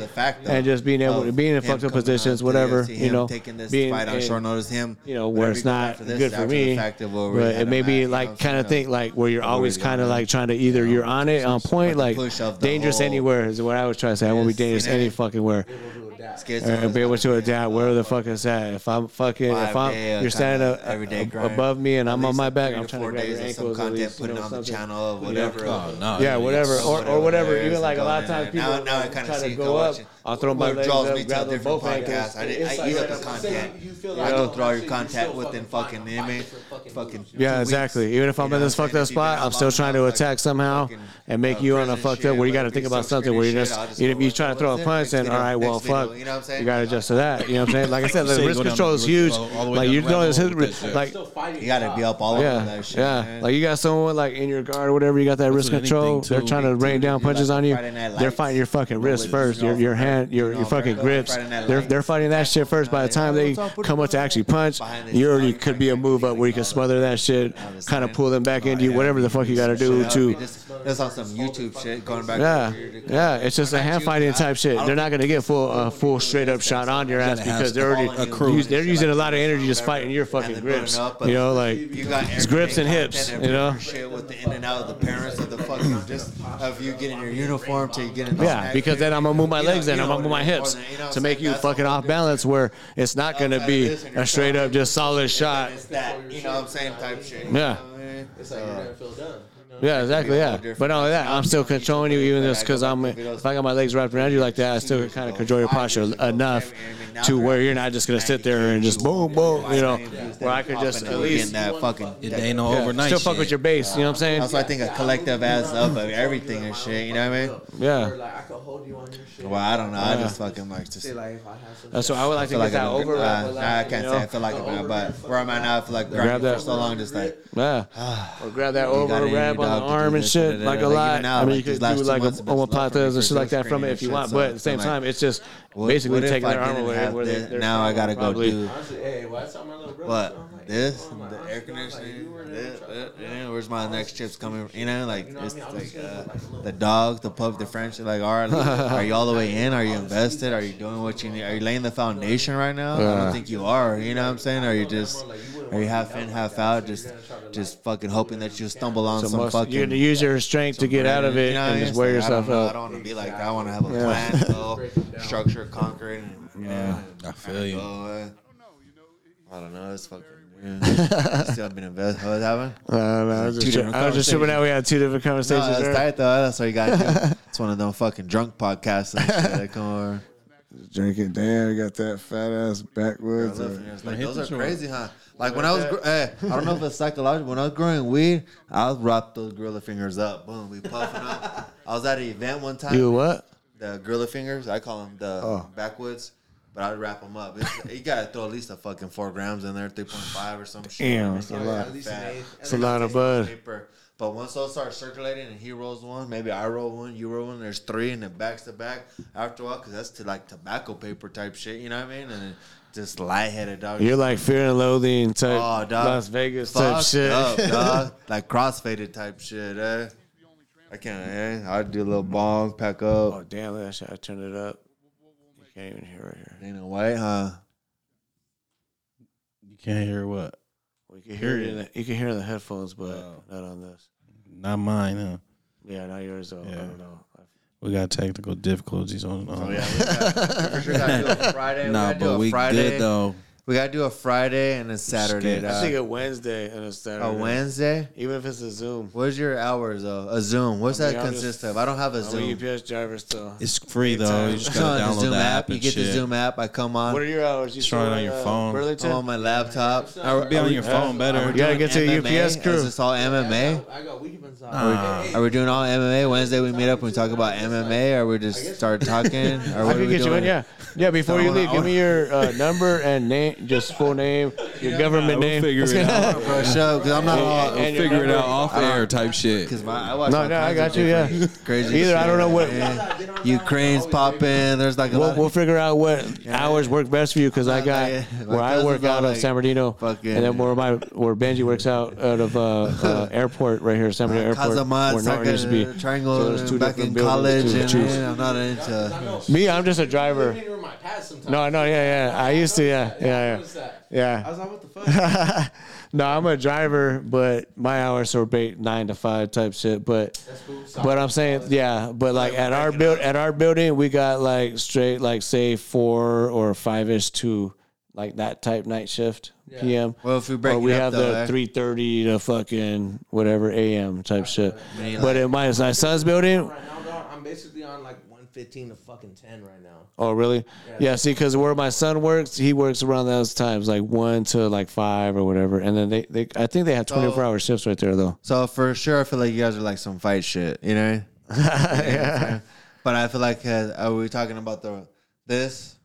and just being able to be in fucked up positions, whatever you know, uh, taking this being fight on in- short notice, him, you know, whatever where it's he goes not after this, good for after the me. fact of where we But had it a may be match, you know, like kind you of know. think like where you're always we go, kind of man. like trying to either you're on it on point, the like push of the dangerous whole- anywhere is what I was trying to say. I want to be Yes, you dangerous know. any fucking where. Scared And, someone be able that's to gonna adapt wherever the fuck it's at. If I'm fucking, if Five day, I'm, uh, you're standing kinda up, everyday ab- grind. above me and At I'm on least my like back, three I'm to trying to four grab your days of some ankles at content, least, put you it know, on the something. channel, Yeah. whatever. Oh, no, Yeah, dude, whatever, it's- or, or whatever. Whatever, Even like a lot of something times going people on. Now- now I try kinda to see it go go up. watching. I'll throw my What legs draws up, me to a grab them different both ankles. podcast? I didn't. I eat up the content. I like- go through all your content within fucking image. Fucking two Yeah, weeks. exactly. Even if You I'm know in this what I'm fucked up saying? If you've been spot, out I'm still long trying to enough, attack like, somehow fucking, and make uh, you on a prison fucked shit, up where you got to whether it think be about some something where you shitty just, shit, I'll just even if go you like, trying to throw a what's it? punch Next and all video, right, well, next video, fuck, you know what I'm saying? you got to adjust to that. You know what I'm saying? Like I said, Say the you risk go down control the- is huge. all the way Like down you the know, rabbit it's hole with that shit. like You gotta be up all over yeah, that shit. yeah. man. Like you got someone like in your guard or whatever. You got that wrist with anything, control. They're too. trying to rain down Like punches on you. Friday Night They're Lights. fighting your fucking wrist Religious first. Your girl. your hand, your You know, your fucking America, grips. Friday Night They're Lights. they're fighting that shit first. By the time they come up to actually punch, Behind this you already dog, could be a move up where you can smother that shit, kind of pull them Oh, back into you. Whatever the fuck you got to do Shut up, to. you just- That's on some YouTube shit going back. Yeah, to your- your- yeah. It's just a hand fighting type shit. They're not gonna get full a full straight up shot on your ass because they're already use- they're using a lot of energy just fighting your fucking And they're grips. going up, but You know, like You got It's grips and everything hips, content, you know? every Shit with the in and out of the parents of the fucking just of you getting your uniform to getting the Yeah, snack because then food. I'm gonna move my You know- legs you and I'm know gonna move my what it is, hips more than- you know what to I'm make saying? you That's fucking all off different. balance where it's not gonna Outside be of this and a you're straight up trying- just solid shot. It's that you know what I'm saying type shit. Yeah. It's like you're gonna feel Yeah, exactly. Yeah, but not only that, I'm still controlling you even just because I'm if I got my legs wrapped around you like that, I still kind of control your posture enough to where you're not just gonna sit there and just boom, boom, you know, where I could just at least that fucking It ain't no yeah, overnight. still fuck shit. with your base. You know what I'm saying? That's why I think a collective ass up of everything and shit. You know what I mean? Yeah, Well, I don't know. I just fucking like just. I that's why I would like to feel get like that I'm- over. uh, nah, I can't you say know? I feel like it, but where am I now? I feel like Grab grinding for that- so long, just like Yeah. or grab that gotta over eat wrap it on the arm and shit like a lot. I mean, you could do like a omoplatas and shit like that from it if you want, but at the same time, it's just basically what if taking I their arm didn't away. have where they- that? they're Now I gotta go probably- do- Honestly, hey, why it's on my little brother? But I'm like, this, oh, my the God, air I'm like, you conditioning, were in that, the that, yeah, where's my next chips coming? from? You know, like You know what I it's mean? I'm like just gonna uh, look like a little- the dog, the pup, the French. Like, all right, are you all the way in? Are you invested? Are you doing what you need? Are you laying the foundation right now? I Yeah. don't think you are. You know what I'm saying? Are you just are you half in, half out? Just just fucking hoping that you stumble on So some most- fucking. you're gonna use your strength to get out of it You know what I and mean? just It's wear like, yourself I don't, know. I out. don't want to be like that. I want to have a plan, goal, structure, concrete. And, yeah, I feel go, you. uh, I don't know. It's fucking. yeah. Still been invested. What happened? I don't know, Uh, I was Two just, different I was just assuming that conversations. we had two different No, conversations. that's there. tight though. That's what you got to do. It's one of them fucking drunk podcasts and shit that come over. Drinking, damn, I got that fat ass backwoods. Uh, It's like, hit those the are joint. crazy, huh? Like when I was, gr- eh, I don't know if it's psychological. When I was growing weed, I would wrap those gorilla fingers up. Boom, we puffing up. I was at an event one time. You what? the gorilla fingers. I call them the Oh. backwoods, but I'd wrap them up. It's, you gotta throw at least a fucking four grams in there, three point five or some shit. Damn, that's a Yeah, lot. at least an eighth. That's a lot of bud. Paper. But once those start circulating and he rolls one, maybe I roll one, you roll one. There's three and it backs to back after a while because that's to like tobacco paper type shit. You know what I mean? And it just lightheaded dog. You're like fear and loathing type Oh, dog. Las Vegas type Fucked shit. Up, dog. Like crossfaded type shit. Eh? I can't. Eh? I do a little bong, pack up. oh damn, that shit! I turned it up. You can't even hear right here. Dana White, huh? You can't hear what? Well, you can hear it. In Period. the, you can hear it in the headphones, but Oh. not on this. Not mine. Huh? Yeah, not yours though. I Yeah. don't know. We got technical difficulties on. on Oh yeah, we gotta- we for sure gotta do a Friday. Nah, we gotta do but a we Friday. good though. We gotta do a Friday and a Saturday. good. I think dog. a Wednesday and a Saturday. A Wednesday. Even if it's a Zoom. What's your hours though? A Zoom. What's I mean, that I'll consist just- of? I don't have a I'm a Zoom. UPS driver still. It's free though. You just gotta on the download the, Zoom app. You and get shit. the Zoom app. I come on. What are your hours? You Just try it still on your in, uh, phone. Burlington? I'm on Oh, my laptop. Or Be on your phone Are better. we gotta doing get to a MMA? UPS crew. Is this all MMA? I got weekends off. Are we doing all MMA? Wednesday we meet up and we talk about MMA, or we just start talking, or I what are can we get you in, doing? yeah. Yeah, before I you wanna- leave, I give me your uh, number and name, just full name, your government We'll name. figure it out. For sure, 'cause I'm not all. We'll figure it out off air type shit. Cause my, I watch No, all no, kinds I of got you, yeah. different Crazy. Either, I don't know what- what. Ukraine's popping. There's like a We'll, lot. we'll Of, figure out what hours work best for you because I My- got my- my where I cousin's work all out of like, San Bernardino, and fucking- then where my where Benji works out out of uh, uh, airport right here, San Bernardino Airport, Kazamat, where Norton used to Saka, be. So Triangle, there's two back different in buildings college, to and choose. man, I'm not into. Me, I'm just a driver. Even my pad sometimes. No, no, yeah, yeah. I used to, yeah, yeah, What's that? yeah. I yeah. was like, what the fuck? no, I'm a driver, but my hours are ba- nine to five type shit. But but I'm saying yeah, but like at our build at our building we got like straight like say four or five ish to like that type night shift PM. Well, if we break or we it up, have though, eh? the three thirty to fucking whatever AM type shit. Many, like- But in my my son's building, right now, dog, I'm basically on like 115 to fucking 10 right now. Oh, really? Yeah, see, because where my son works, he works around those times, like one to like five or whatever. And then they, they I think they had 24 hour shifts right there, though. So for sure, I feel like you guys are like some fight shit, you know. But I feel like uh, are we talking about the this?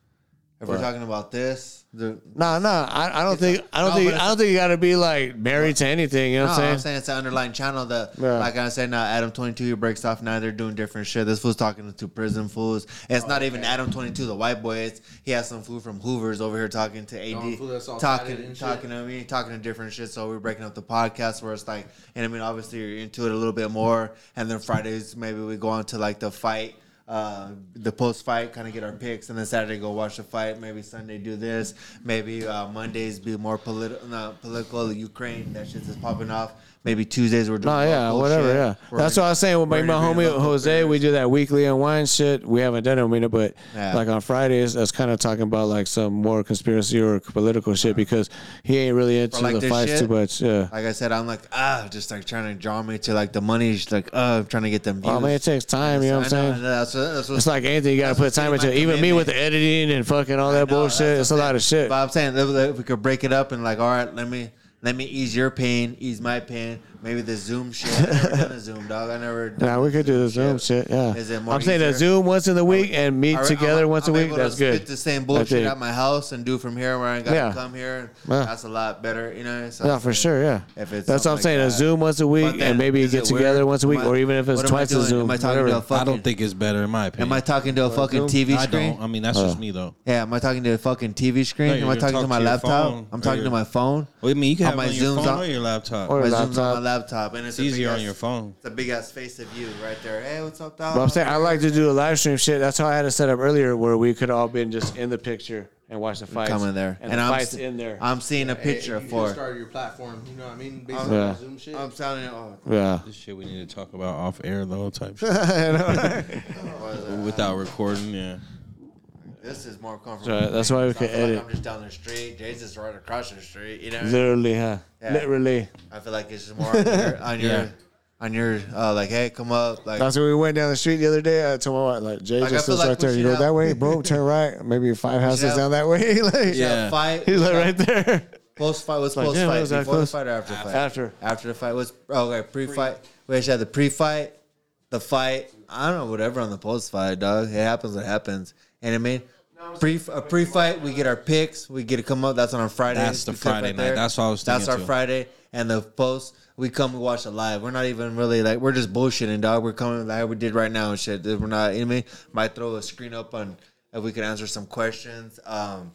If we're talking about this, the, No, no, I, I don't think, I don't No, think, but it's- I don't think you got to be like married to anything. You know No, what I'm I'm saying? saying it's an underlying channel that, Yeah. like I said, now Adam 22 he breaks off. Now they're doing different shit. This fool's talking to prison fools. It's not even Adam 22, the white boy. It's he has some fool from Hoover's over here talking to Some fool AD, that's all tatted talking, and talking to me, talking to different shit. So we're breaking up the podcast where it's like, and I mean, obviously you're into it a little bit more. And then Fridays maybe we go on to like the fight. Uh, the post fight, kind of get our picks, and then Saturday go watch the fight. Maybe Sunday do this. Maybe uh, Mondays be more political, not political. Ukraine, that shit's just popping off. Maybe Tuesdays we're doing. No, yeah, local whatever, shit. yeah. We're That's what I was saying with my, we're my interviewing homie local Jose. We do that weekly unwind shit. We haven't done it in a minute, but Yeah. like on Fridays, that's kind of talking about like some more conspiracy or political shit because he ain't really into like the this fights shit? too much. Yeah. like I said, I'm like ah, just like trying to draw me to like the money. Just like uh, trying to get them. Views. I mean, Oh, it takes time. You know what I'm I saying? I That's what, that's what It's like anything you gotta put time into. it. Even me with the editing and fucking all that No, bullshit. that's It's a what I'm lot of saying. shit. But I'm saying if if we could break it up and like, all right, let me let me ease your pain, ease my pain. maybe the Zoom shit. I never done a Zoom, dog. I never. done Nah, we could do the Zoom shit. Yeah, Is it more I'm saying a easier? Zoom once in the week and meet I- I'm- together once I'm a week. able That's to good. Spit the same That's bullshit it. at my house and do from here where I ain't got Yeah. to come here. Yeah. That's a lot better, you know. So No, for sure, yeah. If it's That's what I'm something saying. like A that. Zoom once a But week, then, and maybe is get it weird? together once a week, Am I- or even if it's what am I twice a doing? Zoom. Am I talking whatever. to a I fucking? don't think it's better in my opinion. Am I talking to a fucking TV I screen? don't. I mean, that's just me though. Yeah, am I talking to a fucking TV screen? No, am you're I talking talking to my to your laptop? phone I'm or talking to your- my phone. Well, I mean, you can On have it my on your Zooms phone on- or your laptop. Or My your Zoom's on my laptop. laptop, and it's it's easier on your phone. phone. It's a big ass face of you right there. Hey, what's up, dog? But I'm saying I like to do a live stream shit. That's how I had it set up earlier, where we could all been just in the picture and watch the fights. coming there, and, the I'm fights se- in there. I'm seeing a picture for. start your platform. You know what I mean? Based on Yeah. Zoom shit. I'm sounding. Oh, yeah, This shit we need to talk about off air though, type shit. without recording. Yeah, this is more comfortable. That's right. That's for me, why we 'cause I can feel like edit. I'm just down the street. Jay's just right across the street. You know, literally, huh? Yeah. Literally. I feel like it's just more on your, on your, Yeah. on your uh, like, hey, come up, like. That's when we went down the street the other day. I told my wife, like, Jay Like, I just feel lives like right we there. You should go have- that way, bro, turn right, maybe five houses have- down that way. like, we should Yeah. have fight. He's like right there. Post fight was Like, post yeah, fight. was that Before close? the fight or after the fight? After. After the fight was oh, okay. Pre fight. We should have the pre fight, the fight. I don't know whatever on the post fight, dog. It happens. It happens. And I mean, pre a pre fight. We get our picks. We get to come up. That's on our Friday. That's the Friday night. That's what I was That's thinking, our too. Friday. And the post. We come, we watch it live. We're not even really like we're just bullshitting, dog. We're coming like we did right now and shit. We're not. You know what I mean, might throw a screen up on if we could answer some questions. Um,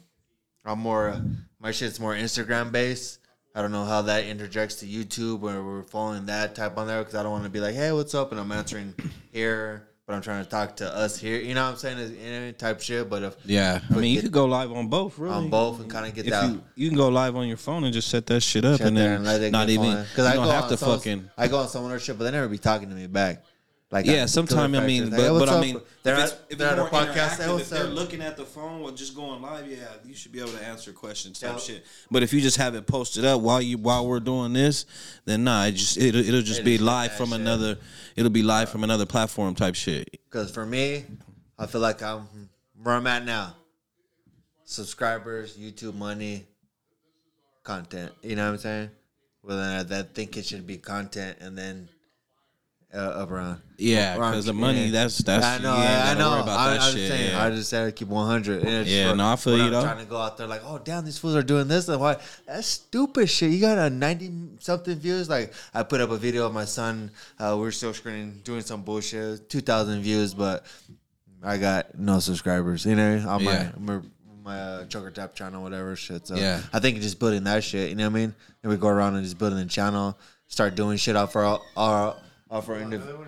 I'm more uh, my shit's more Instagram based. I don't know how that interjects to YouTube or we're following that type on there because I don't want to be like, hey, what's up? And I'm answering here, but I'm trying to talk to us here. You know what I'm saying? It's any type shit. But if yeah. I But mean, you get- could go live on both. Really, on both and kind of get If that. you you can go live on your phone and just set that shit up, shit and there then let it not get even going. you I don't go have on to someone's- fucking. I go on someone else's shit, but they never be talking to me back. Like Yeah, I- sometime I mean, Like, but, "Hey, but what's I up?" mean, they're if it's- at, if they're at it's a more podcast. "Hey, interactive, if what's they're up?" looking at the phone or just going live, yeah, you should be able to answer questions type Yeah. shit. But if you just have it posted up while you while we're doing this, then nah, it just it'll, it'll just It'll be just be live that from shit. another. It'll be live from another platform type shit. Because for me, I feel like I'm where I'm at now. Subscribers, YouTube money, content. You know what I'm saying? Well, then I then think it should be content, and then uh, up around. Yeah, around- because the money yeah. that's that's I know, you ain't I, I gotta know. worry about I, that I'm shit. saying, yeah. I just had to keep 100. And it's Yeah, just no, I feel when you, I'm though. Trying to go out there like, oh damn, these fools are doing this and why? That's stupid shit. You got a 90 something views. Like I put up a video of my son. Uh, we're still screening, doing some bullshit. 2,000 views, but I got no subscribers. You know, on Yeah. my my, my uh, Choker Tap channel, whatever shit. So Yeah. I think just building that shit. You know what I mean? And we go around and just building the channel, start doing shit off our our off our individual.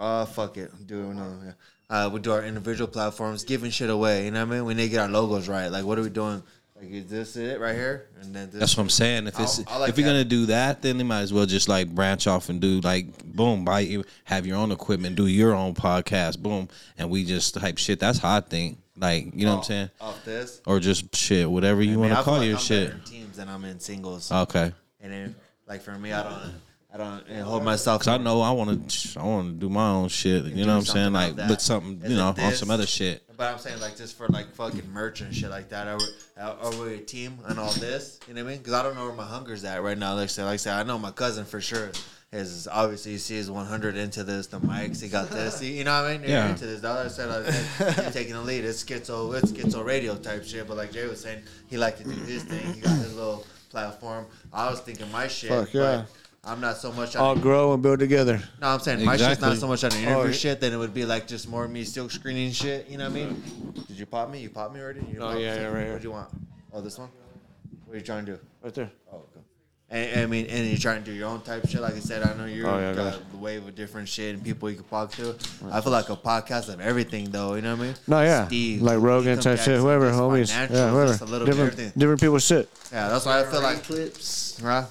Oh, fuck it. Do another one. Yeah. Uh, we do our individual platforms, giving shit away. You know what I mean? We need to get our logos right. Like, what are we doing? Like, is this it right here? And then this. That's what I'm saying. If it's I- I like if you're that. gonna do that, then they might as well just like branch off and do like boom, buy you have your own equipment, do your own podcast, boom, and we just type shit. That's how I think. Like you know Oh, what I'm saying, Off this. or just shit, whatever you I mean, want I to feel call like your I'm shit. Uh, better in teams than I'm in singles. Okay, and then, like, for me, I don't. I don't and hold myself. because I know I want to I want to do my own shit. You know what I'm saying? Like look something, you know, on some other shit. But I'm saying like just for like fucking merch and shit like that. Are we, are are we a team and all this? You know what I mean? Because I don't know where my hunger's at right now. Like I said, like I said, I know my cousin for sure is obviously you see his 100 into this. The mics, he got this. You know what I mean? You're Yeah. into this. The other side, like, hey, you're taking the lead. It's schizo, it's schizo radio type shit. But like Jay was saying, he liked to do his thing. He got his little platform. I was thinking my shit. Fuck, yeah. But I'm not so much on All grow and build together. no, I'm saying my shit's not Exactly. so much on an interview Oh, shit. Then it would be like just more me silk screening shit. You know what I mean? Did you pop me? You pop me already? You Oh, pop me yeah, yeah, something? right here. What do you want? Oh, this one. What are you trying to do? Right there. Oh, okay. And, and I mean, and you're trying to do your own type shit. Like I said, I know you're Oh, yeah, I got got the wave of different shit and people you can talk to. I feel like a podcast of everything, though. You know what I mean? No, yeah. Steve, like Rogan income type shit, tax, whoever, just homies. financials, Yeah, whoever. just a little bit different, everything. different people's shit. Yeah, that's why I feel like. Huh?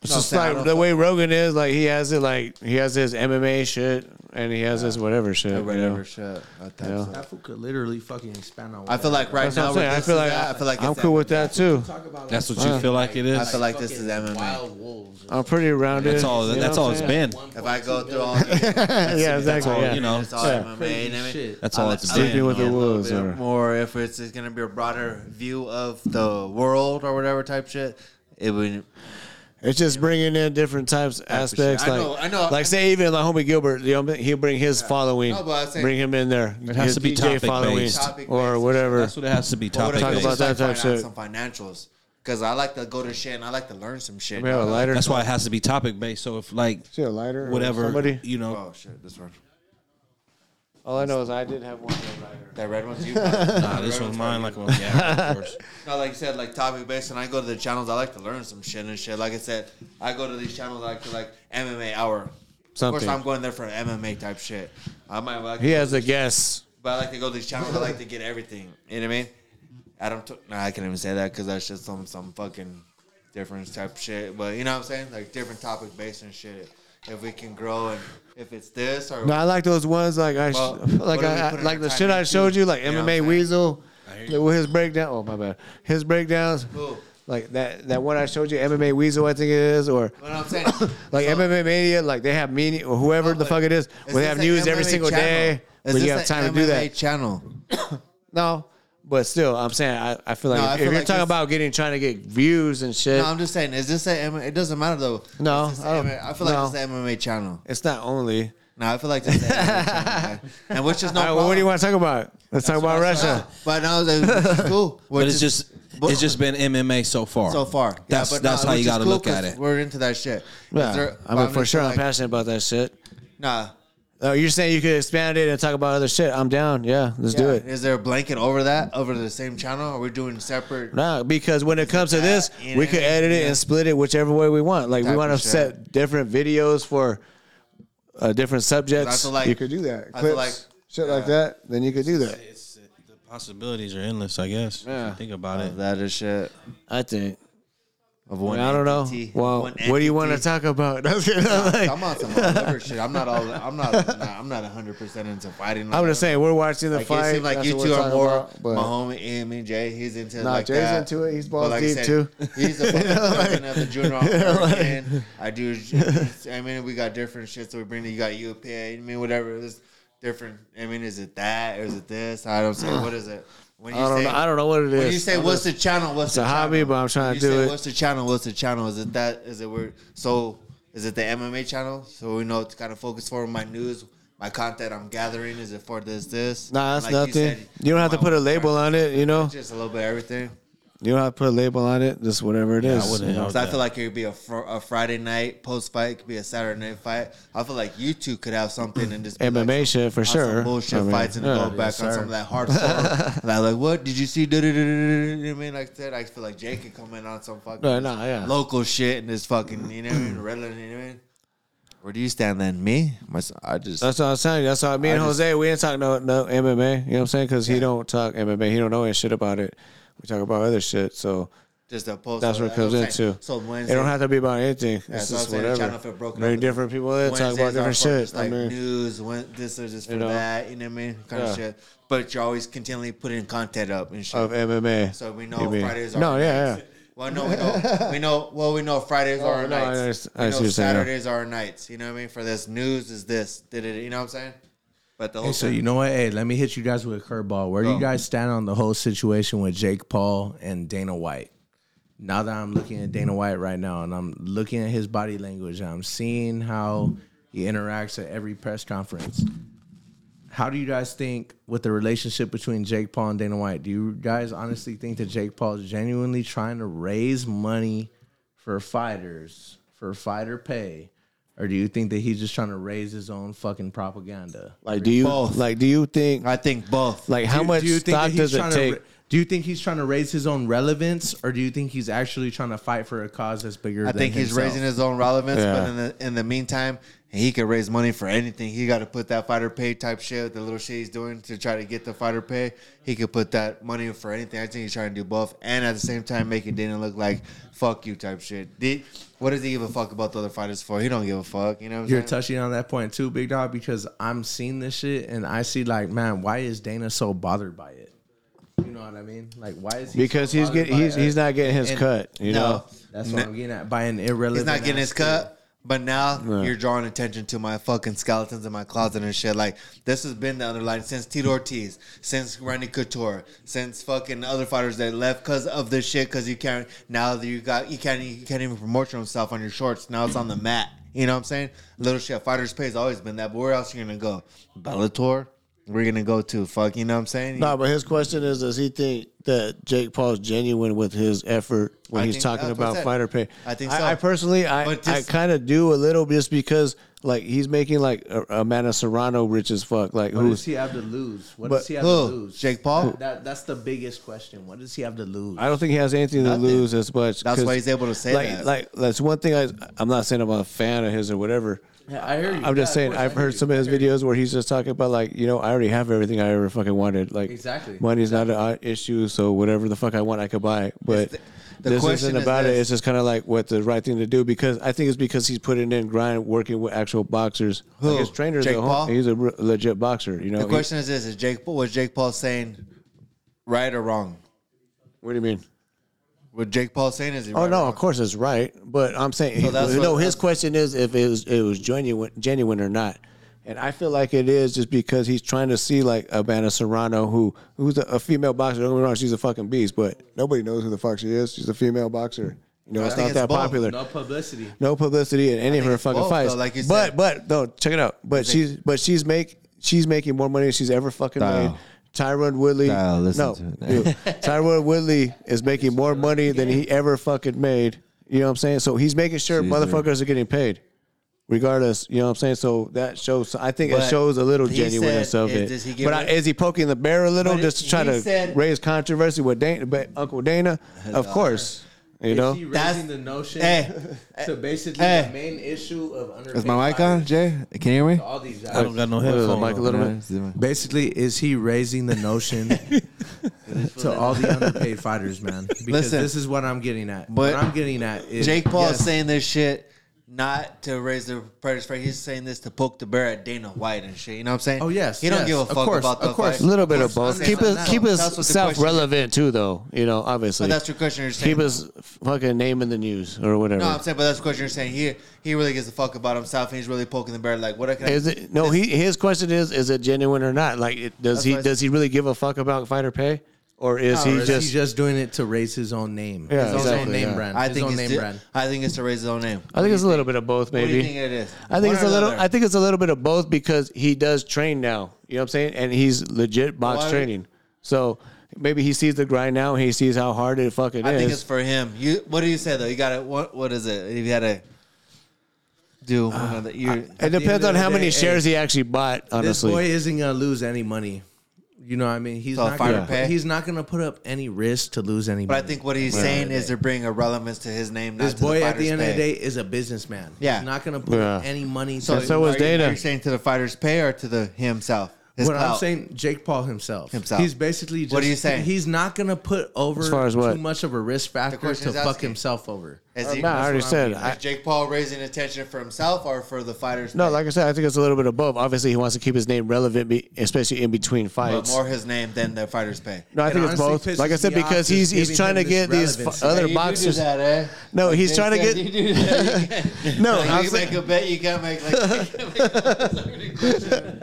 It's No, I'm just saying I like don't the fuck- way Rogan is, like he has it like he has his MMA shit and he has his whatever shit. you know? Whatever shit. I think Yeah. so. That fool could literally fucking expand on. I feel like right That's what now, I'm we're saying. I just feel as like that- I feel like I'm it's cool with that too. That's what you feel like it I is. feel like this is MMA. wild wolves. I'm pretty rounded. That's all. you know That's what all I'm it's saying? been. If I go through all, the, yeah, exactly. all, yeah. you know. it's all MMA, you Yeah. know what I mean? Shit. That's all it's I like Sleeping been. with a the little wolves bit or more if it's, it's gonna be a broader view of the world or whatever type shit. It would It's just bringing in different types aspects. I Like, know, I know. Like say even like homie Gilbert, you know, he'll bring his following. No, but I'm saying- bring him in there. It has his to be DJ topic following based. Topic or based. whatever. That's what it has to be. But what Topic Talk I do about is that I type find out shit. some financials because I like to go to shit and I like to learn some shit. We have a dog. lighter. That's why it has to be topic based. So if like See a lighter. or whatever, Somebody. you know, Oh shit, this one. All I know is I did have one lighter. That red one's you. nah, nah, this one's mine. Like, well, yeah, of course. No, like you said, like topic based, and I go to the channels. I like to learn some shit and shit. Like I said, I go to these channels like like MMA hour. Of Something. course, I'm going there for MMA type shit. I might like, He has a guess. but I like to go to these channels. I like to get everything. You know what I mean? Adam, t- nah, I can't even say that because that's just some some fucking different type shit. But you know what I'm saying? Like different topic based and shit. If we can grow and if it's this or No, I like those ones like I Well, what like do we I, put in like the our shit I time showed you, like You know what I'm MMA saying? Weasel, hear you. with his breakdown. Oh my bad, his breakdowns. Cool. Like that that one I showed you, MMA Weasel, I think it is, or What I'm saying, like So- Oh, MMA Mania, like they have meaning or whoever the but fuck it is, Is we this have a news every MMA single channel? day. Is But this you have a time to do MMA that. Channel. No, but still, I'm saying I, I feel like No, I if, feel you're like talking this- about getting trying to get views and shit, No, I'm just saying. Is this a? M- It doesn't matter though. No, Is this a Oh, I don't- MMA I feel like no. it's an MMA channel. it's not only. No, I feel like it's an MMA channel. man. And which is no. All right, well, what do you problem. want to talk about? Let's talk about That's Russia. what I said. But no, it's it's cool. But Which it's is just it's just been MMA so far. so far. Yeah, That's but that's no, how which you is got to cool look at 'cause it. We're into that shit. Yeah, Is there- I but mean, I'm for just sure, I'm like, passionate about that shit. Nah. Oh, you're saying you could expand it and talk about other shit. I'm down. Yeah, let's do yeah. it. Is there a blanket over that over the same channel? Are we doing separate? No, because when it comes to this, Yeah, we could edit it yeah. and split it whichever way we want. Like we Type want to of shit. set different videos for uh, different subjects. feel like- you could do that. I feel Clips, like- shit like that. Then you could do that. It's, the possibilities are endless. I guess. if you Yeah. Think about it. That is shit. I think. Of I, one. don't know. entity. Well, One what do you want to entity. talk about? I'm, kidding. I'm like- I'm on some other shit. I'm not all. I'm not. I'm not 100 percent into fighting. I'm just saying we're watching the Like, fight. it seems like That's you what two we're are talking more. about, but- my homie, me and Jay, he's into Nah, like Jay's that. into it. He's But balls like I deep said, too. He's a fucking president of the junior American. I do. I mean, we got different shit. So we bring. You got UPA. I mean, whatever. It's different. I mean, is it that or is it this? I don't know. What is it? When I don't say- know. I don't know what it is. when you say I'm what's just- the channel, what's it's the a hobby, channel? but I'm trying When to you do say, it. What's the channel? What's the channel? Is it that? Is it where? So is it the MMA channel? So we know it's kind of focus for my news, my content I'm gathering. Is it for this? This? Nah, that's Like nothing. You, said, don't have to my- put a label on it. You know, Just a little bit of everything. you don't have to put a label on it. Just whatever it is. I wouldn't. you know? know So I that. feel like it could be a, fr- a Friday night post fight. It could be a Saturday night fight. I feel like you two could have something in this MMA shit for sure. Some bullshit I mean, fights and yeah, go back yes, on sir. some of that hardcore. like, like, what did you see? You know what I mean? Like that, I feel like Jake could come in on some fucking No, no, yeah. local shit and this fucking, you know what I mean? Riddling, you know what I mean? Where do you stand then? Me? My, son- I just. That's what I'm telling you. That's why me and I just- Jose we ain't talking no no MMA. You know what I'm saying? Because he don't talk MMA. He don't know any shit about it. We talk about other shit. So just a post. that's what it comes I'm saying. into. So it Wednesday. don't have to be about anything. it's That's what just I'm saying. The whatever. channel feel broken Very up. different people that talk Wednesdays about are different for shit. Just like I mean, news, when this is just for You know? that, you know what I mean? Kind Yeah. of shit. But you're always continually putting content up and shit. of MMA. so we you know mean. Fridays are. No, yeah, yeah. Well, no, we know, we know. Well, we know Fridays are our no, I nights. understand- I we see know what you're saying, yeah. Saturdays are our nights. You know what I mean? For this news is this. Did it? You know what I'm saying? But the whole Hey, so thing- Oh. you know what? Hey, let me hit you guys with a curveball. Where do you Go. guys stand on the whole situation with Jake Paul and Dana White? Now that I'm looking at Dana White right now, and I'm looking at his body language, and I'm seeing how he interacts at every press conference. How do you guys think with the relationship between Jake Paul and Dana White? Do you guys honestly think that Jake Paul is genuinely trying to raise money for fighters for fighter pay, or do you think that he's just trying to raise his own fucking propaganda? Like, do you Both. like? Do you think? I think both. Like, how Do- much do you think that stock he's does it trying take? To, ra- do you think he's trying to raise his own relevance, or do you think he's actually trying to fight for a cause that's bigger? I than think he's himself? raising his own relevance, Yeah. but in the in the meantime, he could raise money for anything. He got to put that fighter pay type shit, the little shit he's doing to try to get the fighter pay. He could put that money for anything. I think he's trying to do both, and at the same time, making Dana look like fuck you type shit. Did, what does he give a fuck about the other fighters for? He don't give a fuck. You know what I'm You're saying? touching on that point too, big dog, because I'm seeing this shit and I see like, man, why is Dana so bothered by it? You know what I mean? Like, why is he? Because so he's bothered getting by he's it? he's not getting his And- cut. You no. know. That's what I'm getting at. By an irrelevant. He's not getting his ass kid. cut. But now Yeah. you're drawing attention to my fucking skeletons in my closet and shit. Like this has been the underline since Tito Ortiz, since Randy Couture, since fucking other fighters that left because of this shit. Because you can't now that you got you can't you can't even promote yourself on your shorts. Now it's on the mat. You know what I'm saying? Little shit. Fighters pay has always been that. But where else are you gonna go? Bellator. We're gonna go to fuck. You know what I'm saying? No, but his question is: Does he think that Jake Paul's genuine with his effort when I he's think talking that's what I about said. fighter pay? I think so. I, personally, I, But I this- kind of do a little just because like he's making like a, a man of Serrano rich as fuck. Like What who's does he have to lose? What But does he have who? to lose? Jake Paul? That, that- that's the biggest question. What does he have to lose? I don't think he has anything to Nothing. lose as much. That's 'cause, why he's able to say like, that. Like that's one thing I I'm not saying I'm a fan of his or whatever. Yeah, I hear you. I'm just Yeah, of saying course, I I've hear heard you. some of his videos where he's just talking about like you know I already have everything I ever fucking wanted. Like Exactly. money's not an issue, so whatever the fuck I want I could buy. But the- the this question isn't is about it. this. It's just kind of like what the right thing to do because I think it's because he's putting in grind, working with actual boxers. Who? Like his trainer's Jake a hom- Paul? He's a re- legit boxer. You know. The He- question is this: Is Jake Paul was Jake Paul saying right or wrong? what do you mean? What Jake Paul saying is he Oh right or no, wrong? of course it's right, but I'm saying So that's no. what- his question is if it was it was genuine, genuine or not, and I feel like it is just because he's trying to see like Abana Serrano, who who's a, a female boxer. Don't get me wrong, she's a fucking beast, but nobody knows who the fuck she is. She's a female boxer. You know, it's think not it's that both. popular. No publicity. No publicity in any of think her it's fucking both, fights. though, like you but said. but no, check it out. But she's but she's make she's making more money than she's ever fucking Dial. made. Tyron Woodley, Dial, listen no, to dude, Tyron Woodley is making more money than he ever fucking made. You know what I'm saying? So he's making sure She's motherfuckers are getting paid, regardless. You know what I'm saying? So that shows. I think it But shows a little he genuineness said, of is- it. does he give but I, it- is he poking the bear a little But just it- to try he to said- raise controversy with Dana, but Uncle Dana? Of course, you know. Is he That's- raising the notion Hey. Eh. to basically Hey. the main issue of underpaid Is my mic on, fighters Jay? Can you hear me? to all these I don't guys? got no Uh, headphones. Mike, a on. little bit. bit. Basically, is he raising the notion to all the underpaid fighters, man? Because Listen. this is what I'm getting at. But- what I'm getting at is Jake Paul yes, is saying this shit not to raise the predator's fight. He's saying this to poke the bear at Dana White and shit. You know what I'm saying? Oh, yes, He don't yes, give a of fuck course, about the of course. fight. A little bit Of of course, both. Keep us understand keep that. us That's what the self question relevant too, though. You know, obviously. But that's your question. You're saying. keep us fucking name in the news or whatever. no, I'm saying, but that's the question you're saying. He he really gives a fuck about himself, and he's really poking the bear. Like, what can I? is it no? He his question is: Is it genuine or not? Like, it, does That's he what I does he really give a fuck about fighter pay, or is or he is just? he just doing it to raise his own name? Yeah, his own exactly, name yeah. brand. I his think own it's name to, brand. I think it's to raise his own name. I think it's a little bit of both, What maybe. do you think it is? I One think it's or a the little. other? I think it's a little bit of both because he does train now. You know what I'm saying? And he's legit box Why would- training. So maybe he sees the grind now. and He sees how hard it fucking I is. think it's for him. You what do you say though? You got to what what is it? You got to do one of the, you're, Uh, it the end depends of on the how many day, shares he actually bought. This Honestly, boy isn't gonna lose any money. You know what I mean? He's So not fire gonna pay? put, he's not gonna put up any risk to lose any But I money. think what he's saying is they're bringing a relevance to his name. Not this to the boy at the fighter's end of the pay. day is a businessman. Yeah. He's not gonna put Yeah. any money So- to so was are you- Dana. Are you saying to the fighter's pay or to the himself? His what I'm clout? saying, Jake Paul himself. Himself. He's basically just. What are you saying? He's not going to put over As far as too what? much of a risk factor question to is fuck asking. himself over. Is, Uh, he, no, I already what I'm said. getting I- is Jake Paul raising attention for himself or for the fighters? No, pay? like I said, I think it's a little bit of both. Obviously, he wants to keep his name relevant, be- especially in between but fights. more his name than the fighters' pay. no, I It think it's honestly both. pisses Like I said, me off because just he's he's giving trying him to this get these f- relevancy. other Hey, you do boxers. do that, eh? No, Like he's they trying to said, get- You do that. You can't- No, Like, I'm you saying- make a bet. You can't make. Like, I can't No. even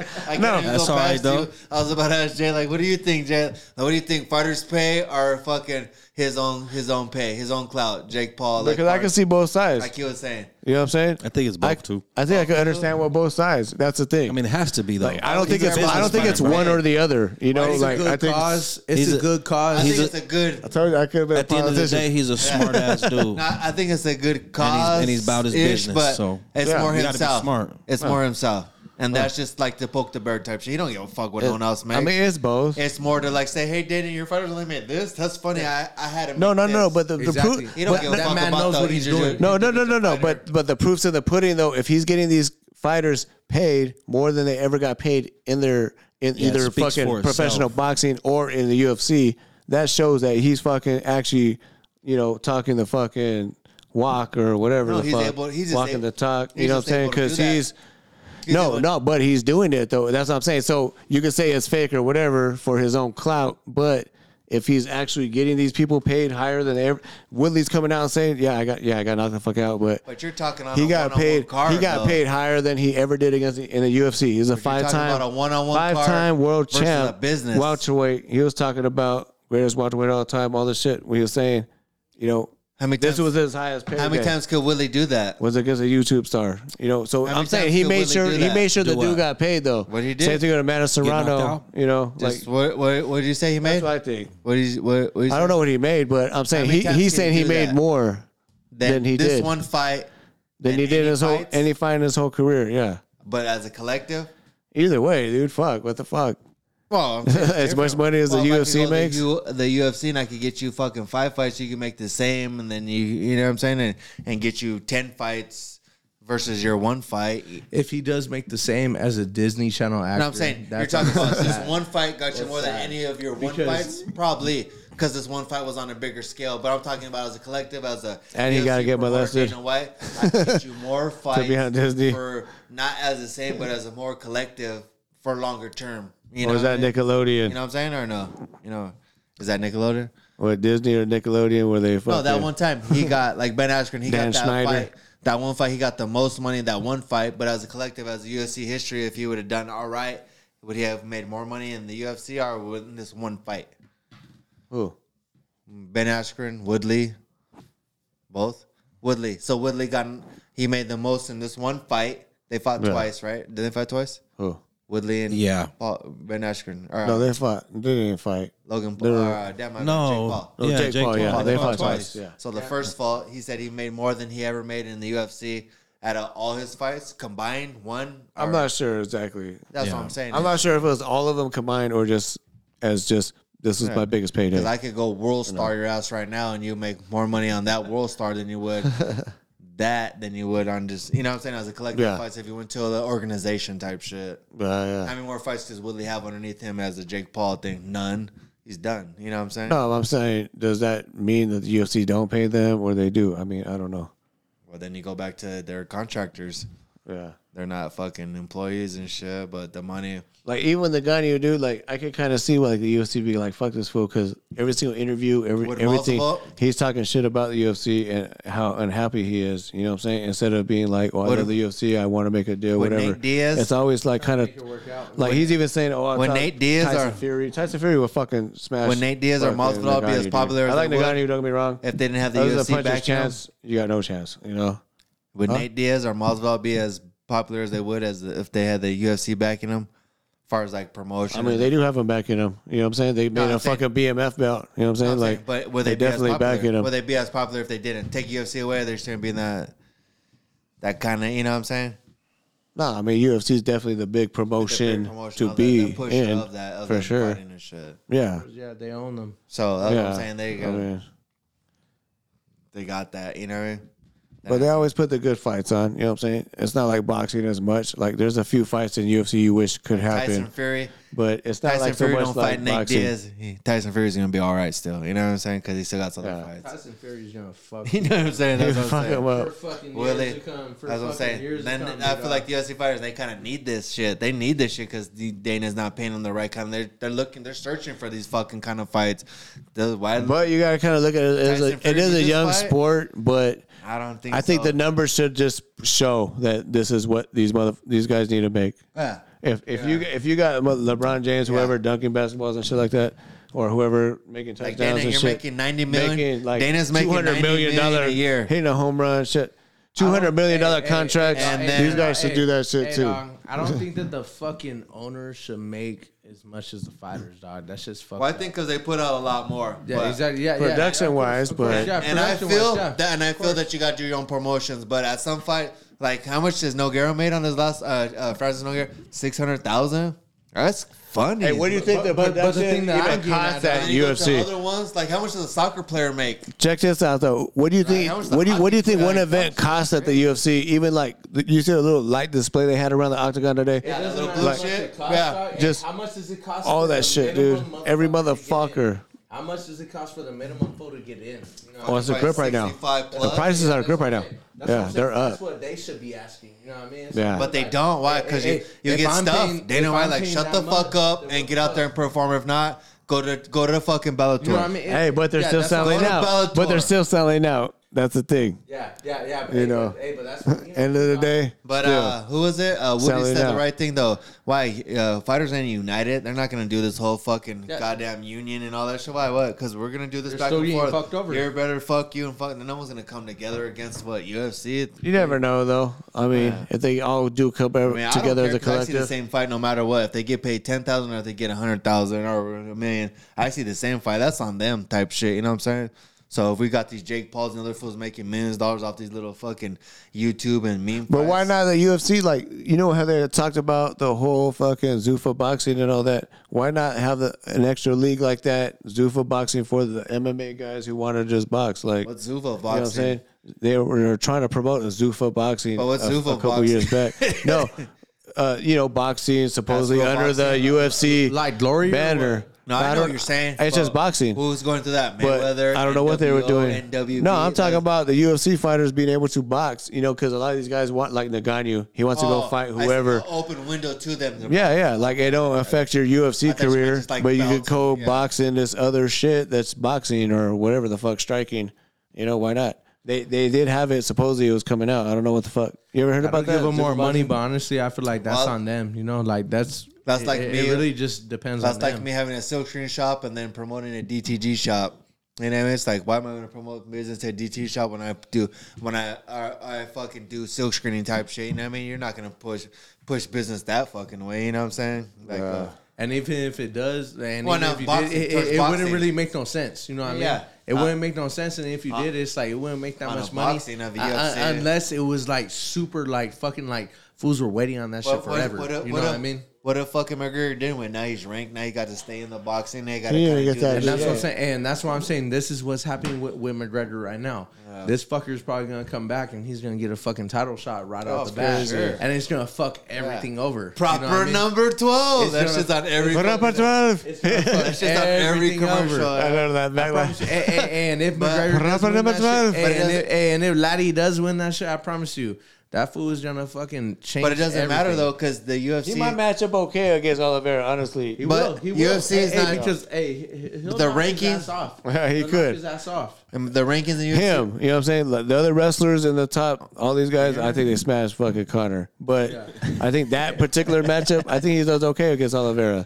That's go all right, past though. you. I was about to ask Jay, like, what do you think, Jay? Like, what do you think? Fighters pay or fucking his own his own pay, his own clout? Jake Paul, like, Because I can see both sides. like you was saying. You know what I'm saying? I think it's both too. I think I can understand what both sides. That's the thing. I mean, it has to be though. like I don't think he's it's a I don't think it's businessman, one right? or the other. You know, It's like a good I think cause. It's he's a, a- good I Uh, cause. think it's a good. I told you I could have been a At the end of the politician. day, he's a smart ass dude. No, I think it's a good cause, and he's about his business, But so- it's Yeah. more You gotta be himself. smart. It's more himself, and that's just like the poke the bird type shit. He don't give a fuck what no one else makes. I mean, it's both. It's more to like say, hey, Dana, your fighters only made this. That's funny. I, I had him. no, no, no, no. But the, Exactly. the proof. he don't but- give a that fuck man about knows the- what he's doing. No, no, no, no, individual no. fighter. But but the proof's in the pudding, though. If he's getting these fighters paid more than they ever got paid in their in Yeah, it either speaks fucking for itself. professional boxing or in the UFC, that shows that he's fucking actually, you know, talking the fucking walk or whatever No, the he's fuck, able- he's just walking able- the talk. You he's know what just I'm saying? able to do Because that. he's. He's no, able- no, Oh, but he's doing it though. That's what I'm saying. So you can say it's fake or whatever for his own clout, but if he's actually getting these people paid higher than ever. Woodley's coming out and saying, "Yeah, I got, yeah, I got knocked the fuck out," but But you're talking on he a got one-on-one paid. card, he got though. paid higher than he ever did against the, in the UFC. He's a talking five time, about a one-on-one card five time world versus a champ, business. welterweight. He was talking about greatest welterweight all the time, all this shit. We was saying, you know, how many this times- was his highest pay. How many times could Willie do that? was against a YouTube star? You know, so How many I'm saying times he could made Willie sure do he that? made sure Do the what? dude got paid though. What he did? Same thing with Amanda Get knocked out? Serrano. You know, Just like what, what? What did you say he made? that's what I think. What did you? What, what did you I say? don't know what he made, but I'm saying many he times he's can saying he he do made that? more That than he this did one fight, than he did any his whole fights? and he find his whole career. Yeah. but as a collective. Either way, dude, fuck, what the fuck? Well, I'm saying as much different. money as Well, the if I could UFC go to makes. U- the, UFC, and I could get you fucking five fights. You can make the same, and then you, you know what I'm saying, and, and get you ten fights versus your one fight. You If he does make the same as a Disney Channel actor, know what I'm saying? You're that's- talking about this one fight got you more than sad. any of your one Because- fights, probably because this one fight was on a bigger scale. But I'm talking about as a collective, as a And he UFC gotta get promoter, molested. Dana White, I could get you more fights be on Disney. for not as the same, but as a more collective for longer term. You or know is what that I mean? Nickelodeon? You know what I'm saying, or no? You know, is that Nickelodeon? or Disney or Nickelodeon where they fucking No, that one time he got like Ben Askren. He Dan got that Schneider. fight. That one fight, he got the most money in that one fight. But as a collective, as a UFC history, if he would have done all right, would he have made more money in the UFC or within this one fight? Who? Ben Askren, Woodley, both Woodley. So Woodley got he made the most in this one fight. They fought Yeah. twice, right? Did they fight twice? Who? Woodley and Yeah. Paul, Ben Askren. Or, No, they fought. They didn't fight. Logan they Paul. were- Or, uh, damn, I meant Jake No, Paul. Oh, yeah, Jake Paul, yeah. Oh, They fought fought twice, yeah. So the first fault, he said he made more than he ever made in the UFC out of all his fights combined. One. I'm or- not sure exactly. That's Yeah. what I'm saying. I'm not sure if it was all of them combined or just as just this is my biggest payday. Because I could go world star your ass right now, and you make more money on that world star than you would that than you would on just you know what I'm saying as a collective Yeah. fights if you went to the organization type shit. Uh, yeah. How many more fights does Woodley have underneath him as a Jake Paul thing? None. He's done. You know what I'm saying? no, I'm saying, does that mean that the UFC don't pay them or they do? I mean, I don't know. Well, then you go back to their contractors. Yeah. They're not fucking employees and shit, but the money. Like even the guy you do, like I could kind of see like the UFC be like, "Fuck this fool," because every single interview, every With everything, multiple- he's talking shit about the UFC and how unhappy he is. You know what I'm saying? Instead of being like, "Oh, I With- love the UFC, I want to make a deal, with whatever." Nate Diaz? it's always like kind of like he's even saying, "Oh, I when thought Nate Diaz Tyson or- Fury, Tyson Fury will fucking smash." When Nate Diaz or fucking Masvidal be Ngannou, as dude. popular as I like they would, Ngannou. Don't get me wrong. If they didn't have the Other than UFC puncher's back now, chance, you got no chance. You know. would Nate Diaz or Masvidal be as popular as they would as if they had the UFC backing them? As far as like promotion, I mean, they do have him backing him. You know what I'm saying? They made I'm a saying- fucking BMF belt. You know what I'm saying? I'm saying, Like, but would they they, definitely be as popular? backing him. Would they be as popular if they didn't take UFC away? They shouldn't be in that that kind of you know what I'm saying. No, I mean UFC is definitely the big promotion, The promotion to of that- be the push in of that, of for them sure. fighting and shit. Yeah, Yeah, they own them. So that's yeah. what I'm saying. They got, I mean, they got that, you know. what I mean? but they always put the good fights on. You know what I'm saying? It's not like boxing as much. Like there's a few fights in UFC you wish could Tyson happen, Fury, but it's not Tyson like so Fury much don't like fight Nate boxing. Diaz. He- Tyson Fury's gonna be all right still. You know what I'm saying? Because he still got some other Yeah. fights. Tyson Fury's gonna fuck. You know what I'm saying? That's what I'm Fuck saying. him up. For fucking Will years they? to come. For That's what I'm fucking saying. years Then to come, I big feel dog. like the UFC fighters they kind of need this shit. They need this shit because Dana's not paying them the right kind. They're they're looking. They're searching for these fucking kind of fights. The- why? But you gotta kind of look at it as Tyson a, it is Fury a did young fight? sport, but I don't think. I think so. the numbers should just show that this is what these mother these guys need to make. Yeah. If if you if you got LeBron James, whoever dunking basketballs and shit like that, or whoever making touchdowns Like Dana, and you're shit, making ninety million. making like Dana's making $200 $90 million dollar a year. hitting a home run, shit. Two hundred million dollar contracts. and and then- these guys should do that shit Hey, too. dog, I don't think that the fucking owners should make as much as the fighters, dog. That's just fucked. Well, I up. think because they put out a lot more. Yeah, but- exactly. Yeah, Production yeah, wise, Of course, but- yeah, and I production-wise, feel yeah. that, and I feel that you got to do your own promotions. But at some fight, like how much does Noguera made on his last uh, uh Francis Noguera? Six hundred thousand. That's funny. Hey, what do you think But- the but- but the production thing that I'm even getting cost at, at dog, You go to UFC? other ones, like how much does a soccer player make? Check this out though. What do you think? how much the What do you What do you hockey think guy one costs event costs at the UFC? Even like you see the little light display they had around the octagon today. It doesn't little matter blue how much shit. it costs, Yeah, dog. Hey, just how much does it cost? all for that the shit, minimum dude. Every motherfucker to get in? motherfucker. How much does it cost for the minimum foe to get in? You know, Oh, it's a Like grip right now. 65 The plus? prices Yeah, are a that's grip what right I'm now. saying. That's Yeah, what I'm saying. they're up. That's what they should be asking. You know what I mean? Yeah. But they don't. Why? Because you If- you if get I'm stuffed. paying- They know if why. I'm Like paying shut that the much, fuck up then and what get the out there and perform. If not, Go to go to fucking Bellator. You know what I mean? It- hey, but they're yeah, still that's how- selling Go to out. But they're Bellator. still selling out. That's the thing. Yeah, yeah, yeah, but you hey, know, but- hey, but that's- end of the day. But still. uh, who was it? Uh, Woody Selling said out. the right thing though. Why uh, fighters ain't united? They're not gonna do this whole fucking Yeah. goddamn union and all that shit. Why what? Because we're gonna do this They're back still and getting forth. fucked over. You're better fuck you and fuck. No one's gonna come together against what UFC. you never know, though. I mean, if they all do come I mean, together I don't as a care 'cause I see the collective, same fight no matter what. If they get paid ten thousand or if they get a hundred thousand or a million, I see the same fight. That's on them type shit. You know what I'm saying? So if we got these Jake Pauls and other fools making millions of dollars off these little fucking YouTube and meme, But why not the UFC? Like you know how they talked about the whole fucking Zuffa boxing and all that. Why not have the, an extra league like that, Zuffa boxing for the MMA guys who want to just box? Like what's Zuva You know what I'm boxing? saying? They were, they were trying to promote a Zuffa boxing But what's a, Zuffa a couple boxing? years back. No, uh, you know boxing supposedly That's real under the UFC like glory or banner. No, I, know don't- what you're saying. It's just but boxing. Who's going through that? But Mayweather. I don't know what they were NWO, doing. NWB, no, I'm talking like- about the UFC fighters being able to box. You know, because a lot of these guys want like Ngannou. He wants to Oh, go I fight see whoever. the Open window to them. Yeah, yeah. Like it don't affect your UFC thought you meant career, just, like, but you bouncing, could co yeah. box in this other shit that's boxing or whatever the fuck striking. You know why not? They they did have it. Supposedly it was coming out. I don't know what the fuck. You ever heard I about don't that? give them more Zuffa money, boxing? but honestly, I feel like that's Well- on them. You know, like that's That's it- like it, me- really just depends That's on like them. me having a silk screen shop and then promoting a DTG shop. You know, what I mean? it's like, why am I going to promote business to a DTG shop when I do when I I, I fucking do silk screening type shit? You know, what I mean, you're not going to push push business that fucking way. You know what I'm saying? Like, uh, And even if it does, and Well, even no, if you boxing- did, it, towards it, it wouldn't boxing. really make no sense. You know what I mean? Yeah. It Uh, wouldn't make no sense, and if you did, it's like it wouldn't make that on a much money. boxing of the Uh, uh, UFC. unless it was like super, like fucking, like fools were waiting on that shit forever. you know what I mean? What if fucking McGregor did win? Now he's ranked. Now he got to stay in the boxing. They got to Yeah, kind you of get do that that. And that's what I'm Yeah. saying. And that's why I'm saying this is what's happening with, with McGregor right now. This fucker is probably gonna come back and he's gonna get a fucking title shot right Oh, off the for bat, sure. and it's gonna fuck everything over. You know Proper what I mean? number twelve. It's that gonna- shit's on every. Proper twelve. That shit's on every Everything commercial. over. I heard that back promise you, and, and- and if McGregor does Rapper win number that 12, shit, but it and, if, and if Laddie does win that shit, I promise you, that fool is gonna fucking change. But it doesn't matter everything. though, because the UFC. He might match up okay against Oliveira, honestly. He But will. He UFC will. is Hey, not- hey, because hey, he- he'll The knock his rankings- ass off. Yeah, he He'll knock could. his ass off. And the rankings in UFC. him. You know what I'm saying? Like, The other wrestlers in the top, all these guys, I think they smashed fucking Connor. But I think that particular matchup, I think he does okay against Oliveira.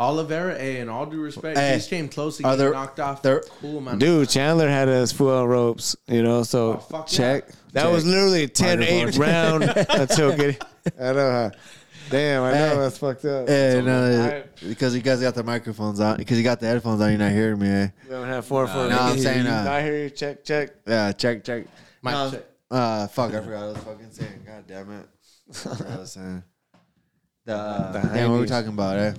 Oliveira, hey, in all due respect, Hey, he's came close to are getting there- knocked off. there- cool amount. of- Dude, Chandler had us full on ropes, you know, so fuck check. That was literally 10 8 round until getting. I know how. Damn, I know that's fucked up. Hey, no, because you guys got the microphones on, because you got the headphones on, you're not hearing me. Eh? You haven't had four for no, I'm saying, uh, I hear you. Check, check. Yeah, check, check. Mic No, check. Uh, fuck, I forgot what I was fucking saying. God damn it. What I was saying. The, uh, The damn, what were we hindies. talking about, eh?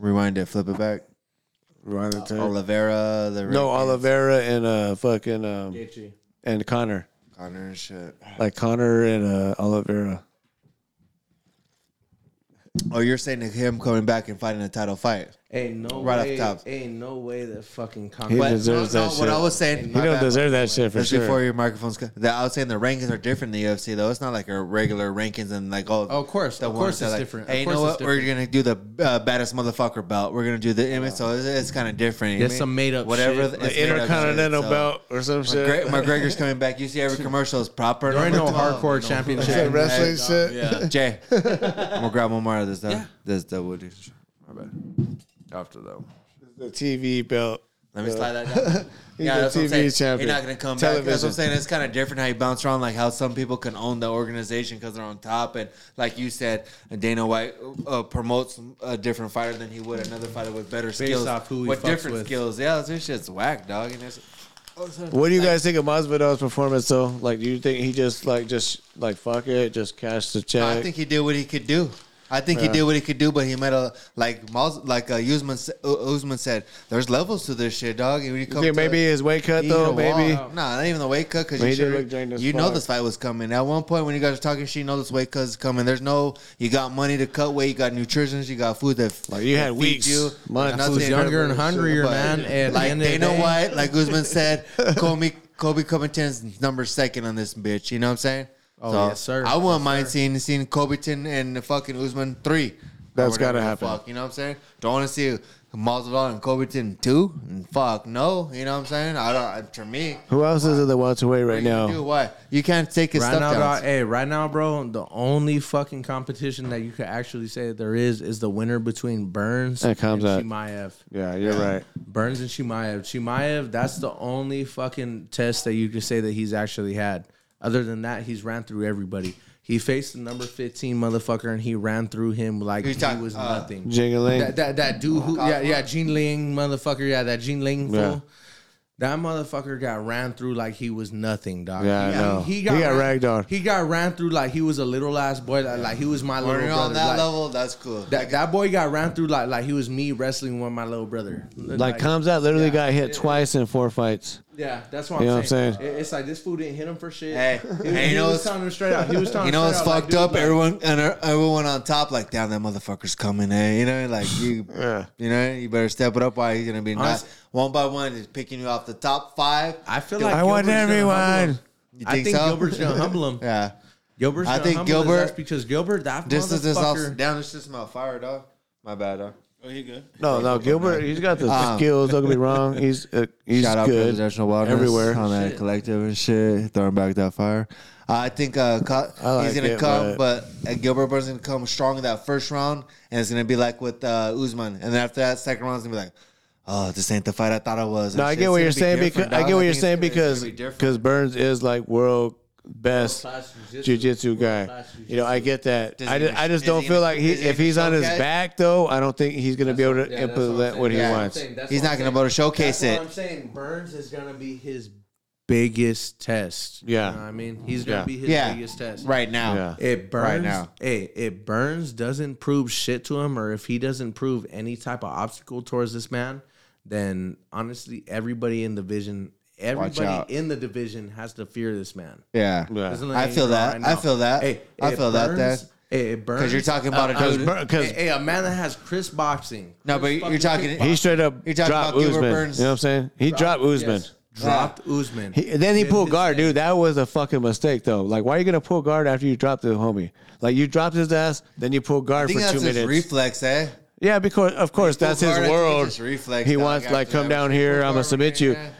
Rewind it, flip it back. Rewind the tape. Oliveira, the no, rankings, Oliveira and uh, fucking um, Gaethje. and Connor. Connor and shit. Like Connor and uh, Oliveira. Oh, you're saying that him coming back and fighting a title fight. Ain't no Right off way. top. Ain't no way that fucking. He Conor- deserves no, that no, shit. What I was saying, He don't deserve that shit for That's sure. before your microphones. co- That I was saying the rankings are different in the UFC though. It's not like a regular rankings and like oh, Oh, of course. the Of ones course that, it's like, different. Hey, Of you know course what? it's We're gonna do the uh, baddest motherfucker belt. We're gonna do the image. So it's, it's kind of different. It's some made-up the- shit. The it's made-up shit, Intercontinental so- belt or some Gre- shit. McGregor's coming back. You see every commercial is proper. There ain't no number 12, hardcore you know. championship. Some wrestling shit. Jay, I'm gonna grab one more of this. Yeah. This double. D. My bad. After that. one. The TV belt. Let me slide that down. He's yeah, a that's what I'm TV saying. champion. You're not gonna come back. That's what Television. I'm saying. It's kind of different how you bounce around, like how some people can own the organization because they're on top, and like you said, Dana White uh, promotes a different fighter than he would another fighter with better skills, off who he with fucks different with. skills. Yeah, this shit's whack, dog. And it's, oh, What do you guys think of Masvidal's performance though? Like, do you think he just like just like fuck it, just cash the check? I think he did what he could do. I think he did what he could do, but he made a like Mos- like uh, Usman s- uh, Usman said. There's levels to this shit, dog. And when you come think to- maybe his weight cut, you hit though, a maybe? wall. nah, not even the weight cut because He you, did sure, look drained as you know fuck. this fight was coming. At one point when you guys are talking, she know this weight cut is coming. There's no you got money to cut weight, you got nutritions, you got food that Like, you that had feeds weeks, you. months. Nothing. Who's younger and hungrier, But, man? At the Like end of the Dana day- White, like Usman said, Kobe Kobe Covington's number second on this bitch. You know what I'm saying? Oh, yes, sir. I wouldn't mind seeing seeing Covington and fucking Usman three. That's whatever gotta the happen. Fuck, you know what I'm saying? Don't want to see Masvidal and Covington two. And fuck no, you know what I'm saying? I don't. For me, Who else is in the welterweight right do now? what you can't take his right stuff now, down. dog, hey, right now, bro, the only fucking competition that you could actually say that there is is the winner between Burns That comes out. and Shimaev. Yeah, you're right. Burns and Shimaev. Shimaev, that's the only fucking test that you could say that he's actually had. Other than that, he's ran through everybody. He faced the number fifteen motherfucker, and he ran through him like Who's he talking- was uh, nothing. Jingling. That, that that dude who yeah yeah Jin Ling motherfucker yeah that Jin Ling fool. Yeah. That motherfucker got ran through like he was nothing, dog. Yeah, I he, know. he He got, got ran, ragdolled. He got ran through like he was a little ass boy, like, like he was my When little you're brother. on that like, level, that's cool. that, that boy got ran through like like he was me wrestling with my little brother. Like Kamzat literally got hit twice in four fights. Yeah, that's what You know I'm what I'm saying. saying? It- It's like this fool didn't hit him for shit. Hey, he, hey, he you know was what's- telling him straight out. He was telling You know him it's straight out, fucked like, up. dude, like, everyone and er- everyone on top, like damn, that motherfucker's coming. Eh? You know, like you, you know, you better step it up. Or he's gonna be nice. Honest- One by one, just picking you off the top five. I feel like I want Gilbert's gonna everyone. humble him. You I think so? Gilbert's gonna humble him. yeah, Gilbert's I gonna think humble his Gilbert- ass because Gilbert that this is this off. motherfucker. Damn, this is my fire, dog. My bad, dog. Oh, you good? No, no, Gilbert. He's got the Um, skills. Don't get me wrong. He's uh, he's Shout out good. Presidential Wellness everywhere. on that collective and shit, throwing back that fire. I think uh, Co- I he's like gonna it, come, but, uh, Gilbert Burns gonna come strong in that first round, and it's gonna be like with uh, Usman, and then after that second round's gonna be like, oh, this ain't the fight I thought it was. No, And I shit's get what gonna you're be saying because different, I dog. get what think you're it's saying gonna- it's because gonna be different. because Burns is like world best World-class jiu-jitsu. jiu-jitsu guy. jiu-jitsu. You know, I get that. Does I he just, gonna- I just is he don't gonna- feel like he is he if gonna he's on his showcase? back though, I don't think he's gonna be able to yeah, that's what I'm implement saying. what he That's what I'm wants. saying. That's he's what not I'm gonna be saying. able to showcase That's what I'm it. saying. Burns is gonna be his biggest test. Yeah. you know what I mean, he's gonna Yeah. be his Yeah, biggest test right now. Yeah. It burns. Right now. Hey, it burns doesn't prove shit to him, or if he doesn't prove any type of obstacle towards this man, then honestly, everybody in the division, out. everybody in the division has to fear this man. Yeah, Yeah. Doesn't I let feel you know that. right I now. feel that. Hey, I it feel that, burns. that. Hey, it burns. Because you're talking about a dude. Because Hey, hey, a man that has Chris boxing. No, but Chris you're fucking talking- kickboxing, he straight up You're talking dropped about Gilbert Usman. Burns. You know what I'm saying? He dropped Usman. yes, dropped Usman. He, then he Did pulled his guard, thing. dude. That was a fucking mistake, though. Like, why are you gonna pull guard after you dropped the homie? Like, you dropped his ass, then you pull I guard for think two that's his minutes. reflex, eh? yeah, because of course pulled that's guard, I his think world. it's his reflex, he dog, wants like after come that. down He pulled here. guard I'm when gonna he submit came you. back.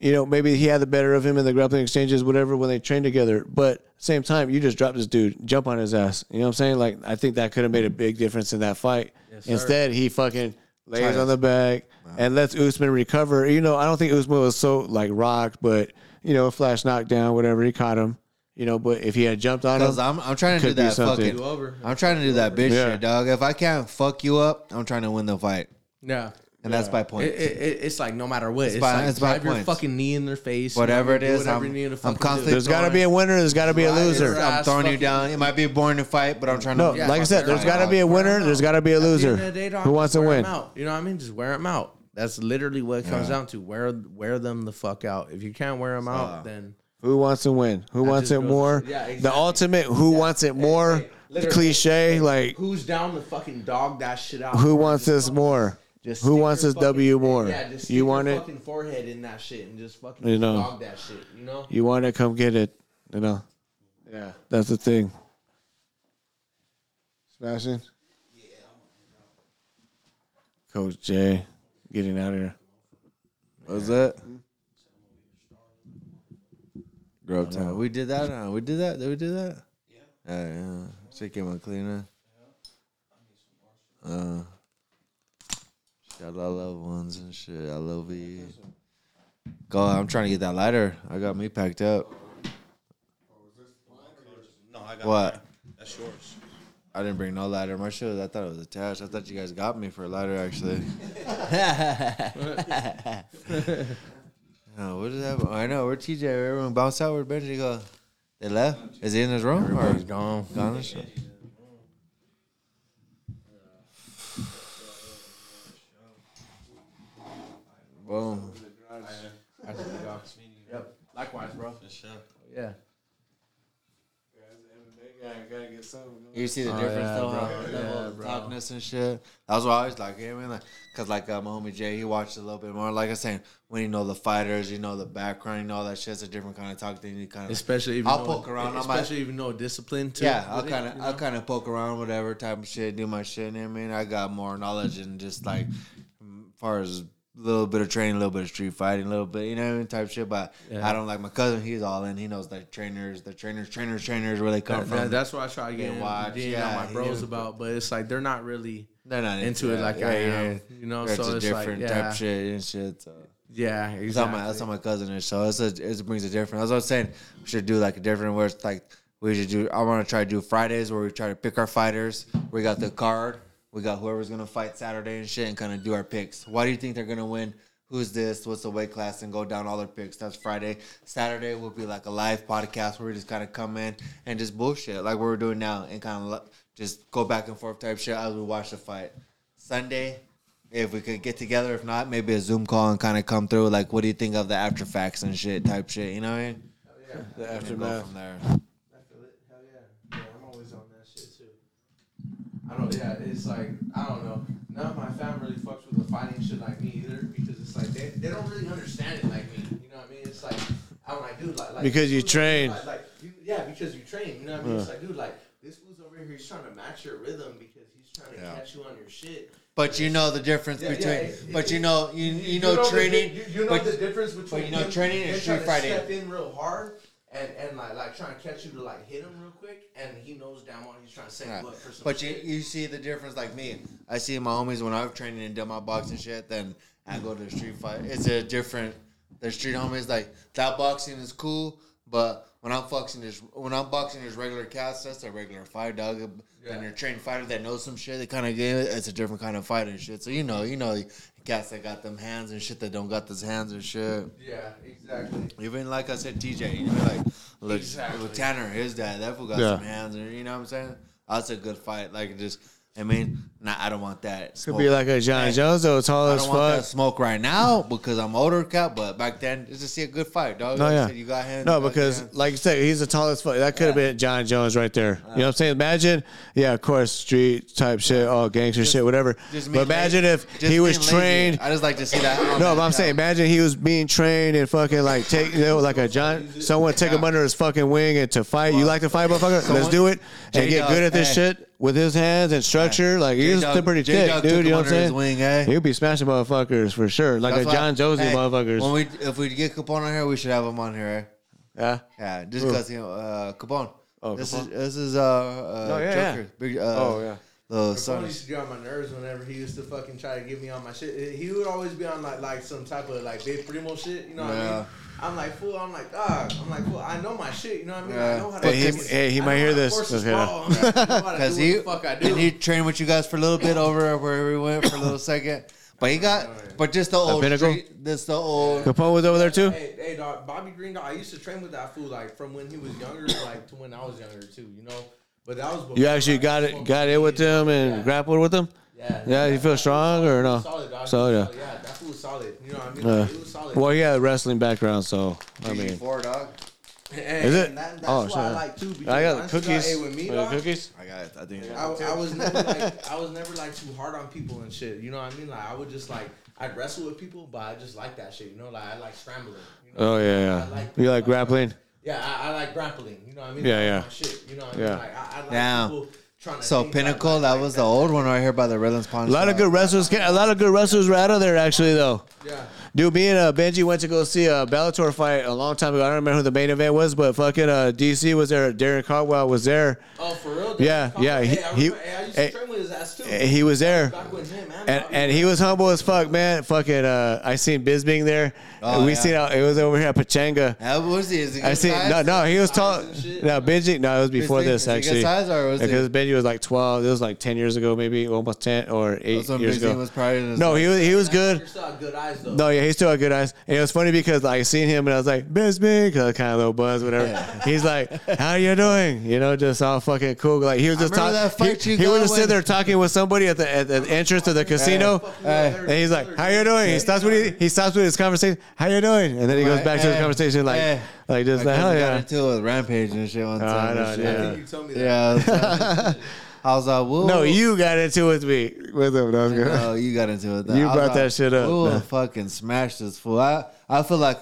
You know, maybe he had the better of him in the grappling exchanges, whatever, when they trained together. But same time, you just dropped this dude, jump on his ass. You know what I'm saying? Like, I think that could have made a big difference in that fight. Instead, he fucking lays Tired. on the back and lets Usman recover. You know, I don't think Usman was so like rocked, but you know, flash knockdown, whatever. He caught him. You know, but if he had jumped on him, Because I'm, I'm trying to do Could do that something. fucking. You over. I'm trying to do that bitch Yeah. shit, dog. If I can't fuck you up, I'm trying to win the fight, Yeah. and that's by point. It, it, it- it's like no matter what, it's, by- like it's by drive your points. fucking knee in their face. Whatever you it do is, whatever I'm- you need to I'm fucking do. constantly there's got to be a winner. There's got to be a Your loser. ass I'm throwing you fucking- down. It might be a boring to fight, but I'm trying No, to. like I said, there's got to be a winner. There's got to be a At the end loser. of the day, dog, Who wants to wear 'em win? Out. You know what I mean? Just wear them out. That's literally what it comes down to. Wear wear them the fuck out. If you can't wear them out, then Who wants to win? Who wants just it goes- more? yeah, The exactly. ultimate who wants it more hey, literally. cliche. Like, who's down to fucking dog that shit out? who bro? wants Just this fucking- more? just Who stick wants your this fucking- W more? Yeah, just stick You want your it? Fucking forehead in that shit and just fucking You know. dog that shit. You know. You want it? Come get it. You know? Yeah. That's the thing. Smashing? Coach Jay, getting out of here. What's that? Grub time. We did that. Uh, we did that. Did we do that? Yeah. Uh, yeah. She came on cleaner. Uh, she got a lot of loved ones and shit. I love you. Go. I'm trying to get that lighter. I got me packed up. Oh, No, I got What? That's yours. I didn't bring no lighter. My shit. was- I thought it was attached. I thought you guys got me for a lighter, actually. oh, what is that? I know. Where TJ? Everyone bounced out. Where Benji go? They left. Is he in his room? Everybody's or? gone. Gone. and shit? Boom. Likewise, bro. For sure. Yeah. gotta get You see the Oh, difference yeah, though, bro. how the Yeah, level of bro. toughness and shit. That's why I was like, yeah, man, like, cause like uh, my homie Jay, he watched a little bit more. Like I was saying, when you know the fighters, you know the background, you know all that shit's a different kind of talk thing. You kind of Especially if you I'll know- poke around. I might, Especially if you know discipline too. yeah, I'll with it, kind of you I'll know? kind of poke around, whatever type of shit, do my shit. You know what I mean, I got more knowledge and just like, as far as a little bit of training, a little bit of street fighting, a little bit, you know, what I mean, type shit. But Yeah. I don't like my cousin. He's all in. He knows like trainers, the trainers, trainers, trainers, where they come That- from. that- that's what I try to They get watch, watch. Yeah, yeah, my he bros didn't- about, but it's like they're not really They're not into it that. like Yeah, I yeah. am. You know, It's so a it's different like, type yeah. shit and shit. So. Yeah, That's how my exactly. that's how my cousin is. So it's a, it brings a different. That's what I'm saying. We should do like a different where it's like we should do. I want to try to do Fridays where we try to pick our fighters. We got the card. We got whoever's gonna fight Saturday and shit, and kind of do our picks. Why do you think they're gonna win? Who's this? What's the weight class? And go down all their picks. That's Friday. Saturday will be like a live podcast where we just kind of come in and just bullshit like what we're doing now, and kind of just go back and forth type shit as we watch the fight. Sunday, if we could get together. If not, maybe a Zoom call and kind of come through. Like, what do you think of the after facts and shit type shit? You know what I mean? Oh, The And then go aftermath. from there. I'm always on that shit too. I don't. Yeah, it's like I don't know. None of my family really fucks with the fighting shit like me either because it's like they, they don't really understand it like me. You know what I mean? It's like I'm like dude, like, like Because you dude, train. Like, like, you, yeah, because you train. You know what I mean? It's Yeah. like dude, like this fool's over here. He's trying to match your rhythm because he's trying to Yeah. catch you on your shit. But you know the difference Yeah, yeah, between. it- but it- you know you you know, the training. di- you, you know but, the difference between but you know him- training him and trying street to fighting. Step in real hard and and like like trying to catch you to like hit him real quick, and he knows damn well he's trying to set Yeah. you up for some. But shit. you, you see the difference, like me. I see my homies when I've trained and done my boxing shit. Then I go to the street fight. It's a different. The street homies like that boxing is cool, but when I'm boxing this, when I'm boxing this regular cast, that's a regular fight, dog. Then you're a trained fighter that knows some shit. They kind of get it. It's a different kind of fight and shit. So you know, you know, cats that got them hands and shit that don't got those hands and shit. Yeah, exactly. Even like I said, TJ, you know, like look, Exactly. look, Tanner, his dad, that fool got Yeah. some hands, and you know what I'm saying? That's a good fight. Like it just, I mean, nah, I don't want that. Could be like a John Jones though, tall I as don't want that fuck. smoke right now because I'm older, cat. But back then, it's just see a good fight, dog. No, Like I yeah. said, you got hands. No, you got because like you said, he's the tallest fuck. That could have been John Jones right there. You know what I'm saying? Imagine, yeah, of course, street type shit, all gangster shit, whatever. just me But imagine lazy- if just he was being lazy. trained. I just like to see that. No, but I'm saying, imagine he was being trained and fucking like take, you know, like a John, someone take him under his fucking wing and to fight. You like to fight, motherfucker? Let's do it and get J-Dog, good at this hey. shit with his hands and structure. Like he's J-Dog- still pretty J-Dog thick, took him dude. You know what under I'm his saying? wing, eh? He'll be smashing motherfuckers for sure, like That's a why- John Jones Hey, motherfuckers. When we if we get Capone on here, we should have him on here. Eh? Yeah, yeah, just Who? because you know uh, Capone. Oh, this Capone. is this is uh, uh No, yeah, Joker. yeah. Big, uh, Oh, yeah. Little Capone son. used to get on my nerves whenever he used to fucking try to get me on my shit. He would always be on like like some type of like big primo shit, you know what I Yeah. mean? I'm like fool. I'm like dog. I'm like fool. I know my shit. You know what I mean? I Yeah. know how to. Hey, he, fucking- hey, he I might know hear how to this. force Let's this hear it. ball. I'm like, I know how to Because do he what the fuck I do. and he trained with you guys for a little bit over wherever we went for a little second. But he got but just the old Pinnacle? street, this the old Capone was over there too. Hey, hey, dog, Bobby Green, dog, I used to train with that fool like from when he was younger, like to when I was younger too. You know, but that was before You actually I got it, smoked got it with weed. them and Yeah. grappled with them. Yeah, yeah. You feel strong or no? Solid, dog. So yeah. Solid, yeah, that fool was solid. You know what I mean? Yeah. Like, he was solid. well, he had a wrestling background, so I mean, four dog. And- Is it? and that- that's Oh, what shit. I like too. because I got the honestly, dog, cookies. hey, with me, I got dog, cookies. I got it. I think I, I was never like I was never like too hard on people and shit. You know what I mean? Like I would just like I'd wrestle with people, but I just like that shit. You know, like I like scrambling. You know? Oh yeah, I yeah. like You like grappling? Yeah, I, I like grappling. You know what I mean? Yeah, I like yeah. my Shit, you know what I Yeah. mean? Like, I, I like Damn. people trying to. So think like- Pinnacle, that was the old one right here by the Redlands Pond. A lot of good wrestlers. ca- A lot of good wrestlers were out of there actually, though. Yeah. Dude, me and uh, Benji went to go see a Bellator fight a long time ago. I don't remember who the main event was, but fucking uh, DC was there. Darren Caldwell was there. Oh, for real? Yeah, Dude, yeah. He, Hey, I, he, remember, hey, I used hey, to train with his ass too. he was there. Back with him, man. And, and he was humble as fuck, man. Fucking, uh, I seen Biz being there. Oh, we yeah. seen how it was over here at Pachanga. How was he? Is he I good seen no, size? no. He was tall. and shit. No, Benji. No, it was before Is he- this is he good actually. size or was he- because Benji was like twelve. It was like ten years ago, maybe almost ten or eight That's when years Big Z ago. Oh, was probably in his- No, he was he was You good. still have good eyes though. No, yeah, he's still a good ice. And it was funny because I seen him and I was like, "Best big," kind of little buzz, whatever. He's like, "How you doing?" You know, just all fucking cool. Like he was just remember talking. that fight he you he got was just when- sitting there talking with somebody at the at the entrance to the casino, and he's like, "How you doing?" He stops with he, he stops with his conversation. How you doing? And then he goes Like, back to his eh, conversation like eh. like just My like, "Hell cousin yeah." Got into a rampage and shit one Oh, I time. and know, shit. yeah. I think you told me that. Yeah. I was, like- I was like, whoa. No, you got into it with me. With him, that was good. No, you got into it. You I was brought like, that shit up. Whoa, Nah. fucking smash this fool. I, I feel like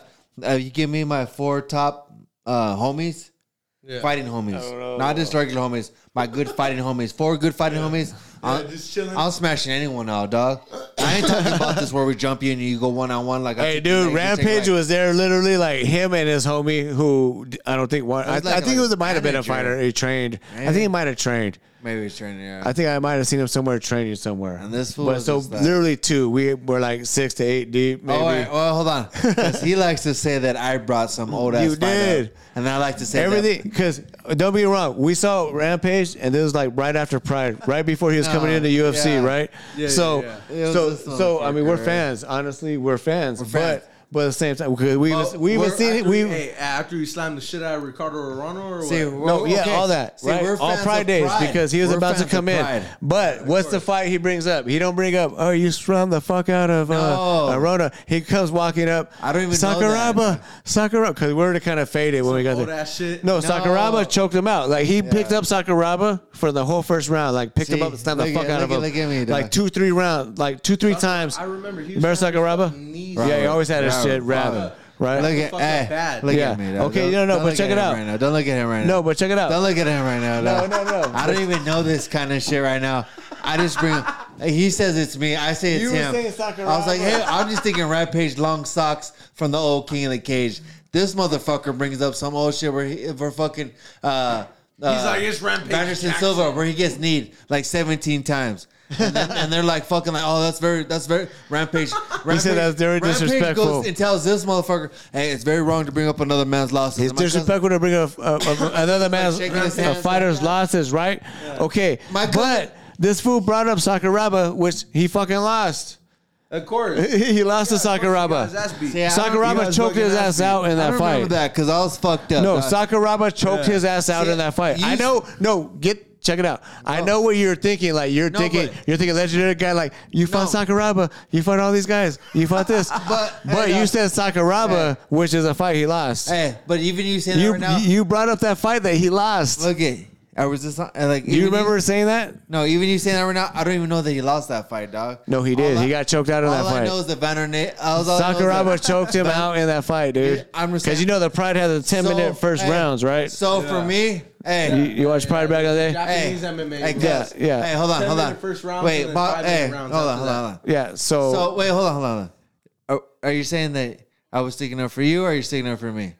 uh, you give me my four top uh, homies, Yeah. fighting homies, not just regular homies. My good fighting homies, four good fighting homies. uh, I'm, just chilling. I'm smashing anyone out, dog. I ain't talking about this where we jump you and you go one on one like. I Hey, took your dude, leg, you take Rampage like- was there literally like him and his homie who I don't think one. I, was I like think a it was it might have been a manager. fighter. He trained. I think he might have trained. Maybe he's training. Yeah. I think I might have seen him somewhere training somewhere. And this fool but was so just like- literally two. We were like six to eight deep. Maybe. Oh, wait, well, hold on. 'Cause he likes to say that I brought some old ass. You fight did. up, and I like to say that- Everything, because don't be wrong, we saw Rampage, and this was like right after Pride, right before he was coming No, into UFC, yeah. right? Yeah, so, yeah, yeah. It was so, this so I mean, we're motherfucker, right? fans. Honestly, we're fans. fans. But, but at the same time, 'cause we even, we even We're- seen it. after We hey, after you slammed the shit out of Ricardo Arano or See, what? we're- no, yeah, okay. all that, See, right? we're All fans Pride of days Pride. because he was We're about to fans of come in. Pride. But what's the fight he brings up? He don't bring up, oh, you sprung the fuck out of uh, No. Arona. He comes walking up. I don't even know Sakuraba, that. Sakuraba, because we already kind of faded when we got old there. ass shit. No, No. Sakuraba choked him out. Like he picked up Sakuraba for the whole first round. Like picked him See, up and stabbed the look fuck at- out of look him. at- look at me, dog. like two, three rounds. Like two, three times. I remember he was Remember trying to Sakuraba? fucking knees. Yeah, he always had his Robert, shit Robert. wrapped. Right. Look at, Fuck that eh, bad. look Yeah. at me. Okay, Don't- no, no, don't but look check at it him out. Right now. Don't look at him right now. No, but check it out. Don't look at him right now. No, dog. no, no. I don't even know this kind of shit right now. I just bring. He says it's me. I say it's You were him. saying Sakuraba. I was like, hey, I'm just thinking Rampage long socks from the old King of the Cage. This motherfucker brings up some old shit where he, where fucking. Uh, He's like, it's Rampage Anderson Jackson. Silva, where he gets kneed like 17 times. and, then, and they're like fucking like, oh, that's very, that's very rampage. rampage that's very Rampage disrespectful. goes and tells this motherfucker, hey, it's very wrong to bring up another man's losses. It's And my cousin- disrespectful to bring up uh, uh, another man's shaking his a hands fighter's like that. losses, right? Okay, My cousin- but this fool brought up Sakuraba, which he fucking lost. Of course. he lost to of course he got his ass Sakuraba. beat. Yeah, I don't- Sakuraba you guys choked fucking his ass me. out in I that don't fight. remember that because I was fucked up. No, Uh, Sakuraba choked his ass out See, in that fight. you- I know. No, get check it out. I know what you're thinking. Like you're No, thinking, but- you're thinking legendary guy. Like you fought Sakuraba, you fought all these guys, you fought this, But- but hey, you dog. said Sakuraba, which is a fight he lost. Hey, eh, but even you saying you that right now, you brought up that fight that he lost. look at. I was just not- like, you even remember saying that? no, even you saying that right now, I don't even know that he lost that fight, dog. No, he did. All He I- got choked out in all that I fight. know is that Vanderna- I was- all I know is that- Sakuraba choked him out in that fight, dude. I'm just Because saying- you know the Pride had the 10 So, minute first hey, rounds, right? So for me, hey, you, you watch Pride back in the day? hey, Japanese MMA. hey, bro. yeah, guys, yeah. Hey, hold on, Ten hold on. minute first rounds wait, and then Bob, five hey, minute hold on, rounds hold on, after hold that. on. Yeah, so, So wait, hold on, hold on. Are, are you saying that I was sticking up for you, or are you sticking up for me?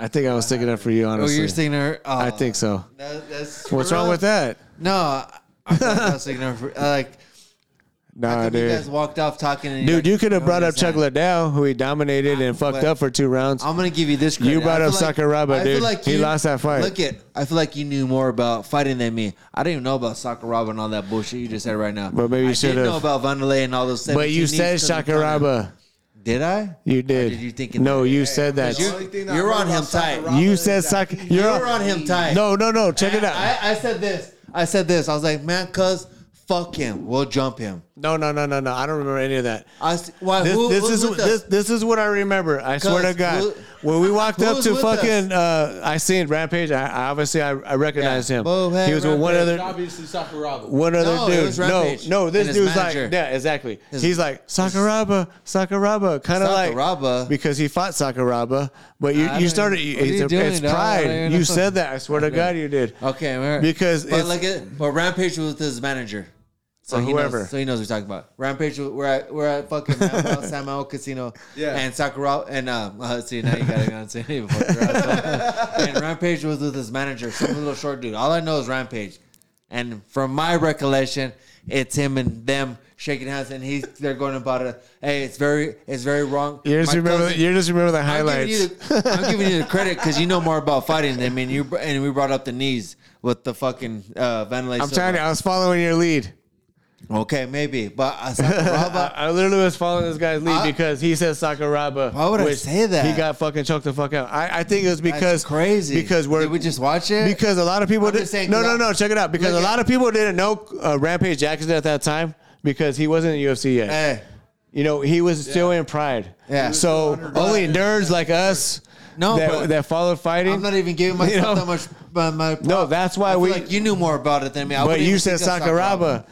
I think I was sticking up for you, Oh, honestly. you're sticking up. Oh, I think so. That, that's What's wrong with that? No, I, I thought I was thinking of uh, like I Nah, think you guys dude. walked off talking. And Dude, like, you could have know brought what up I'm saying? Chuck Liddell, who he dominated and fucked but- up for two rounds. I'm gonna give you this. Credit. You brought I up feel Sakuraba, I feel dude. He you- lost that fight. Look at. I feel like you knew more about fighting than me. I didn't even know about Sakuraba and all that bullshit you just said right now. But maybe you I should did know have. about Vanderlei and all those. But 17 you said knees to the corner. Sakuraba. Did I? You did. did you think it- no, you said that. You- only thing I You're heard on about him tight. Sakuraba You is said that Sak- he- you're- You're on him tight. No, no, no. Check it out. I, I said this. I said this. I was like, man, cuz fuck him. We'll jump him. no, no, no, no, no. I don't remember any of that. I s- why, This, who, this who's is with this, us? this is what I remember. I swear to Cuz God, who- when we walked up who's to with fucking, uh, I seen Rampage. I, I obviously I, I recognized Yeah. him. Bo had he was with one Rampage. other Obviously, Sakuraba. one other No, it dude. was No, Rampage no, this and his dude's manager. like yeah, exactly. He's like Sakuraba, Sakuraba, kind of like Sakuraba? because he fought Sakuraba. But you, I you don't started. even- you- what are It's, you doing, it's dog? I don't pride. even You know. said that. I swear to God, you did. Okay, all right. Because but it's- like it, but Rampage was with his manager, so Or he whoever. knows, so he knows what we're talking about. Rampage, was- we're at we're at fucking Samuel, Samuel Casino, Yeah. and Sakura and um. Uh, see now you gotta go and say it before you're out. And Rampage was with his manager, some little short dude. All I know is Rampage, and from my recollection, it's him and them shaking hands, and he's they're going about it. Hey, it's very it's very wrong. You just My remember. cousin- You just remember the I'm highlights. giving you the, I'm giving you the credit because you know more about fighting than me. And, you, and we brought up the knees with the fucking uh, Vanderlei. I'm Silva. trying to. I was following your lead. Okay, maybe, but uh, Sakuraba. I, I literally was following this guy's lead I- because he said Sakuraba. Why would I which say that? He got fucking choked the fuck out. I, I think it was That's because crazy. because we're Did we just watch it? because a lot of people I'm did, just saying, no 'cause no I- no check it out because Look a at- lot of people didn't know uh, Rampage Jackson at that time because he wasn't in UFC yet. Hey. You know he was still in Pride. Yeah. So only nerds like us. No, that, but- that follow fighting. I'm not even giving myself You know? that much. My, my props. No, that's why I feel we- like you knew more about it than me. I but wouldn't you even said think of Sakuraba.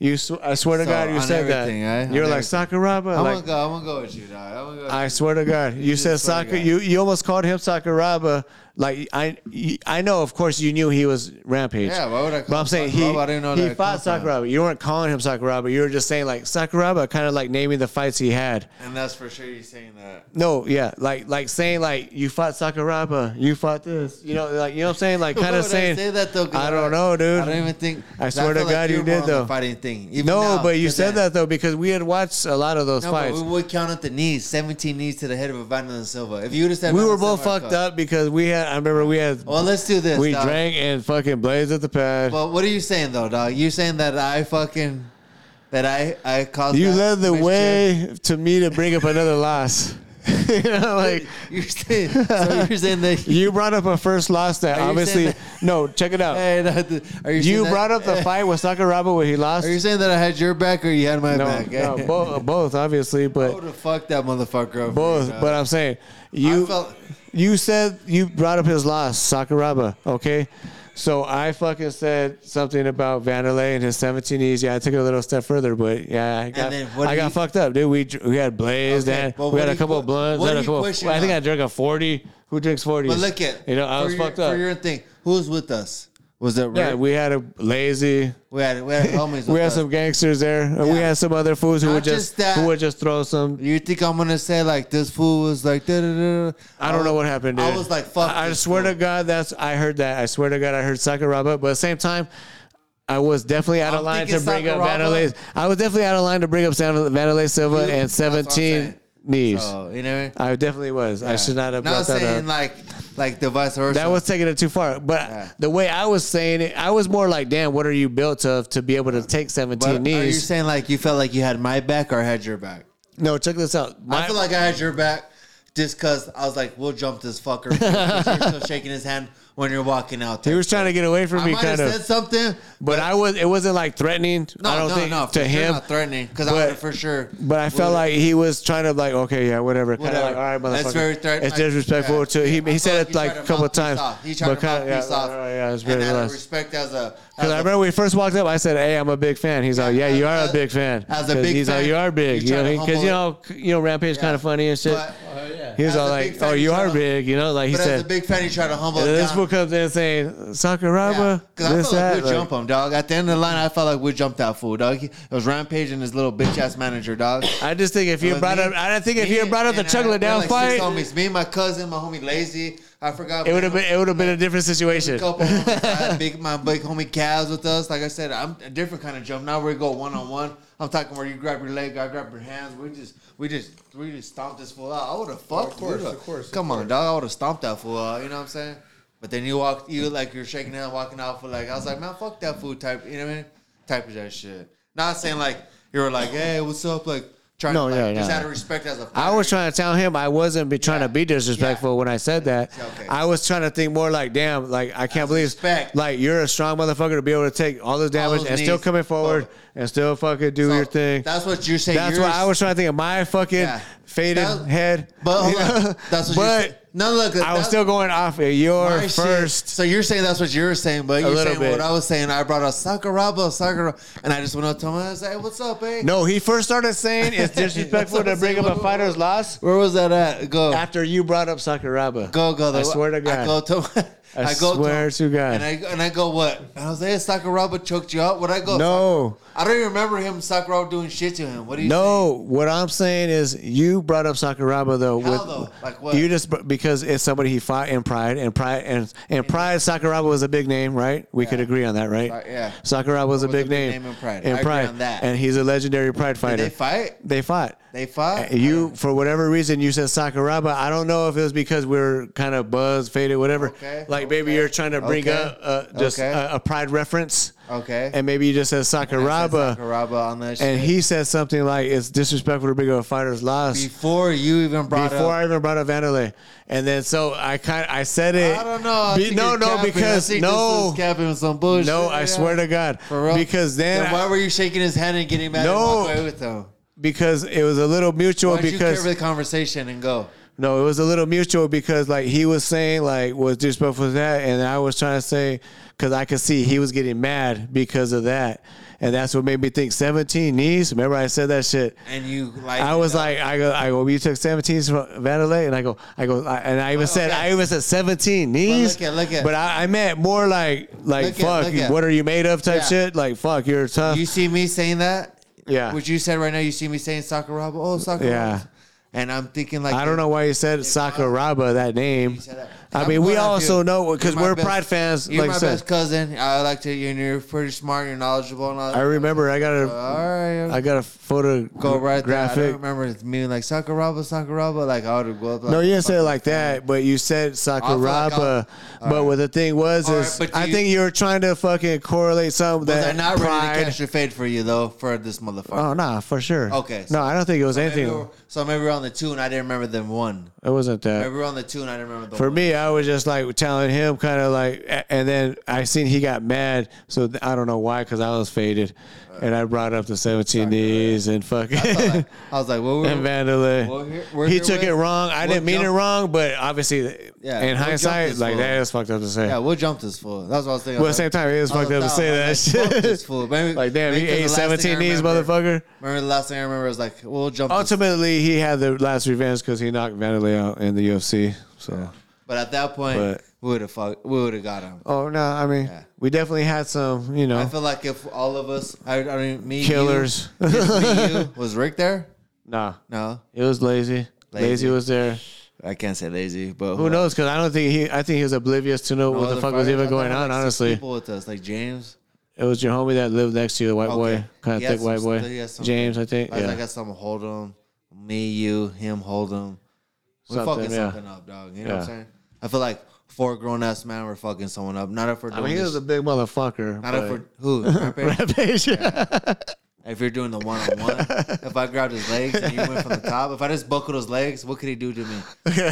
You, sw- I swear to So, God, you on said that. everything, eh? You're On like Sakuraba. I'm like, gonna go. I'm gonna go with you, dog. I'm gonna go. I swear to God, you just said swear to Saka. God. You you almost called him Sakuraba. Like I you- I know, of course, you knew he was Rampage. Yeah, why would I But call I'm him saying he Sakuraba? I didn't know he that it fought come from. Sakuraba. You weren't calling him Sakuraba. You were just saying like Sakuraba, kind of like naming the fights he had. and that's for sure. You're saying that. No, yeah, like like saying like you fought Sakuraba, you fought this, you know, like you know what I'm saying, like Why kind of would I saying. say that, though? 'Cause I don't know, dude. I don't even think. I 'cause swear to feel like God, you you're more did on the though. Fighting thing. Even no, now, but you 'cause said then- that though because we had watched a lot of those No, fights. but we would count up the knees. 17 knees to the head of Ivan Silva. If you would have said we Ivan were both Silva, I'd fucked call. up because we had. I remember we had. Well, let's do this. we dog. drank and fucking blazed at the pad. But what are you saying though, dog? You saying that I fucking that I I caused you that led the mischief? way to me to bring up another loss. you know, like You're saying, so you're saying that you brought up a first loss that Are you obviously saying no. Check it out. Hey, not the- are you? you saying brought that, up the fight with Sakuraba where he lost. Are you saying that I had your back or you had my no, back? eh? no, bo- both, obviously, I would but have fucked that motherfucker up. both. But I'm saying you. felt- you said you brought up his loss, Sakuraba. Okay. So I fucking said something about Vanderlei and his 17 knees. Yeah, I took it a little step further, but yeah, I got, then what I do got you- fucked up, dude. We dr- we had blazed, Okay, and but what we had do a you couple que- of blunts. what had do a you couple of, question I think now? I drank a 40. Who drinks 40s? But look at you know I for was your- fucked up. for your thing. Who was with us? Was that yeah, right? we had a lazy. we had we had homies. We with had us. some gangsters there. and We Yeah. had some other fools who Not would just just, that. who would just throw some. You think I'm gonna say like this fool was like da da da? I don't know what happened. Dude. I was like, fuck. I, I this swear fool. to God, that's I heard that. I swear to God, I heard Sakuraba. But at the same time, I was definitely out of I'm line to thinking bring up Sakuraba. Vanderlei. I was definitely out of line to bring up San- Vanderlei Silva You- and that's what I'm seventeen saying. knees. So, you know. what I mean? I definitely was. I should not have Not brought that saying up. like like the vice versa. that was taking it too far. But the way I was saying it, I was more like, "Damn, what are you built of to be able to take But seventeen are you knees?" saying like you felt like you had my back or I had your back? no, check this out. I feel like I had your back just because I was like, we'll jump this fucker. 'cause you're still shaking his hand when you're walking out. he there. was trying to get away from I me, might have kind of. said something. But I was. It wasn't like threatening. No, I don't no, think no. to him. not threatening because I but- would have for sure. But I felt would- like he was trying to like, okay, yeah, whatever. Kind of Whatever. like, all right, motherfucker. That's very threat- It's like, disrespectful yeah. to he. I He feel said like it he tried like a to couple of mouthpiece times. off. He tried to kinda- mouthpiece yeah, off. right, right, yeah, it's and very out of nice. respect as a Because I remember when we first walked up, I said, "Hey, I'm a big fan." He's like, "Yeah, you are a big fan." as a 'Cause big he's fan, like, "You are big," you you try to know, because you know, c- you know, Rampage kind of funny and shit. But- Oh, yeah. He was As all a like, big fan, "Oh, you you try are to- big," you know, like he but as a said. big fan, he tried to humble And him this down. fool comes in saying, "Sakuraba, Because I this felt like that." we'd like- jump him, dog. At the end of the line, I felt like we'd jump that fool, dog. He- It was Rampage and his little bitch ass manager, dog. I just think if you But brought me- up, I don't think if me you brought up the and I- we Chuggler had down like fight, six homies, me, my cousin, my homie Lazy. I forgot. it would have been it would have been a different situation. A couple homies. I had big, my big homie Cavs with us. Like I said, I'm a different kind of jump. Now we go one on one. I'm talking where you grab your leg, I grab your hands. We just, we just, we just stomped this fool out. I would have fucked. Of course, of course. Come on, dog. I would have stomped that fool out. You know what I'm saying? But then you walked, you like you're shaking hand, walking out for like I was like, man, fuck that food type. You know what I mean? Type of that shit. Not saying like you were like, hey, what's up? Like trying No, to like, yeah, just yeah. out of respect as a. I was trying to tell him I wasn't be trying to be disrespectful when I said that. Okay. I was trying to think more like, damn, like I can't believe, respect. like you're a strong motherfucker to be able to take all this damage those and still knees. coming forward and still fucking do So, your thing. That's what you're saying. That's You're- why I was trying to think of my fucking Yeah. faded That- head. But hold you know? on. that's what. but you're, no, look, I was that's- still going off of your my shit. first. So you're saying that's what you're saying, but you're little saying bit. what I was saying. I brought a Sakuraba, Sakuraba, and I just went up to him and I was like, "Hey, "What's up, eh?" No, he first started saying it's disrespectful to That's what I'm bring up a saying. fighter's loss Where was that at? Go, after you brought up Sakuraba. go, go. I swear to God. I go to. I, go swear to, to God. and I and I go what? And I was like, hey, Sakuraba choked you out. What I go? no. I don't even remember him Sakuraba doing shit to him. What do you? No, what I'm saying is you brought up Sakuraba though. How with, though? Like what? You just br- because it's somebody he fought in Pride and Pride and and Pride Sakuraba was a big name, right? We could agree on that, right? Right, yeah. Sakuraba was a Was big, name. in Pride. I In agree Pride, on that. and he's a legendary Pride Think? fighter. Did they fight? They fought. They fought. Uh, You, for whatever reason, you said Sakuraba. I don't know if it was because we are kind of buzzed, faded, whatever. Okay. Like like maybe you're trying to bring Okay. up uh, just Okay. a, a pride reference. Okay. And maybe you just said Sakuraba. Sakuraba on that And shit. he said something like, it's disrespectful to bring up a fighter's loss. Before you even brought Before up- I even brought up Vanderlei. And then so I kind I said it. I don't know. I Be- think no, you're no, capping. I because think no. this is capping with some bullshit. No, I Yeah. swear to God. For real? Because then. Then I- why were you shaking his hand and getting mad No. and walk away with him? because it was a little mutual Why don't you care because for the conversation and go? No, it was a little mutual because like he was saying like was disrespectful to that, and I was trying to say because I could see he was getting mad because of that, and that's what made me think seventeen knees. Remember I said that shit. And you like I was like, I go, I go. We took seventeen from Vandalay, and I go, I go, I, and I even said, I even said seventeen knees. Oh, look at- look at- But I, I meant more like, like Look at- fuck, look at. what are you made of type Yeah. shit. Like fuck, you're tough. You see me saying that? uh, Yeah. What you said right now, you see me saying Sakuraba? Oh, Sakuraba. Yeah. And I'm thinking like I don't know why you said Sakuraba that name. I mean, I'm we gonna also do- know because you're my we're best- Pride fans. You're like I my said. best cousin. I like to. You're, you're pretty smart. You're knowledgeable and all. I remember uh, I got a All right. I got a photo Uh, Go right there. I don't graphic. remember it's me like Sakuraba, Sakuraba. Like I would go up. Like, No, you didn't say it like that, but you said feel like Sakuraba. I'll- but what the thing was All is, right, but I you- think you were trying to fucking correlate something Well, they're that not ready to pride. catch your fade for you though for this motherfucker. oh nah, for sure. Okay, no, I don't think it was Maybe anything. we're- so maybe we're on the two and I didn't remember them one. It wasn't that. Maybe we're on the two and I didn't remember the For one. me, I was just like telling him, kind of like, a- and then I seen he got mad. So th- I don't know why, because I was faded, Uh, and I brought up the seventeen knees and fucking. I was like, what were and Vandalay. Well, here- we're he here took with- it wrong. I we'll didn't mean it jump- wrong, but obviously, Yeah, we'll in jump hightsight, this like one. that is fucked up to say. Yeah, we'll jump this fool. That's what I was thinking. But I at the was same like- time, it is I was fucked up to "Nah, say man, that fuck shit." this fool. Maybe- Like, damn, maybe he the ate last thing I 17 knees, remember- motherfucker. Remember the last thing I remember was like, we'll Oh, jump. this Ultimately, he had the last revenge because he knocked Vandalay out in the UFC. So, But at that point, But- we would have fuck, we would have got him. oh no, I mean, we definitely had some, you know. I feel like if all of us, I, I mean, me, Oh. Killers. you, just me, you, was Rick there? Nah, no, it was lazy. Lazy, was there. I can't say lazy, but Who knows? Because I don't think he. I think he was oblivious to know No what the other fuck was fighters? I even thought going there were, on. like, six honestly, people with us, like James. it was your homie that lived next to you, the white boy, kind He had of thick some white boy, st- he had some- James. I think. I was yeah. like, I got something to hold him. Me, you, him, hold him. We're Something, fucking yeah. something up, dog. You know what Yeah. I'm saying? I feel like four grown ass men were fucking someone up. Not if we're I doing mean, he this was a big motherfucker. Not if but- we're who rampage. Rampage, yeah. If you're doing the one on one, if I grabbed his legs and you went from the top, if I just buckled his legs, what could he do to me?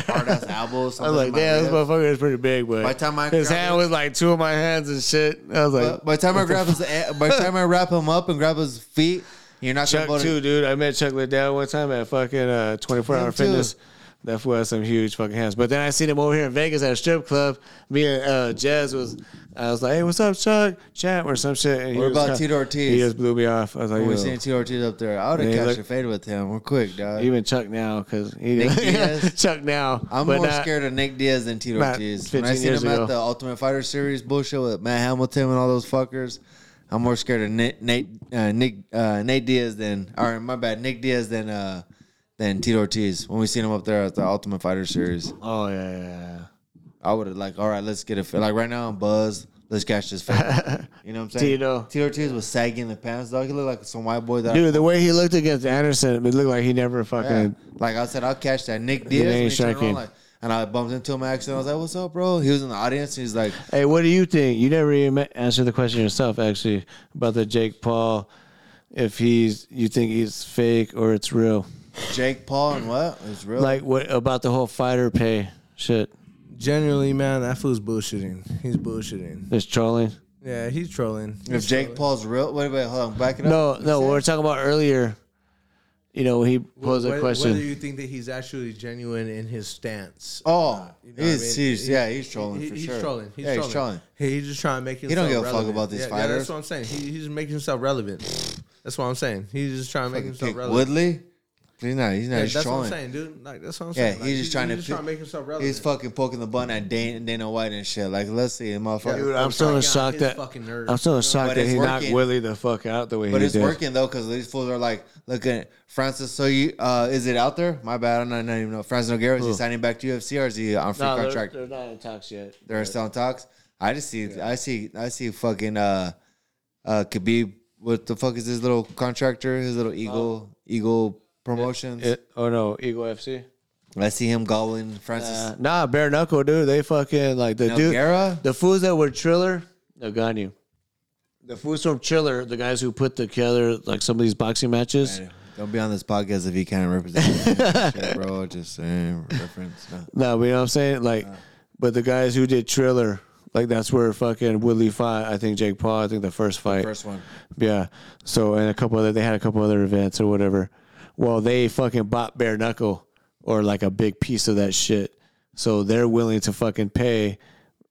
Hard ass elbows. I was like, damn, this motherfucker is pretty big, but By the time I his grabbed hand it- was like two of my hands and shit. I was like, By the time I what the grab his, by the time I wrap him up and grab his feet, you're not Chuck gonna be too, able to. dude. I met Chuck Liddell one time at fucking uh, 24 Him Hour too. Fitness. That fool had some huge fucking hands. But then I seen him over here in Vegas at a strip club. Me and uh, Jez was, I was like, hey, what's up, Chuck? Champ or some shit. And he What was about kinda- Tito Ortiz? He just blew me off. I was like, When we yo. seen T Ortiz up there, I would Yeah, have he catch looked- a fade with him. We're quick, dog. even Chuck now, because he Nick didn't. Diaz. Chuck now. I'm but more not- scared of Nick Diaz than Tito Not Ortiz. When I 15 seen years him ago. at the Ultimate Fighter Series bullshit with Matt Hamilton and all those fuckers, I'm more scared of Nick Nate uh, Nick uh, Nate Diaz than or my bad Nick Diaz than uh, than Tito Ortiz. When we seen him up there at the Ultimate Fighter Series, Oh, yeah, yeah, yeah. I would have like, all right, let's get a fit. Like right now, I'm buzzed. Let's catch this fight. You know what I'm saying? Tito. Tito Ortiz was sagging the pants, dog. He looked like some white boy that Dude, the way he looked against Anderson, it looked like he never Yeah. fucking. Like I said, I'll catch that. Nick He Diaz. ain't when he turned striking. around, like- and I bumped into him by accident. I was like, what's up, bro? He was in the audience. And he's like, Hey, what do you think? You never even ma- answered the question yourself, actually, about the Jake Paul. If he's, you think he's fake or it's real? Jake Paul and what? It's real. Like what about the whole fighter pay shit? Generally, man, that fool's bullshitting. He's bullshitting. It's trolling. Yeah, he's trolling. if Jake Paul's real, wait, wait, hold on, back it No, up. no, we were talking about earlier. You know, he posed Whether- a question. Whether you think that he's actually genuine in his stance. Oh, You know what I he's, mean? he's He- yeah, he's trolling he- for he's sure. trolling. He's yeah, trolling. he's trolling. He- he's just trying to make He himself. don't give a fuck relevant. about these yeah, Yeah, fighters. that's what I'm saying. He, he's making himself relevant. That's what I'm saying. He's just trying to make Fucking himself pick relevant. Woodley. He's not. He's not. Yeah, he's that's trolling. what I'm saying, dude. Like that's what I'm yeah, saying. Like, he's just trying to. he's trying to make himself relevant. He's fucking poking the bun at Dana, Dana White and shit. Like, let's see, motherfucker. Dude, I'm still in shock that I'm still in shock But that it's he knocked working. Willie the fuck out the way But he it's did. working though, because these fools are like, look at Francis. So you, uh, is it out there? My bad, I don't, I don't even know. Francis Nogueira is he Who? signing back to UFC or is he on free No, they're- contract? they're not in talks yet. They're still in talks. I just see, I see, I see fucking uh, uh, Khabib. What the fuck is his little contractor? His little eagle, eagle promotions. It- oh no, Eagle FC. I see him gobbling Francis. Uh, nah, bare knuckle, dude. They fucking like the dude. Nogueira? The fools that were Triller, no gun you. The fools from Triller, the guys who put together like some of these boxing matches. Don't be on this podcast if you can't represent, shit, bro. Just saying, reference. No. No, but you know what I'm saying? Like, but the guys who did Triller, like that's where fucking Woodley fought. I think Jake Paul. I think the first fight. first one. Yeah. So and a couple other, they had a couple other events or whatever. Well, they fucking bought bare knuckle or like a big piece of that shit. So they're willing to fucking pay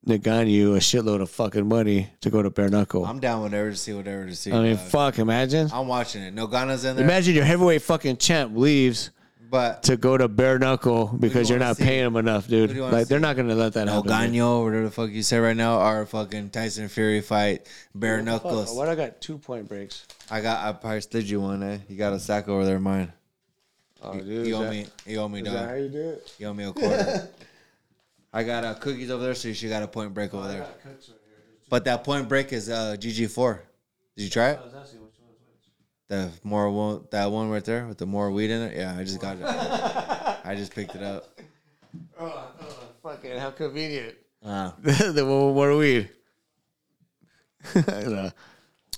Naganyu a shitload of fucking money to go to bare knuckle. I'm down whatever to see whatever to see. I mean, dog. fuck. Imagine. I'm watching it. No Ghana's in there. Imagine your heavyweight fucking champ leaves But- to go to bare knuckle because you are wanna not see? paying him enough, Who dude. do you wanna Like they're not gonna let that No happen. dude. Gano, whatever the fuck you say right now, or fucking Tyson Fury fight, bare Fuck, knuckles. What I got two point breaks. I got I probably slid you one, eh? You got a sack over there, mine. Oh, you, dude, you is owe that- me you owe me is that how dog. you do it? You owe me a quarter. I got uh, cookies over there, so she got a point break over there. But that point break is uh GG four. Did you try it? The more one that one right there with the more weed in it? Yeah, I just got it. I just picked it up. Oh, oh, fucking how convenient. Uh, the one with more weed. No.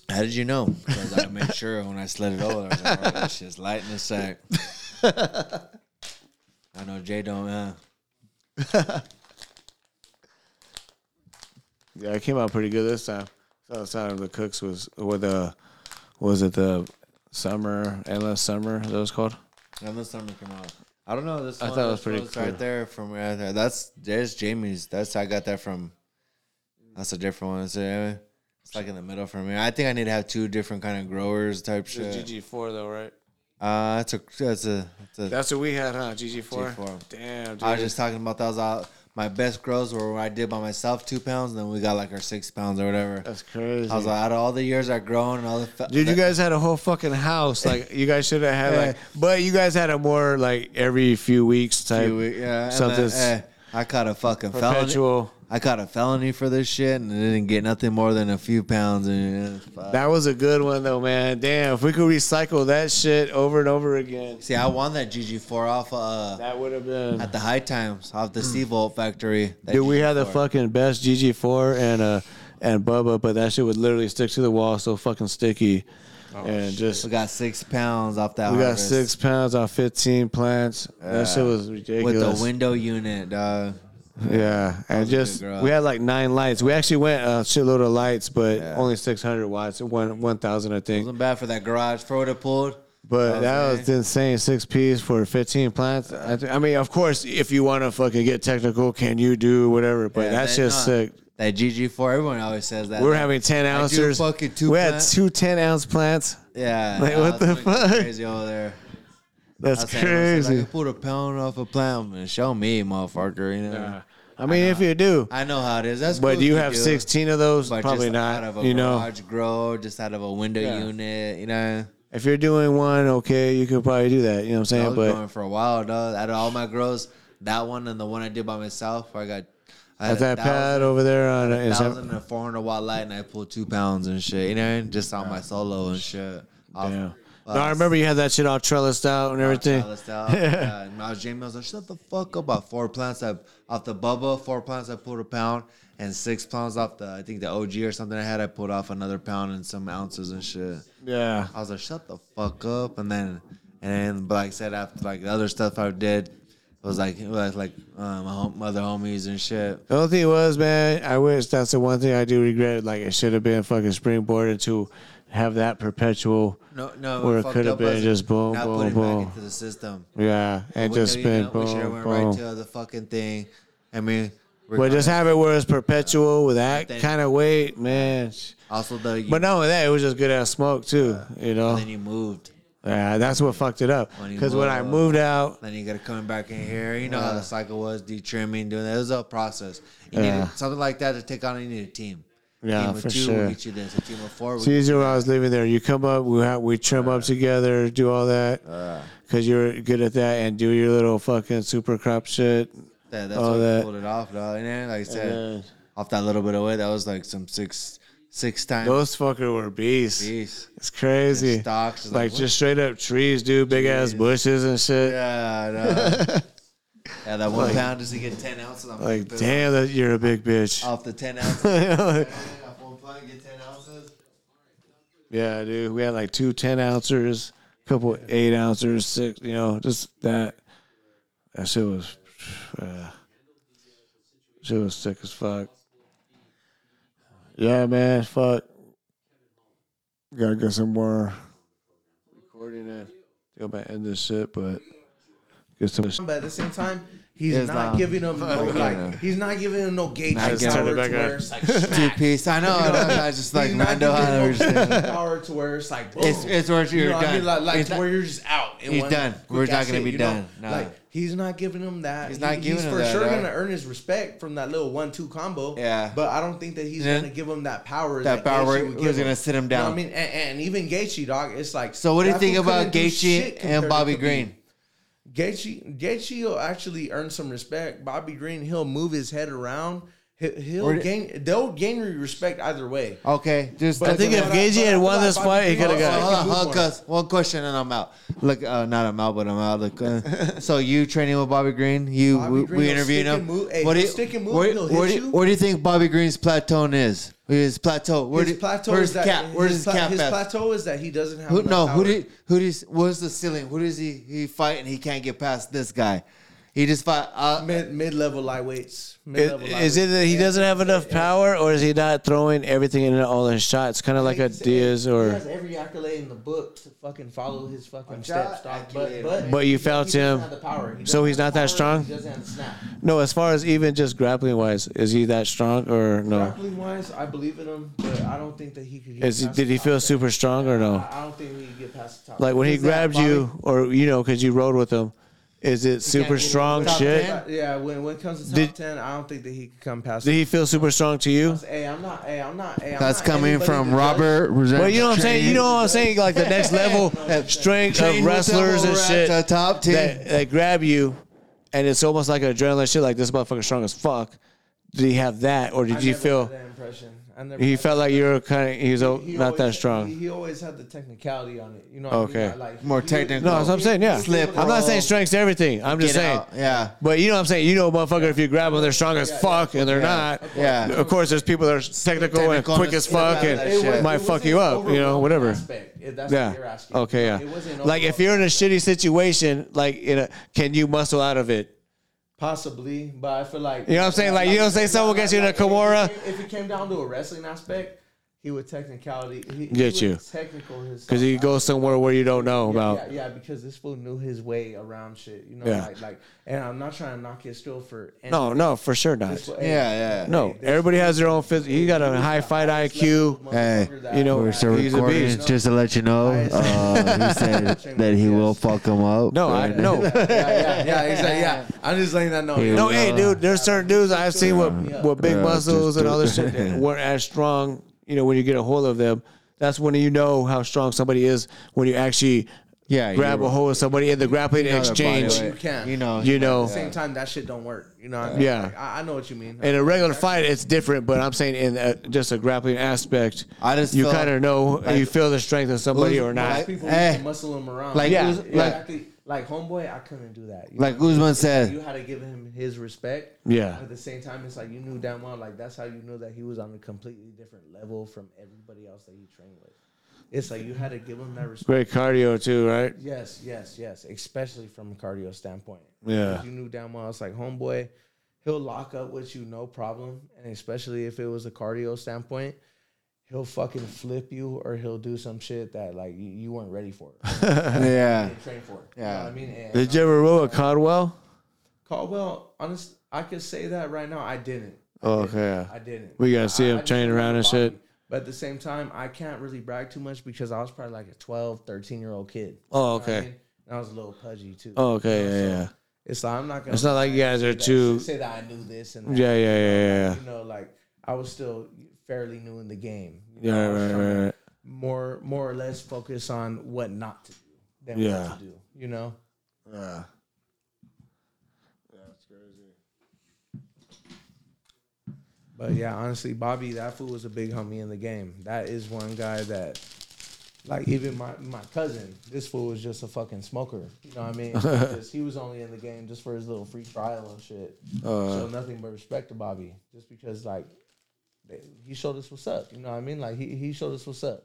How did you know? Because I made sure when I slid it over, I was like, oh, this shit's light in the sack. I know Jay don't, uh, Yeah, it came out pretty good this time. So the time the cooks was or the was it the summer endless summer that was called? Endless Summer came out. I don't know. This I one- thought it was this pretty one's cool. right there from right there. That's there's Jamie's. That's I got that from. That's a different one. It's, uh, it's like in the middle for me. I think I need to have two different kind of growers type shit. GG four though, right? Uh, that's a that's a that's a That's what we had, huh? GG four. G4. Damn, dude. I was just talking about those. Uh, my best grows were when I did by myself two pounds, and then we got like our six pounds or whatever. That's crazy. I was like, out of all the years I've grown and all the. Fa- Dude, you the- guys had a whole fucking house. Like you guys should have had Yeah. like, but you guys had a more like every few weeks type few week- yeah, and something. then, eh, I caught a fucking felony. Perpetual. I caught a felony for this shit and didn't get nothing more than a few pounds. And eh, fuck. That was a good one though, man. Damn, if we could recycle that shit over and over again, see, I won that GG4 off uh, that would have been at the high times off the Seavolt factory. That dude. We had the GG4. fucking best GG4 and uh and Bubba, but that shit would literally stick to the wall, so fucking sticky, and just. We got six pounds off that. We got harvest. six pounds on fifteen plants. Yeah. that shit was ridiculous. With the window unit, dog. Yeah, and just grow. we had like nine lights. We actually went a shitload of lights, but only six hundred watts, one one thousand, I think. Wasn't bad for that garage. Throw it pulled. But that was the insane. Six piece for fifteen plants. I, th- I mean, of course, if you want to fucking get technical, can you do whatever? But that's just sick. That GG4, everyone always says that. We We're having ten I do ounces. fucking two we had plant- two 10 ounce plants. Yeah. Like, nah, what the it's fucking fuck? Crazy over there. That's I was saying, I said, crazy. Like, I pulled a pound off a plant and show me, motherfucker. You know. I mean, if you do, I know how it is. That's But cool do you if have 16 of those? But Probably just not, Out of a you know. garage grow, just out of a window Yeah. unit. You know. if you're doing one, okay, you could probably do that. You know what I'm I was saying? But growing for a while, dog. Out of all my grows, that one and the one I did by myself, where I got. I at had a that pad thousand- over there on a in San- thousand and four hundred watt light, and I pulled two pounds and shit. You know, just on my solo and shit. Off- Damn. uh, no, I remember you had that shit all trellised out and everything. Trellised out. yeah. And I was jamming. I was like, shut the fuck up. About four plants I, off the Bubba, four plants I pulled a pound, and six pounds off the, I think the OG or something I had, I pulled off another pound and some ounces and shit. Yeah. I was like, shut the fuck up. And then, and then, but like I said, after like the other stuff I did, it was like, it was like uh, my hom- other homies and shit. The only thing was, man, I wish that's the one thing I do regret. Like it should have been fucking springboarded to have that perpetual. No, no, Where we it fucked could have up was been just boom, not boom, putting boom. back into the system. Yeah, and We just know, you been know, boom, We should have went boom. right to the fucking thing. I mean, But just have it where it's perpetual with that then- kind of weight, man. also the But not only that, it was just good ass smoke too. You know. then you moved. Yeah, that's what fucked it up. you Because when I moved. moved out, Then you got to come back in here. You know how the cycle was, detrimming, doing that. It was a process. You Yeah. needed something like that to take on. You need a team. Yeah, team of for two sure. will get you this. A team of four will It's easier when I was living there. You come up, we have, we trim Uh. up together, do all that, because you're good at that, and do your little fucking super crop shit. Yeah, that's all why we that. pulled it off, dog. And then, like I said, then- off that little bit of weight, that was like some six, six times. Those fucker were beasts. Beasts. It's crazy. And stalks, it's like like, what? just straight up trees, dude. Big ass bushes and shit. Yeah, I know. Yeah, that one Like- pound does he get ten ounces? I'm Like, "Boom." damn, that you're a big bitch. Off the ten ounces. Like, one pound, get 10 ounces. Yeah, dude. We had like two 10 ounces, a couple eight ounces, six, you know, just that. That shit was, uh, shit was sick as fuck. Yeah, man, fuck. Gotta get some more recording it. Think I might end this shit, but get some. But at the same time, he's It's not, not- giving him no, Fuck, like yeah. he's not giving him no gauge Not to giving power him to that where guy. it's like smack. Two piece. I know, You I know, I just, he's like, not I know giving how to him no understand gauge that. power to where it's like boom. It's- it's where you're you know what I done. mean? Like, like It's not- where you're just out. in He's one done. quick We're not ass gonna shit, be you know? done. Nah. Like he's not giving him that. He's not He- giving he's him for that, sure dog. gonna earn his respect from that little one-two combo. Yeah. but I don't think that he's Yeah. gonna give him that power. That power Gaethje where would he give was gonna sit him You know what down. I mean, and, and even Gaethje, dog, it's like. So what do you that think fool couldn't about do Gaethje shit compared and to Bobby Khabib. Green? Gaethje, Gaethje will actually earn some respect. Bobby Green, he'll move his head around. He- He'll Or- gain. They'll gain respect either way. Oh, Okay, just But I think if Gaethje had won this fight, he coulda got- Hold on, Hold on, hold on, cuz. one question and I'm out. Look, uh, not I'm out, but I'm out. Look, uh, so you training with Bobby Green? You Bobby we, Green we will interviewed stick and him. move- hey, do he'll you- stick and move, Where, he'll where hit do, you. where do you think Bobby Green's plateau is? His plateau. Where his do, plateau where's is that. cap? Where's his, pla- cap? His at? plateau is that he doesn't have. Who, enough no, power. who did who does where's the ceiling? Who does he he fight and he can't get past this guy? He just fought. Uh, mid mid level lightweights? Is, Mid-level is it that he doesn't have enough power, or is he not throwing everything in all his shots? Kind of like a Diaz, He or has every accolade in the book to fucking follow his fucking shot steps, dog. But, but but you he felt doesn't him, have the power. He so doesn't he's not that have the power, strong. He doesn't have the snap. No, as far as even just grappling wise, is he that strong or no? Grappling wise, I believe in him, but I don't think that he could. Get Oh. Is he, past did the he top feel ten. super strong or no? I I don't think he could get past the top. Like when he Is that grabbed Bobby- you, or you know, because you rode with him, is it super strong shit? Yeah, when, when it comes to top Did- ten, I don't think that he could come past. Did he feel super strong to you? Hey, I'm not. Hey, I'm not. Hey, I'm That's not coming anybody from to judge. Robert. Well, you know what I'm saying. You know what I'm saying. Like the next level strength Train of with wrestlers them over and at shit the top team. that, that grab you, and it's almost like an adrenaline shit. Like this motherfucker strong as fuck. Did he have that, or did I you never feel? had that impression. I never He had felt like you were kind of. He was o- that. He not that always- He, strong. he always had the technicality on it. You know. What I Okay, mean? Like More technical. No, that's what I'm saying. Yeah, Slip, I'm not roll. saying strength's everything. I'm just Get saying. out. Yeah. But you know what I'm saying? You know, motherfucker, if you grab them, they're strong as fuck, and they're not. Yeah. Of course, there's people that are technical, and Technical quick and as fuck, yeah, and that shit. might It fuck wasn't you up. You know, overwhelming whatever. aspect, if that's yeah. what you're asking. Okay. Yeah. It wasn't like if you're in a shitty situation, like in a, can you muscle out of it? Possibly, but I feel like You know what I'm saying? Like, you know what I'm saying? Someone gets you in a Kimura. If, it came down to a wrestling aspect, he would technicality he, he Get would you. technical his Because you go somewhere where you don't know yeah, about. yeah, yeah, because this fool knew his way around shit. You know, Yeah. like like, and I'm not trying to knock his skill for No, anything. no, for sure not. This fool- Yeah, yeah. No, everybody has their own physical. You got a high fight IQ. Hey, You know, we're still he's a recording. beast. Just to let you know, uh, he said that he will fuck him up. No, I no. yeah, yeah, exactly. Yeah, I'm just letting that know. Here No, we hey, go. dude, there's certain dudes I've seen Yeah. with, with big Yeah, muscles just and do- all this shit that weren't as strong, you know, when you get a hold of them. That's when you know how strong somebody is when you actually Yeah, grab you're- a hold of somebody in the grappling you know their body exchange. weight. You can, You know, You know. At the same time, that shit don't work. You know, what I mean? Yeah. Like, I, I know what you mean. In a regular fight, it's different, but I'm saying in a, just a grappling aspect, I just you felt kind of know like- you feel the strength of somebody Who's- or Most not. people Eh. used to muscle him around. Like, Yeah. Uz- Yeah. like, Exactly. Like homeboy, I couldn't do that. You like know? Usman said, you had to give him his respect. Yeah. But at the same time, it's like you knew damn well, like that's how you knew that he was on a completely different level from everybody else that he trained with. It's like you had to give him that respect. Great cardio too, right? Yes, yes, yes. Especially from a cardio standpoint. Yeah. Because You knew damn well it's like homeboy, he'll lock up with you, no problem. And especially if it was a cardio standpoint, he'll fucking flip you or he'll do some shit that like you, you weren't ready for. yeah, train for. Yeah. You know what I mean? And Did you ever roll with Caldwell? Caldwell, honest, I could say that right now. I didn't. Oh, okay. yeah. I didn't. We gotta see I- him I just training around and remember shit. Bobby. But at the same time, I can't really brag too much because I was probably like a 12, 13 year old kid. Oh, You know what I okay. mean? And I was a little pudgy too. Oh, okay. You know, Yeah, so yeah. It's like I'm not gonna. It's not like you guys are say that- too- Say that I knew this and that. Yeah, yeah, yeah, yeah. You know, like I was still fairly new in the game. You know, Yeah, I was right, trying to right, right. More, more or less focus on what not to do than Yeah. what to do. You know. Yeah. But yeah, honestly, Bobby, that fool was a big homie in the game. That is one guy that like even my, my cousin, this fool was just a fucking smoker. You know what I mean? Because he was only in the game just for his little free trial and shit. Uh. so nothing but respect to Bobby, just because like they, he showed us what's up. You know what I mean? Like he, he showed us what's up.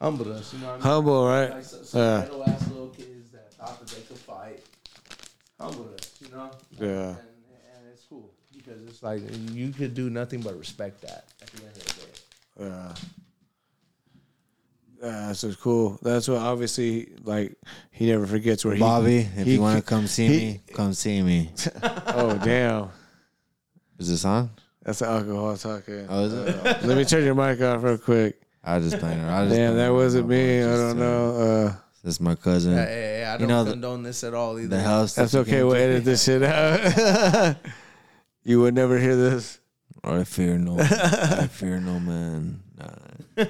Humbled us. You know what I mean? Humble, right? Like some, some Yeah. idle ass little kids that thought that they could fight. Humbled us. You know? Yeah. And, and it's cool because it's like you could do nothing but respect that at the end of the day. Yeah. Yeah, That's what's cool. That's what obviously like he never forgets where he Bobby, if he- you want to come see he- me, come see me. Oh damn. Is this on? That's the alcohol talking. Oh, is it? Uh, let me turn your mic off real quick. I was just playing around. I just Damn, playing that around. wasn't me. I Just don't saying. know. Uh, This is my cousin. Hey, hey, hey, I don't you know, the- condone this at all either. the house. That's that you okay. came We'll to- edit this shit out. you would never hear this. I fear no. I fear no man. Nah.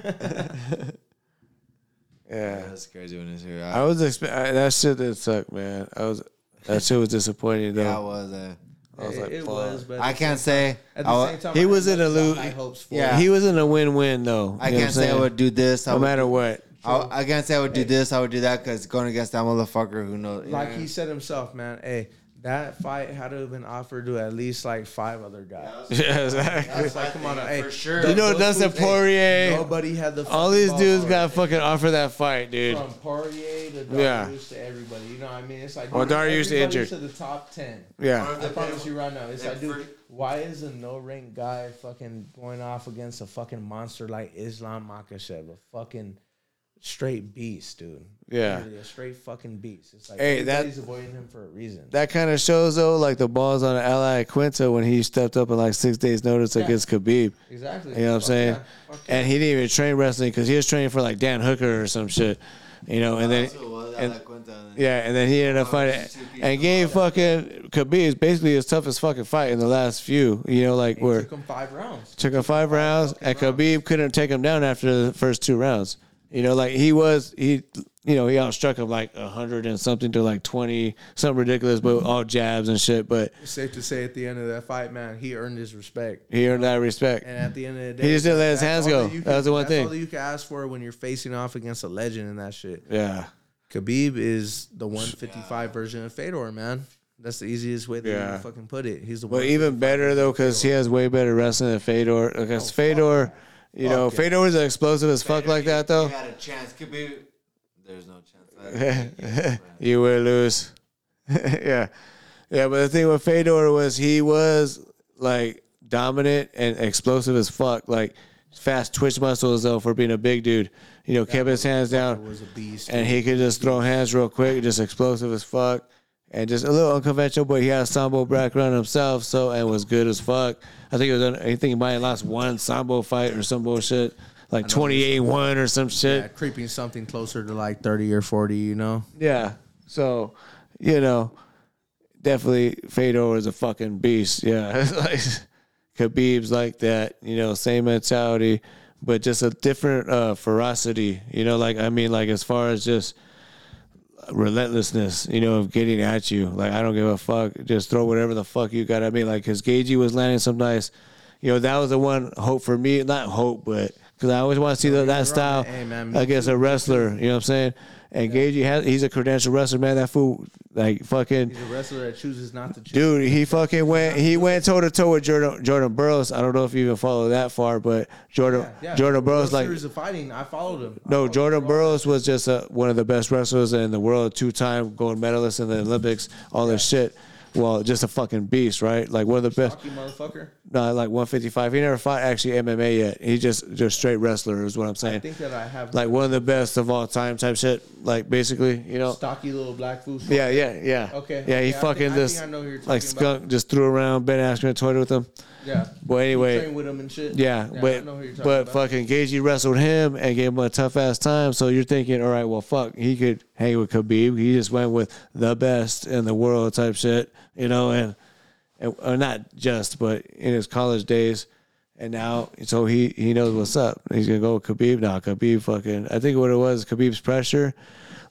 Yeah. That's crazy when it's here. I, I was expect I- that shit did suck, man. I was that shit was disappointing though. Yeah, I was. Uh, I was It- like, it fuck. was, but at I the can't say. same time- at the I wa- same time, he I was had in a low- lose. high hopes for Yeah. He was in a win-win though. I You know what I'm can't say I saying? would do this. I No would, matter what. I, I can't say I would do this. I would do that because going against that motherfucker who knows. like he said himself, man. Hey, that fight had to have been offered to at least like five other guys. Yeah, exactly. It's like, come on, hey, for sure. You know, those Dustin dudes- hey, Poirier. nobody had the. All fucking these ball dudes for got it. fucking offer that fight, dude. from Poirier to Yeah. Darius to everybody. You know what I mean? It's like Well, Darius everybody injured. to the top ten. Yeah. I promise you right now, it's like, dude, free- why is a no rank guy fucking going off against a fucking monster like Islam Makashev, a fucking straight beast, dude? Yeah. Literally a straight fucking beast. It's like Hey, that- everybody's avoiding him for a reason. That kind of shows though, like the balls on Ally Quinto when he stepped up in like six days' notice against Khabib. exactly. You know what I'm Fuck saying? yeah. Fuck yeah. And he didn't even train wrestling because he was training for like Dan Hooker or some shit. You know, and then and- yeah, and then he ended up fighting and gave fucking Khabib basically his toughest fucking fight in the last few. You know, like It where took him five rounds. took him five rounds, and Khabib couldn't take him down after the first two rounds. You know, like he was he, you know, he outstruck him like a hundred and something to like twenty, something ridiculous, Mm-hmm. but all jabs and shit. But It's safe to say at the end of that fight, man, he earned his respect. he earned that respect. And at the end of the day, He just didn't let his hands that's all go. you That was the one that's thing. all that you can ask for when you're facing off against a legend and that shit. Yeah, Khabib is the 155 version of Fedor, man. That's the easiest way that you Yeah. can fucking put it. He's the but one. even better though, because he has way better wrestling than Fedor. Because Fedor, you know, Fuck Oh, yeah. Fedor was explosive as fuck like that though. had a chance. Could be. There's no chance. you will lose. yeah. Yeah, but the thing with Fedor was he was like dominant and explosive as fuck. Like fast twitch muscles though for being a big dude. You know, kept his hands down was a beast. and he could just throw hands real quick, just explosive as fuck. And just a little unconventional, but he had a sambo background himself, so and was good as fuck. I think it was. I think he might have lost one sambo fight or some bullshit, like twenty eight one or some shit. yeah, creeping something closer to like 30 or 40, you know? Yeah. So, you know, definitely Fedor is a fucking beast. Yeah. It's like Khabib's like that, you know, same mentality, but just a different uh, ferocity, you know, like, I mean, like as far as just relentlessness, you know, of getting at you. Like, I don't give a fuck. Just throw whatever the fuck you got at me. Like, because Gagey was landing some nice, you know, that was the one hope for me. Not hope, but because I always want to see the, that style Hey, man, me against a wrestler. You know what I'm saying? And Gagey has he's a credentialed wrestler, man. That fool, like fucking He's a wrestler that chooses not to choose. dude, he fucking went he went toe to toe with Jordan Jordan Burroughs. I don't know if you even follow that far, but Jordan Jordan Burroughs World like Series of fighting. I followed him. no, Jordan Burroughs was just uh one of the best wrestlers in the world, two time gold medalist in the Olympics, all this shit. Well, just a fucking beast, right? Like one of the best. Fuck you, motherfucker. No, like 155. He never fought actually MMA yet. He just just straight wrestler is what I'm saying. I think that I have like one of the best of all time type shit. Like basically, you know. stocky little black food. Yeah, yeah, yeah. Okay. Yeah, he Yeah, I fucking think- I just think I know who you're talking like skunk just threw around Ben Askren toyed with him. Yeah. But anyway, Train with him and shit. yeah, I but know who you're talking but about. fucking Gagey wrestled him and gave him a tough ass time. So you're thinking, all right, well, fuck, he could hang with Khabib. He just went with the best in the world type shit, you know, and, and or not just, but in his college days, and now so he he knows what's up. He's gonna go with Khabib now. Khabib fucking, I think what it was, Khabib's pressure,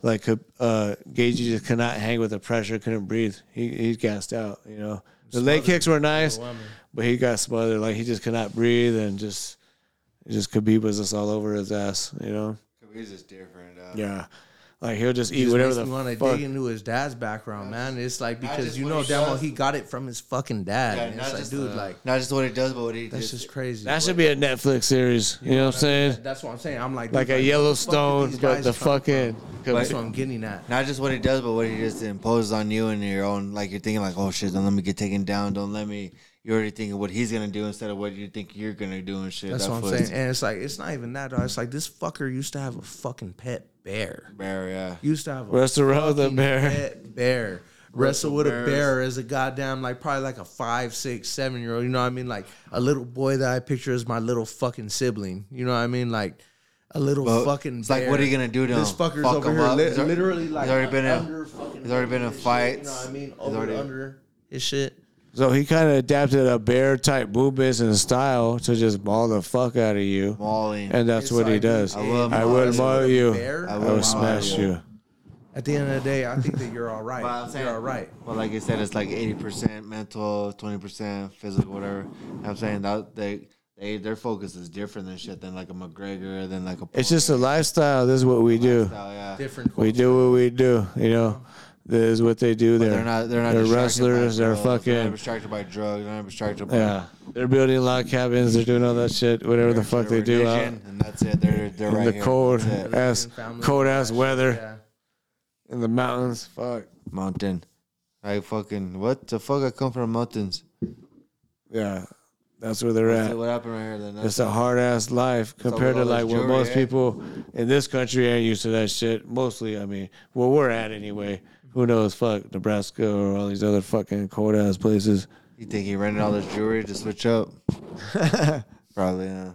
like Khab- uh, Gagey just could not hang with the pressure, couldn't breathe. He he's gassed out, you know. The leg kicks were nice, but he got smothered. Like he just could not breathe and just. It just Khabib was just all over his ass, you know. We're just different. Uh, Yeah. Like he'll just It eat whatever makes the me wanna fuck. dig into his dad's background, man. It's like Not because just you what know he damn well does. he got it from his fucking dad. Yeah, and not it's like, just dude, the- like not just what he does, but what he that's just- just crazy. That should be a Netflix series. You know what I'm saying? That's what I'm saying. I'm like Like a dude, where the fuck did Yellowstone, these but guys the come from? fucking. That's what I'm getting at. Not just what he does, but what he just imposes on you and your own. Like you're thinking, like, oh shit, don't let me get taken down. Don't let me. You're already thinking what he's gonna do instead of what you think you're gonna do and shit. That's That what I'm fool's- saying. And it's like it's not even that. Dog. It's like this fucker used to have a fucking pet bear. Bear, yeah. Used to have a Wrestle around the fucking bear. Pet bear. Wrestle Wrestle with a bears. bear as a goddamn like probably like a five, six, seven year old. You know what I mean? Like a little boy that I picture as my little fucking sibling. You know what I mean? Like a little But fucking. It's like, what are you gonna do to this him? fucker's Fuck over him here? up? li- He's al- literally like he's already been in- under fucking he's already been in and shit, You know fights. what I mean? He's Over already- under his shit. So he kind of adapted a bear type movements and style to just maul the fuck out of you. Mauling. And that's It's what he like, does. I love I would mauling. maul you. Bear? I would smash you. At the end of the day, I think that you're all right. Well, I'm saying- you're all right. Well, like I said, it's like eighty percent mental, twenty percent physical, whatever. You know what I'm saying that they, they their focus is different than shit than like a McGregor, than like a. It's just a lifestyle. This is what we do. Lifestyle, yeah. Different. We do what we do. You know, this is what they do. There. They're not. They're not. They're distracted by wrestlers. They're drugs, They're not fucking. distracted by drugs. They're not distracted by. Yeah. They're building log cabins. They're doing all that shit. Whatever the fuck they their do out religion, and that's it. They're they're in right the here. cold That's it. ass, Family cold ass weather Yeah. in the mountains. Fuck. mountain. I fucking what the fuck? I come from mountains. Yeah. That's where they're That's at. What happened right here? Then It's a hard ass life compared to all this like what jewelry, most eh? people in this country ain't used to that shit. Mostly, I mean, where we're at anyway. Who knows? Fuck Nebraska or all these other fucking cold ass places. You think he rented all this jewelry to switch up? Probably. Yeah.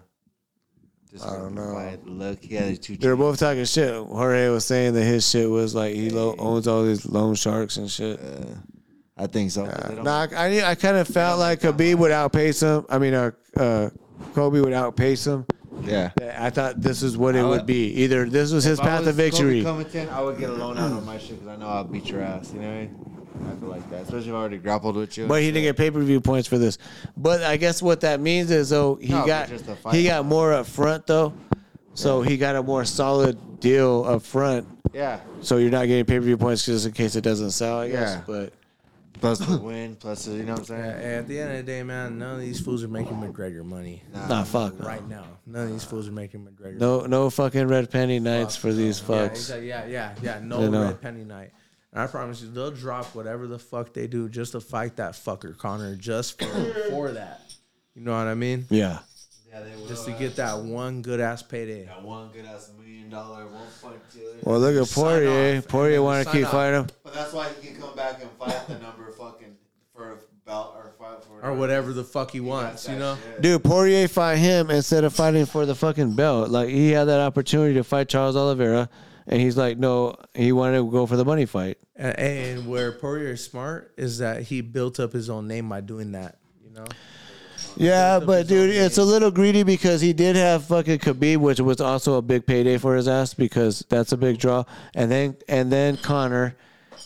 Just I don't know. by the Look, he had two. Oh. They're both talking shit. Jorge was saying that his shit was like he lo- owns all these loan sharks and shit. I think so. 'cause they don't- Nah, I I kind of felt like Khabib would outpace him. I mean, uh, uh, Kobe would outpace him. yeah. I thought this is what it I would, would- be. Either this was his If I path to was Kobe victory. Covington, I would get a loan out on my shit because I know I'll beat your ass. You know what I mean? I feel like that, especially if I already grappled with you. But he didn't get pay per view points for this. But I guess what that means is though he No, but got just a fight. he got more up front though, so he got a more solid deal up front. Yeah. So you're not getting pay per view points just in case it doesn't sell. I guess. Yeah. But Plus the win. Plus the, you know what I'm Yeah, saying. Uh, At the end of the day, man, none of these fools are making McGregor money nah, fuck. no. right now. None of these fools are making McGregor. No, no fucking red penny nights for these money. Yeah, fucks. he's like, yeah, yeah, yeah. No You know. red penny night. And I promise you, they'll drop whatever the fuck they do just to fight that fucker Connor, just for, for that. You know what I mean? Yeah. Yeah, they will. Just to get that one good ass payday. Got one good ass million dollar, one point two. Well, look at Sign Poirier. off. Poirier want to Sign keep off. fighting him. But that's why he can come back and fight the number fucking for a belt or fight for Or whatever the fuck he wants, you know? Dude, Poirier fought him instead of fighting for the fucking belt. Like he had that opportunity to fight Charles Oliveira, and he's like, no, he wanted to go for the money fight. And, and where Poirier is smart is that he built up his own name by doing that, you know? Yeah, but dude, it's a little greedy because he did have fucking Khabib, which was also a big payday for his ass because that's a big draw, and then and then Connor,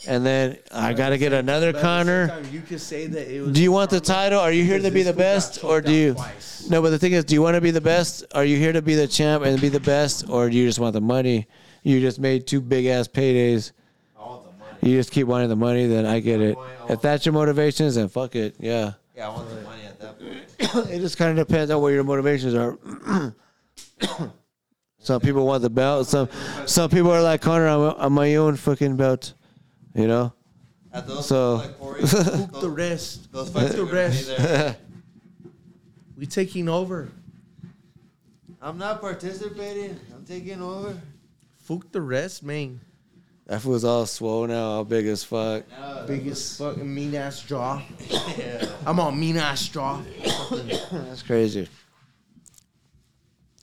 and then I gotta get another But at the same Connor. time, You could say that it was Do you want the title? Are you here to be the best, or do you? No, but the thing is, do you want to be the best? Are you here to be the champ and be the best, or do you just want the money? You just made two big ass paydays. You just keep wanting the money, then I get it. If that's your motivations, then fuck it. Yeah. Yeah, I want the money at that point. It just kind of depends on what your motivations are. some people want the belt. Some some people are like Connor. I'm, I'm my own fucking belt. You know. At those So- like Corey, those, Book the rest. those Book fights the are gonna be rest. there. We taking over. I'm not participating. I'm taking over. Fuck the rest, man. That fool's all swollen now, all big as fuck. No, Biggest fucking mean ass jaw. I'm on mean ass jaw. That's crazy.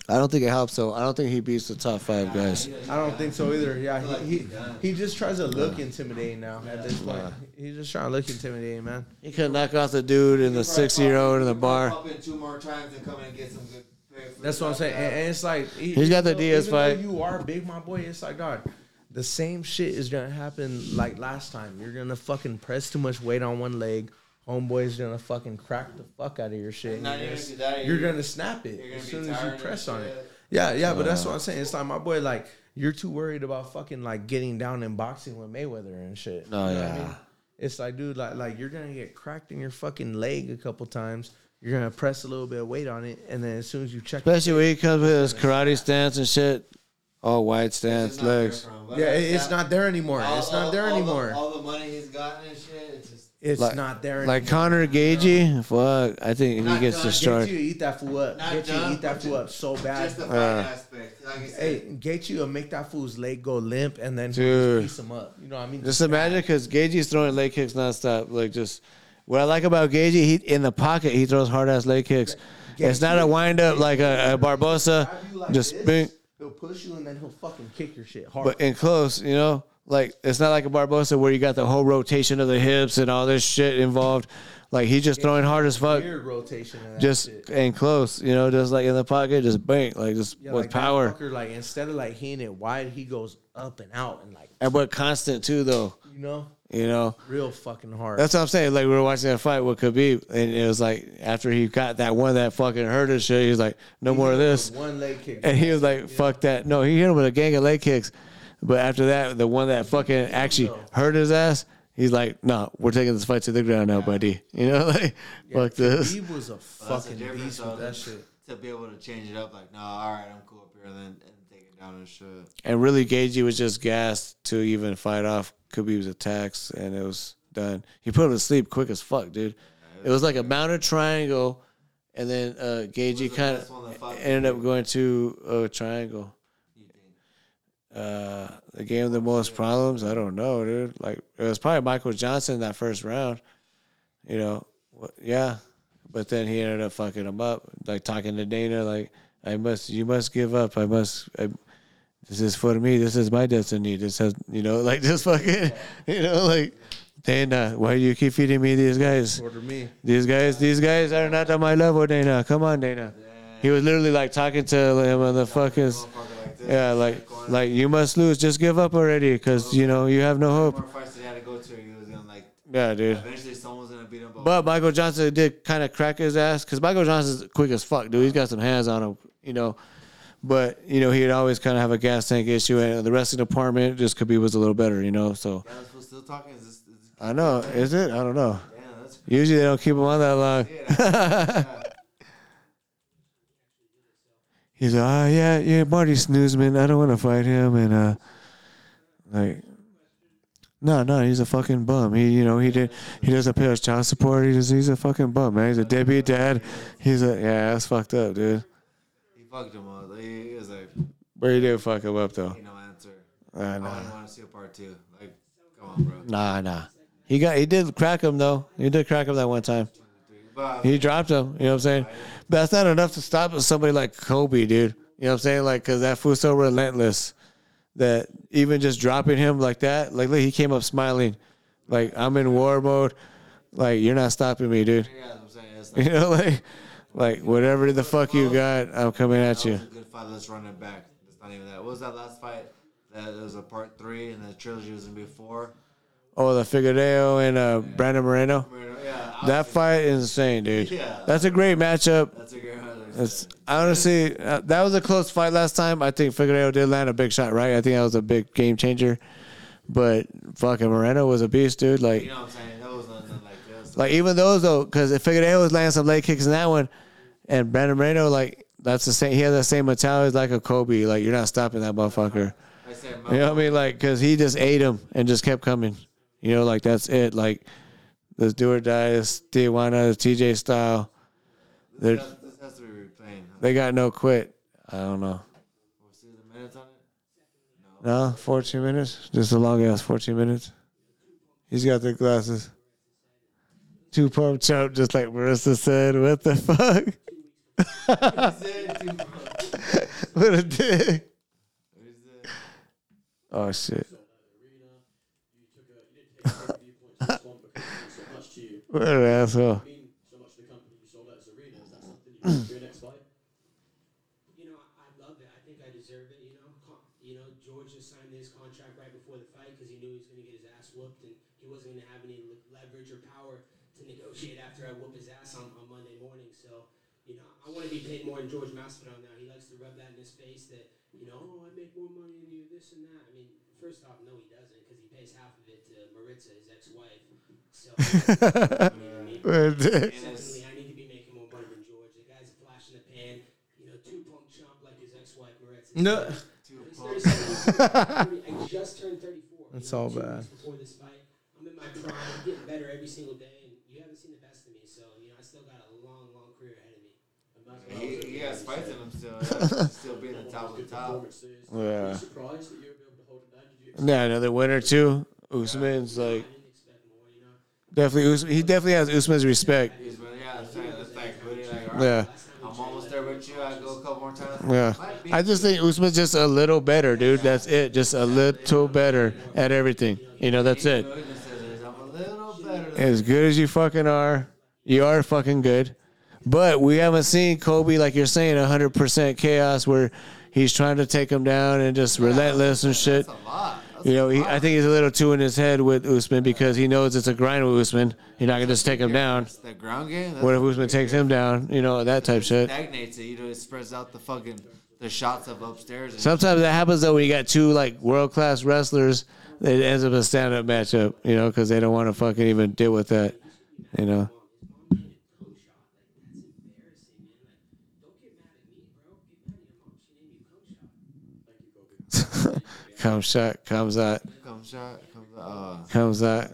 I don't think it helps though. I don't think he beats the top five guys. I don't think so either. Yeah, he, he, he just tries to look intimidating now at this point. He's just trying to look intimidating, man. He could knock off the dude and the sixty year old in the bar. Pop in two more times and come in and get some good. pay for That's the what I'm saying. job. And, and it's like e- He's got the even though- Diaz even though fight. You are big, my boy. It's like God. The same shit is gonna happen like last time. You're gonna fucking press too much weight on one leg. Homeboy's gonna fucking crack the fuck out of your shit. Not You're even gonna- if you die, you're you're- gonna snap it you're gonna as be soon as tired you and press on it. shit. Yeah, yeah, but Uh. that's what I'm saying. It's like my boy, like you're too worried about fucking like getting down and boxing with Mayweather and shit. No, You know what yeah. It's like, dude, like like you're gonna get cracked in your fucking leg a couple times. You're gonna press a little bit of weight on it, and then as soon as you check, Especially when he comes with his karate stance and shit. All white stance, legs. yeah, it- it's not there anymore. it's not there anymore. all the money he's gotten and shit. It's just it's Like- not there. Like anymore. Connor Gagey, fuck. I think he gets Get destroyed. you to eat that fool up. Get you to done, eat that fool up so bad. just the fight Uh. aspect. Like I Hey, get you and make that fool's leg go limp, and then Dude. piece him up. You know what I mean? Just imagine because Gagey's throwing leg kicks nonstop. uh, Like just what I like about Gagey, he in the pocket he throws hard ass leg kicks. It's not a wind up like a, a Barbosa, just bing, He'll push you, and then he'll fucking kick your shit hard. but in close. You know, like it's not like a Barbosa where you got the whole rotation of the hips and all this shit involved. Like he's just throwing hard as fuck, Weird rotation. and that just shit. in close. You know, just like in the pocket, just bang, like just Yeah, with like that power. fucker, like instead of like hitting it wide, he goes up and out, and like And but constant too, though. you know, You know, real fucking hard. That's what I'm saying. Like we were watching that fight with Khabib, and it was like after he got that one that fucking hurt and shit, he was like, "No more of this." One leg kick. And he was like, "Fuck that!" No, he hit him with a gang of leg kicks, but after that, the one that fucking actually hurt his ass, he's like, "No, we're taking this fight to the ground now, buddy." You know, like fuck this. He was a Well, that's fucking the difference, beast though, with that shit. To be able to change it up, like, no, all right, I'm cool up here, and then and take it down and shit. And really, Gagey was just gassed to even fight off Khabib's attacks, and it was done. He put him to sleep quick as fuck, dude. It was like a mounted triangle, and then uh, Gagey kind of ended up going to a triangle. Uh, the game with the most problems, I don't know, dude. Like it was probably Michael Johnson in that first round, you know. Wh- Yeah, but then he ended up fucking him up, like talking to Dana, like I must, you must give up. I must. I, this is for me. This is my destiny. This has, you know, like just fucking, you know, like Dana, why do you keep feeding me these guys? Order me. These guys, these guys are not on my level, Dana. Come on, Dana. He was literally like talking to him on the fuckers. Yeah, like, like you must lose. Just give up already, because you know you have no hope. More fights that he had to go to, he was gonna like. Yeah, dude. Eventually, someone's gonna beat him. But Michael Johnson did kind of crack his ass because Michael Johnson's quick as fuck, dude. He's got some hands on him, you know. But you know he'd always kind of have a gas tank issue, and the wrestling department just Khabib was a little better, you know. So Yeah, this fool's still talking. Is this, is I know, is it? I don't know. Damn, that's Usually they don't keep him on that long. Yeah. He's like, oh, yeah, yeah, Marty Snoozman. I don't want to fight him, and uh, like, no, no, he's a fucking bum. He, you know, he did, he doesn't pay us child support. He just, he's a fucking bum, man. He's a deadbeat dad. He's a yeah, that's fucked up, dude. he fucked him up. He, he was like, But he did fuck him up though. "Ain't no answer. I know. I wouldn't want to see a part two. Like, come on, bro. Nah, nah. He got he did crack him though. He did crack him that one time. He dropped him. You know what I'm saying? But that's not enough to stop somebody like Kobe, dude. You know what I'm saying? Like, cause that fool's so relentless that even just dropping him like that, like look, he came up smiling, like I'm in war mode. Like you're not stopping me, dude. Yeah, that's what I'm saying. It's like, You know, like, like whatever the fuck you got, I'm coming at that you. was a good fight. Let's run it back. It's not even that. What was that last fight? That it was a part three, and the trilogy was gonna be four. Oh, the Figueroa and uh, Brandon Moreno. that fight is insane, dude. Yeah. That's a great matchup. That's a great highlight. It's honestly uh, that was a close fight last time. I think Figueroa did land a big shot, right? I think that was a big game changer. But fucking Moreno was a beast, dude. Like, You know what I'm saying? That was nothing like this. like even those though, because Figueroa was landing some leg kicks in that one, and Brandon Moreno like that's the same. He has that same mentality like a Kobe. Like you're not stopping that motherfucker. I said, You know what I mean? Like because he just ate him and just kept coming. You know, like that's it. Like this do or die, this Tijuana, TJ style. They're, this has to be replaying. they got no quit. I don't know. We'll see the minutes on it. No, 14 minutes. Just a long ass 14 minutes. He's got the glasses. Two pump chump, just like Marissa said. What the fuck? what a dick. Oh, shit. what an asshole. You know, I love it. I think I deserve it. You know, Con- you know, George just signed his contract right before the fight because he knew he was going to get his ass whooped and he wasn't going to have any le- leverage or power to negotiate after I whoop his ass on, on Monday morning. So, You know, I want to be paid more than George Masvidal now. He likes to rub that in his face that, you know, oh, I make more money than you, this and that. I mean, first off, no, he doesn't because he pays half of it to Maritza, his ex-wife. So, you know what I mean? Right there. Secondly, I need to be making more money than George. The guy's a flash in the pan. You know, two punk chump like his ex-wife Maritza. No. Two punk. I just turned 34. It's you know, all two bad. weeks Before this fight, I'm in my prime, getting better every single day, and you haven't seen the best of me. So, you know, I still got a long, long career ahead of me. I'm not gonna- He, he has fights in him still. yeah. Still being the top of the top. Yeah. surprised that you're Yeah, another winner too. Usman's like definitely. Usman, he definitely has Usman's respect. He's really, yeah, it's like, it's like, really like, all right, Yeah. I'm almost there with you. I go a couple more times. Yeah, Might be- I just think Usman's just a little better, dude. That's it. Just a little better at everything. You know, that's it. As good as you fucking are, you are fucking good. But we haven't seen Kobe like you're saying 100% chaos where he's trying to take him down and just relentless and shit. you know, he, I think he's a little too in his head with Usman because he knows it's a grind with Usman. You're not gonna just take him down. It's the ground game. That's What if Usman takes him down? You know, that type shit. stagnates it. You know, it spreads out the fucking the shots of upstairs. And Sometimes that happens though when you got two like world class wrestlers. It ends up a stand up matchup, you know, because they don't want to fucking even deal with that, you know. Come shot, comes out, comes shot, comes out. Uh, comes out.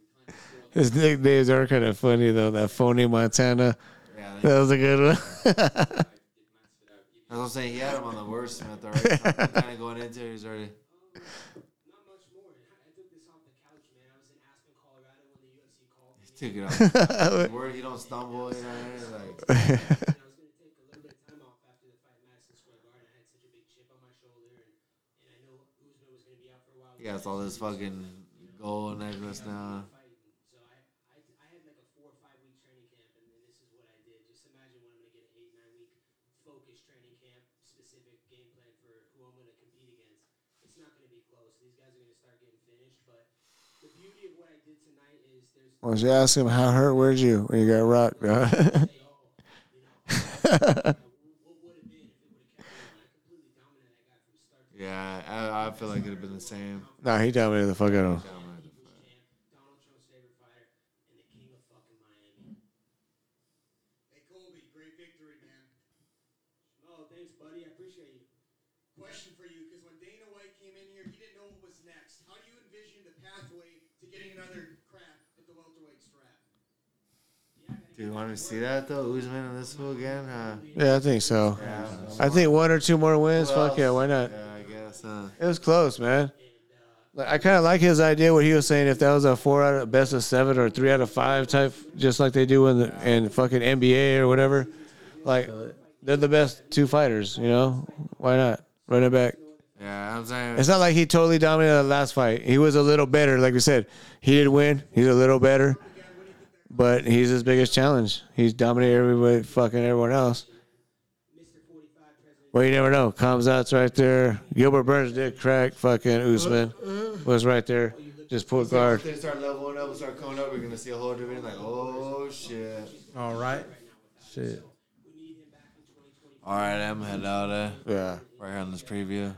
His nicknames are kind of funny though. That phony Montana, that was a good one. That's what I'm saying. He had him on the worst Smith already. kind of going into it, he's already. He Took it off. Word, he don't stumble. You know what I mean? Like, he has all this fucking gold necklace now. focused training camp, specific game plan for who I'm going to compete against. It's not going to be close. These guys are going to start getting finished. But the beauty of what I did tonight is there's Why don't you ask him how hurt were you when you got rocked? bro?" Yeah, I, I feel like it'd have been the same. nah, he dominated the fuck out of him. Oh, thanks, buddy. I appreciate you. Question for you, because when Dana White came in here, he didn't know what was next. How do you envision the pathway to getting another crack at the welterweight strap? Do you want to see that though, Usman and this fool again? Uh, Yeah, I think so. Yeah. I think one or two more wins. Who Fuck yeah, else? why not? Yeah, I guess. Uh, It was close, man. Like, I kind of like his idea what he was saying. If that was a four out of best of seven or three out of five type, just like they do in the in fucking NBA or whatever, like they're the best two fighters. You know, why not run it back? yeah, I'm saying. It's not like he totally dominated the last fight. He was a little better, like we said. He did win. He's a little better, but he's his biggest challenge. He's dominated everybody, fucking everyone else. Well, you never know. Kamzat's right there. Gilbert Burns did crack. Fucking Usman was right there. Just pulled guard. If they start leveling up and start coming up, we're gonna see a whole different like, oh shit. All right. Shit. All right, I'm gonna head out eh? there. Yeah. Right here on this preview.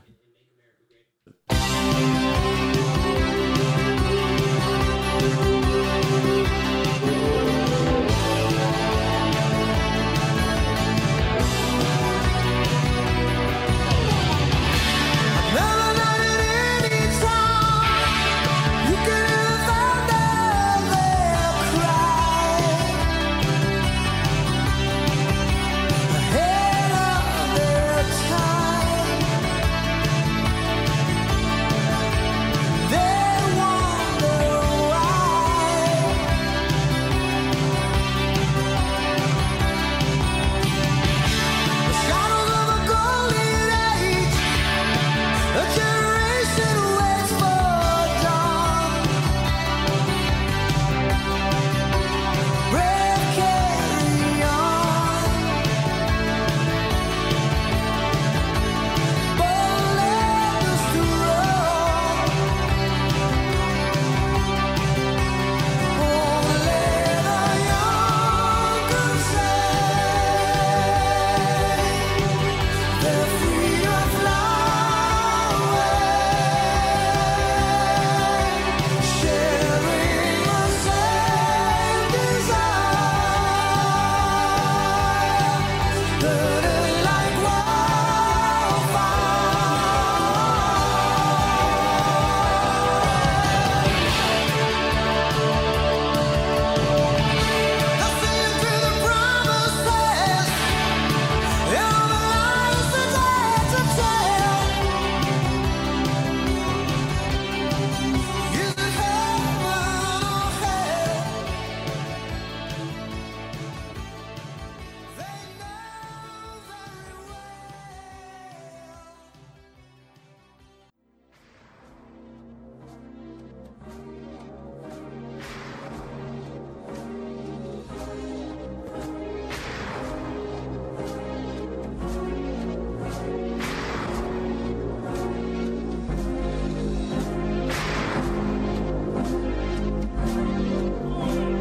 Ahead of their time.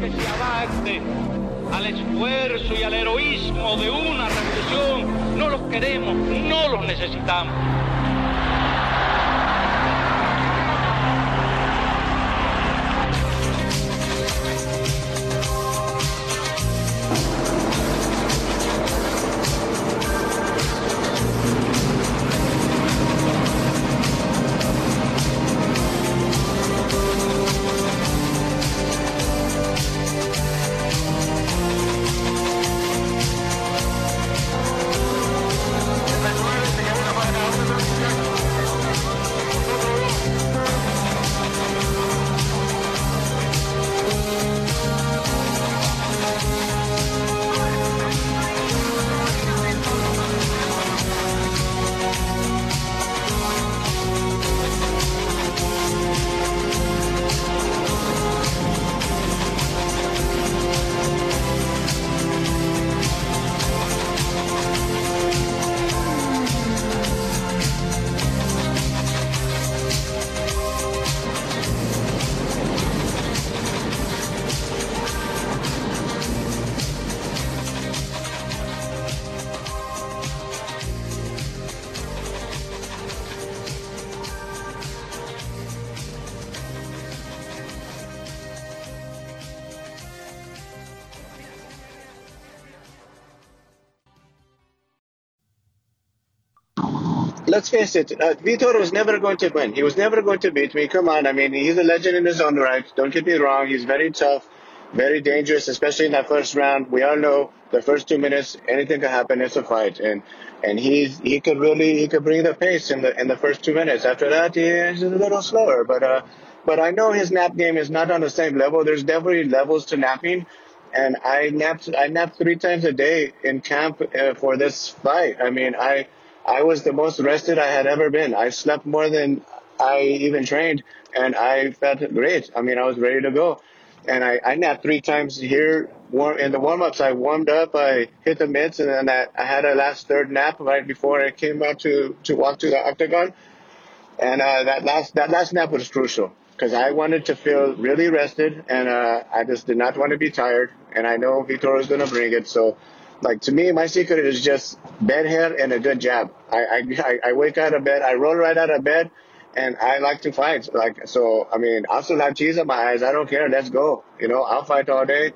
contraste al esfuerzo y al heroísmo de una revolución. No los queremos, no los necesitamos. let's face it, uh, Vitor was never going to win. He was never going to beat me. Come on, I mean, he's a legend in his own right. Don't get me wrong. He's very tough, very dangerous, especially in that first round. We all know the first two minutes, anything could happen. It's a fight, and and he's he could really he could bring the pace in the in the first two minutes. After that, he's a little slower, but uh, but I know his nap game is not on the same level. There's definitely levels to napping. And I napped, I napped three times a day in camp uh, for this fight. I mean, I, I was the most rested I had ever been. I slept more than I even trained, and I felt great. I mean, I was ready to go. And I, I napped three times here warm, in the warm ups. I warmed up, I hit the mitts, and then I, I had a last third nap right before I came out to, to walk to the octagon. And uh, that, last, that last nap was crucial because I wanted to feel really rested, and uh, I just did not want to be tired. And I know Vitor is going to bring it. So like to me, my secret is just bed hair and a good jab. I, I, I wake out of bed, I roll right out of bed, and I like to fight. Like so, I mean, I still have cheese in my eyes. I don't care. Let's go. You know, I'll fight all day.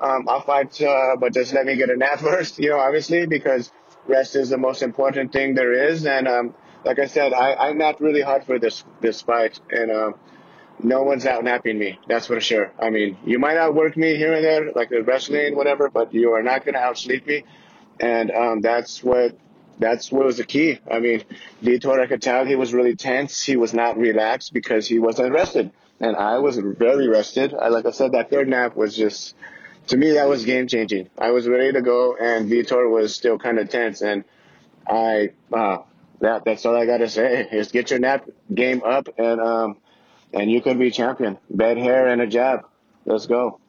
Um, I'll fight, uh, but just let me get a nap first. You know, obviously because rest is the most important thing there is. And um, like I said, I, I'm not really hard for this this fight, and um, no one's out napping me. That's for sure. I mean, you might outwork me here and there, like the wrestling, whatever, but you are not going to outsleep me. And um, that's what that's what was the key. I mean, Vitor, I could tell he was really tense. He was not relaxed because he wasn't rested, and I was very rested. I, like I said, that third nap was just to me that was game changing. I was ready to go, and Vitor was still kind of tense, and I uh, that that's all I got to say is get your nap game up and. Um, and you could be champion. Bad hair and a jab. Let's go.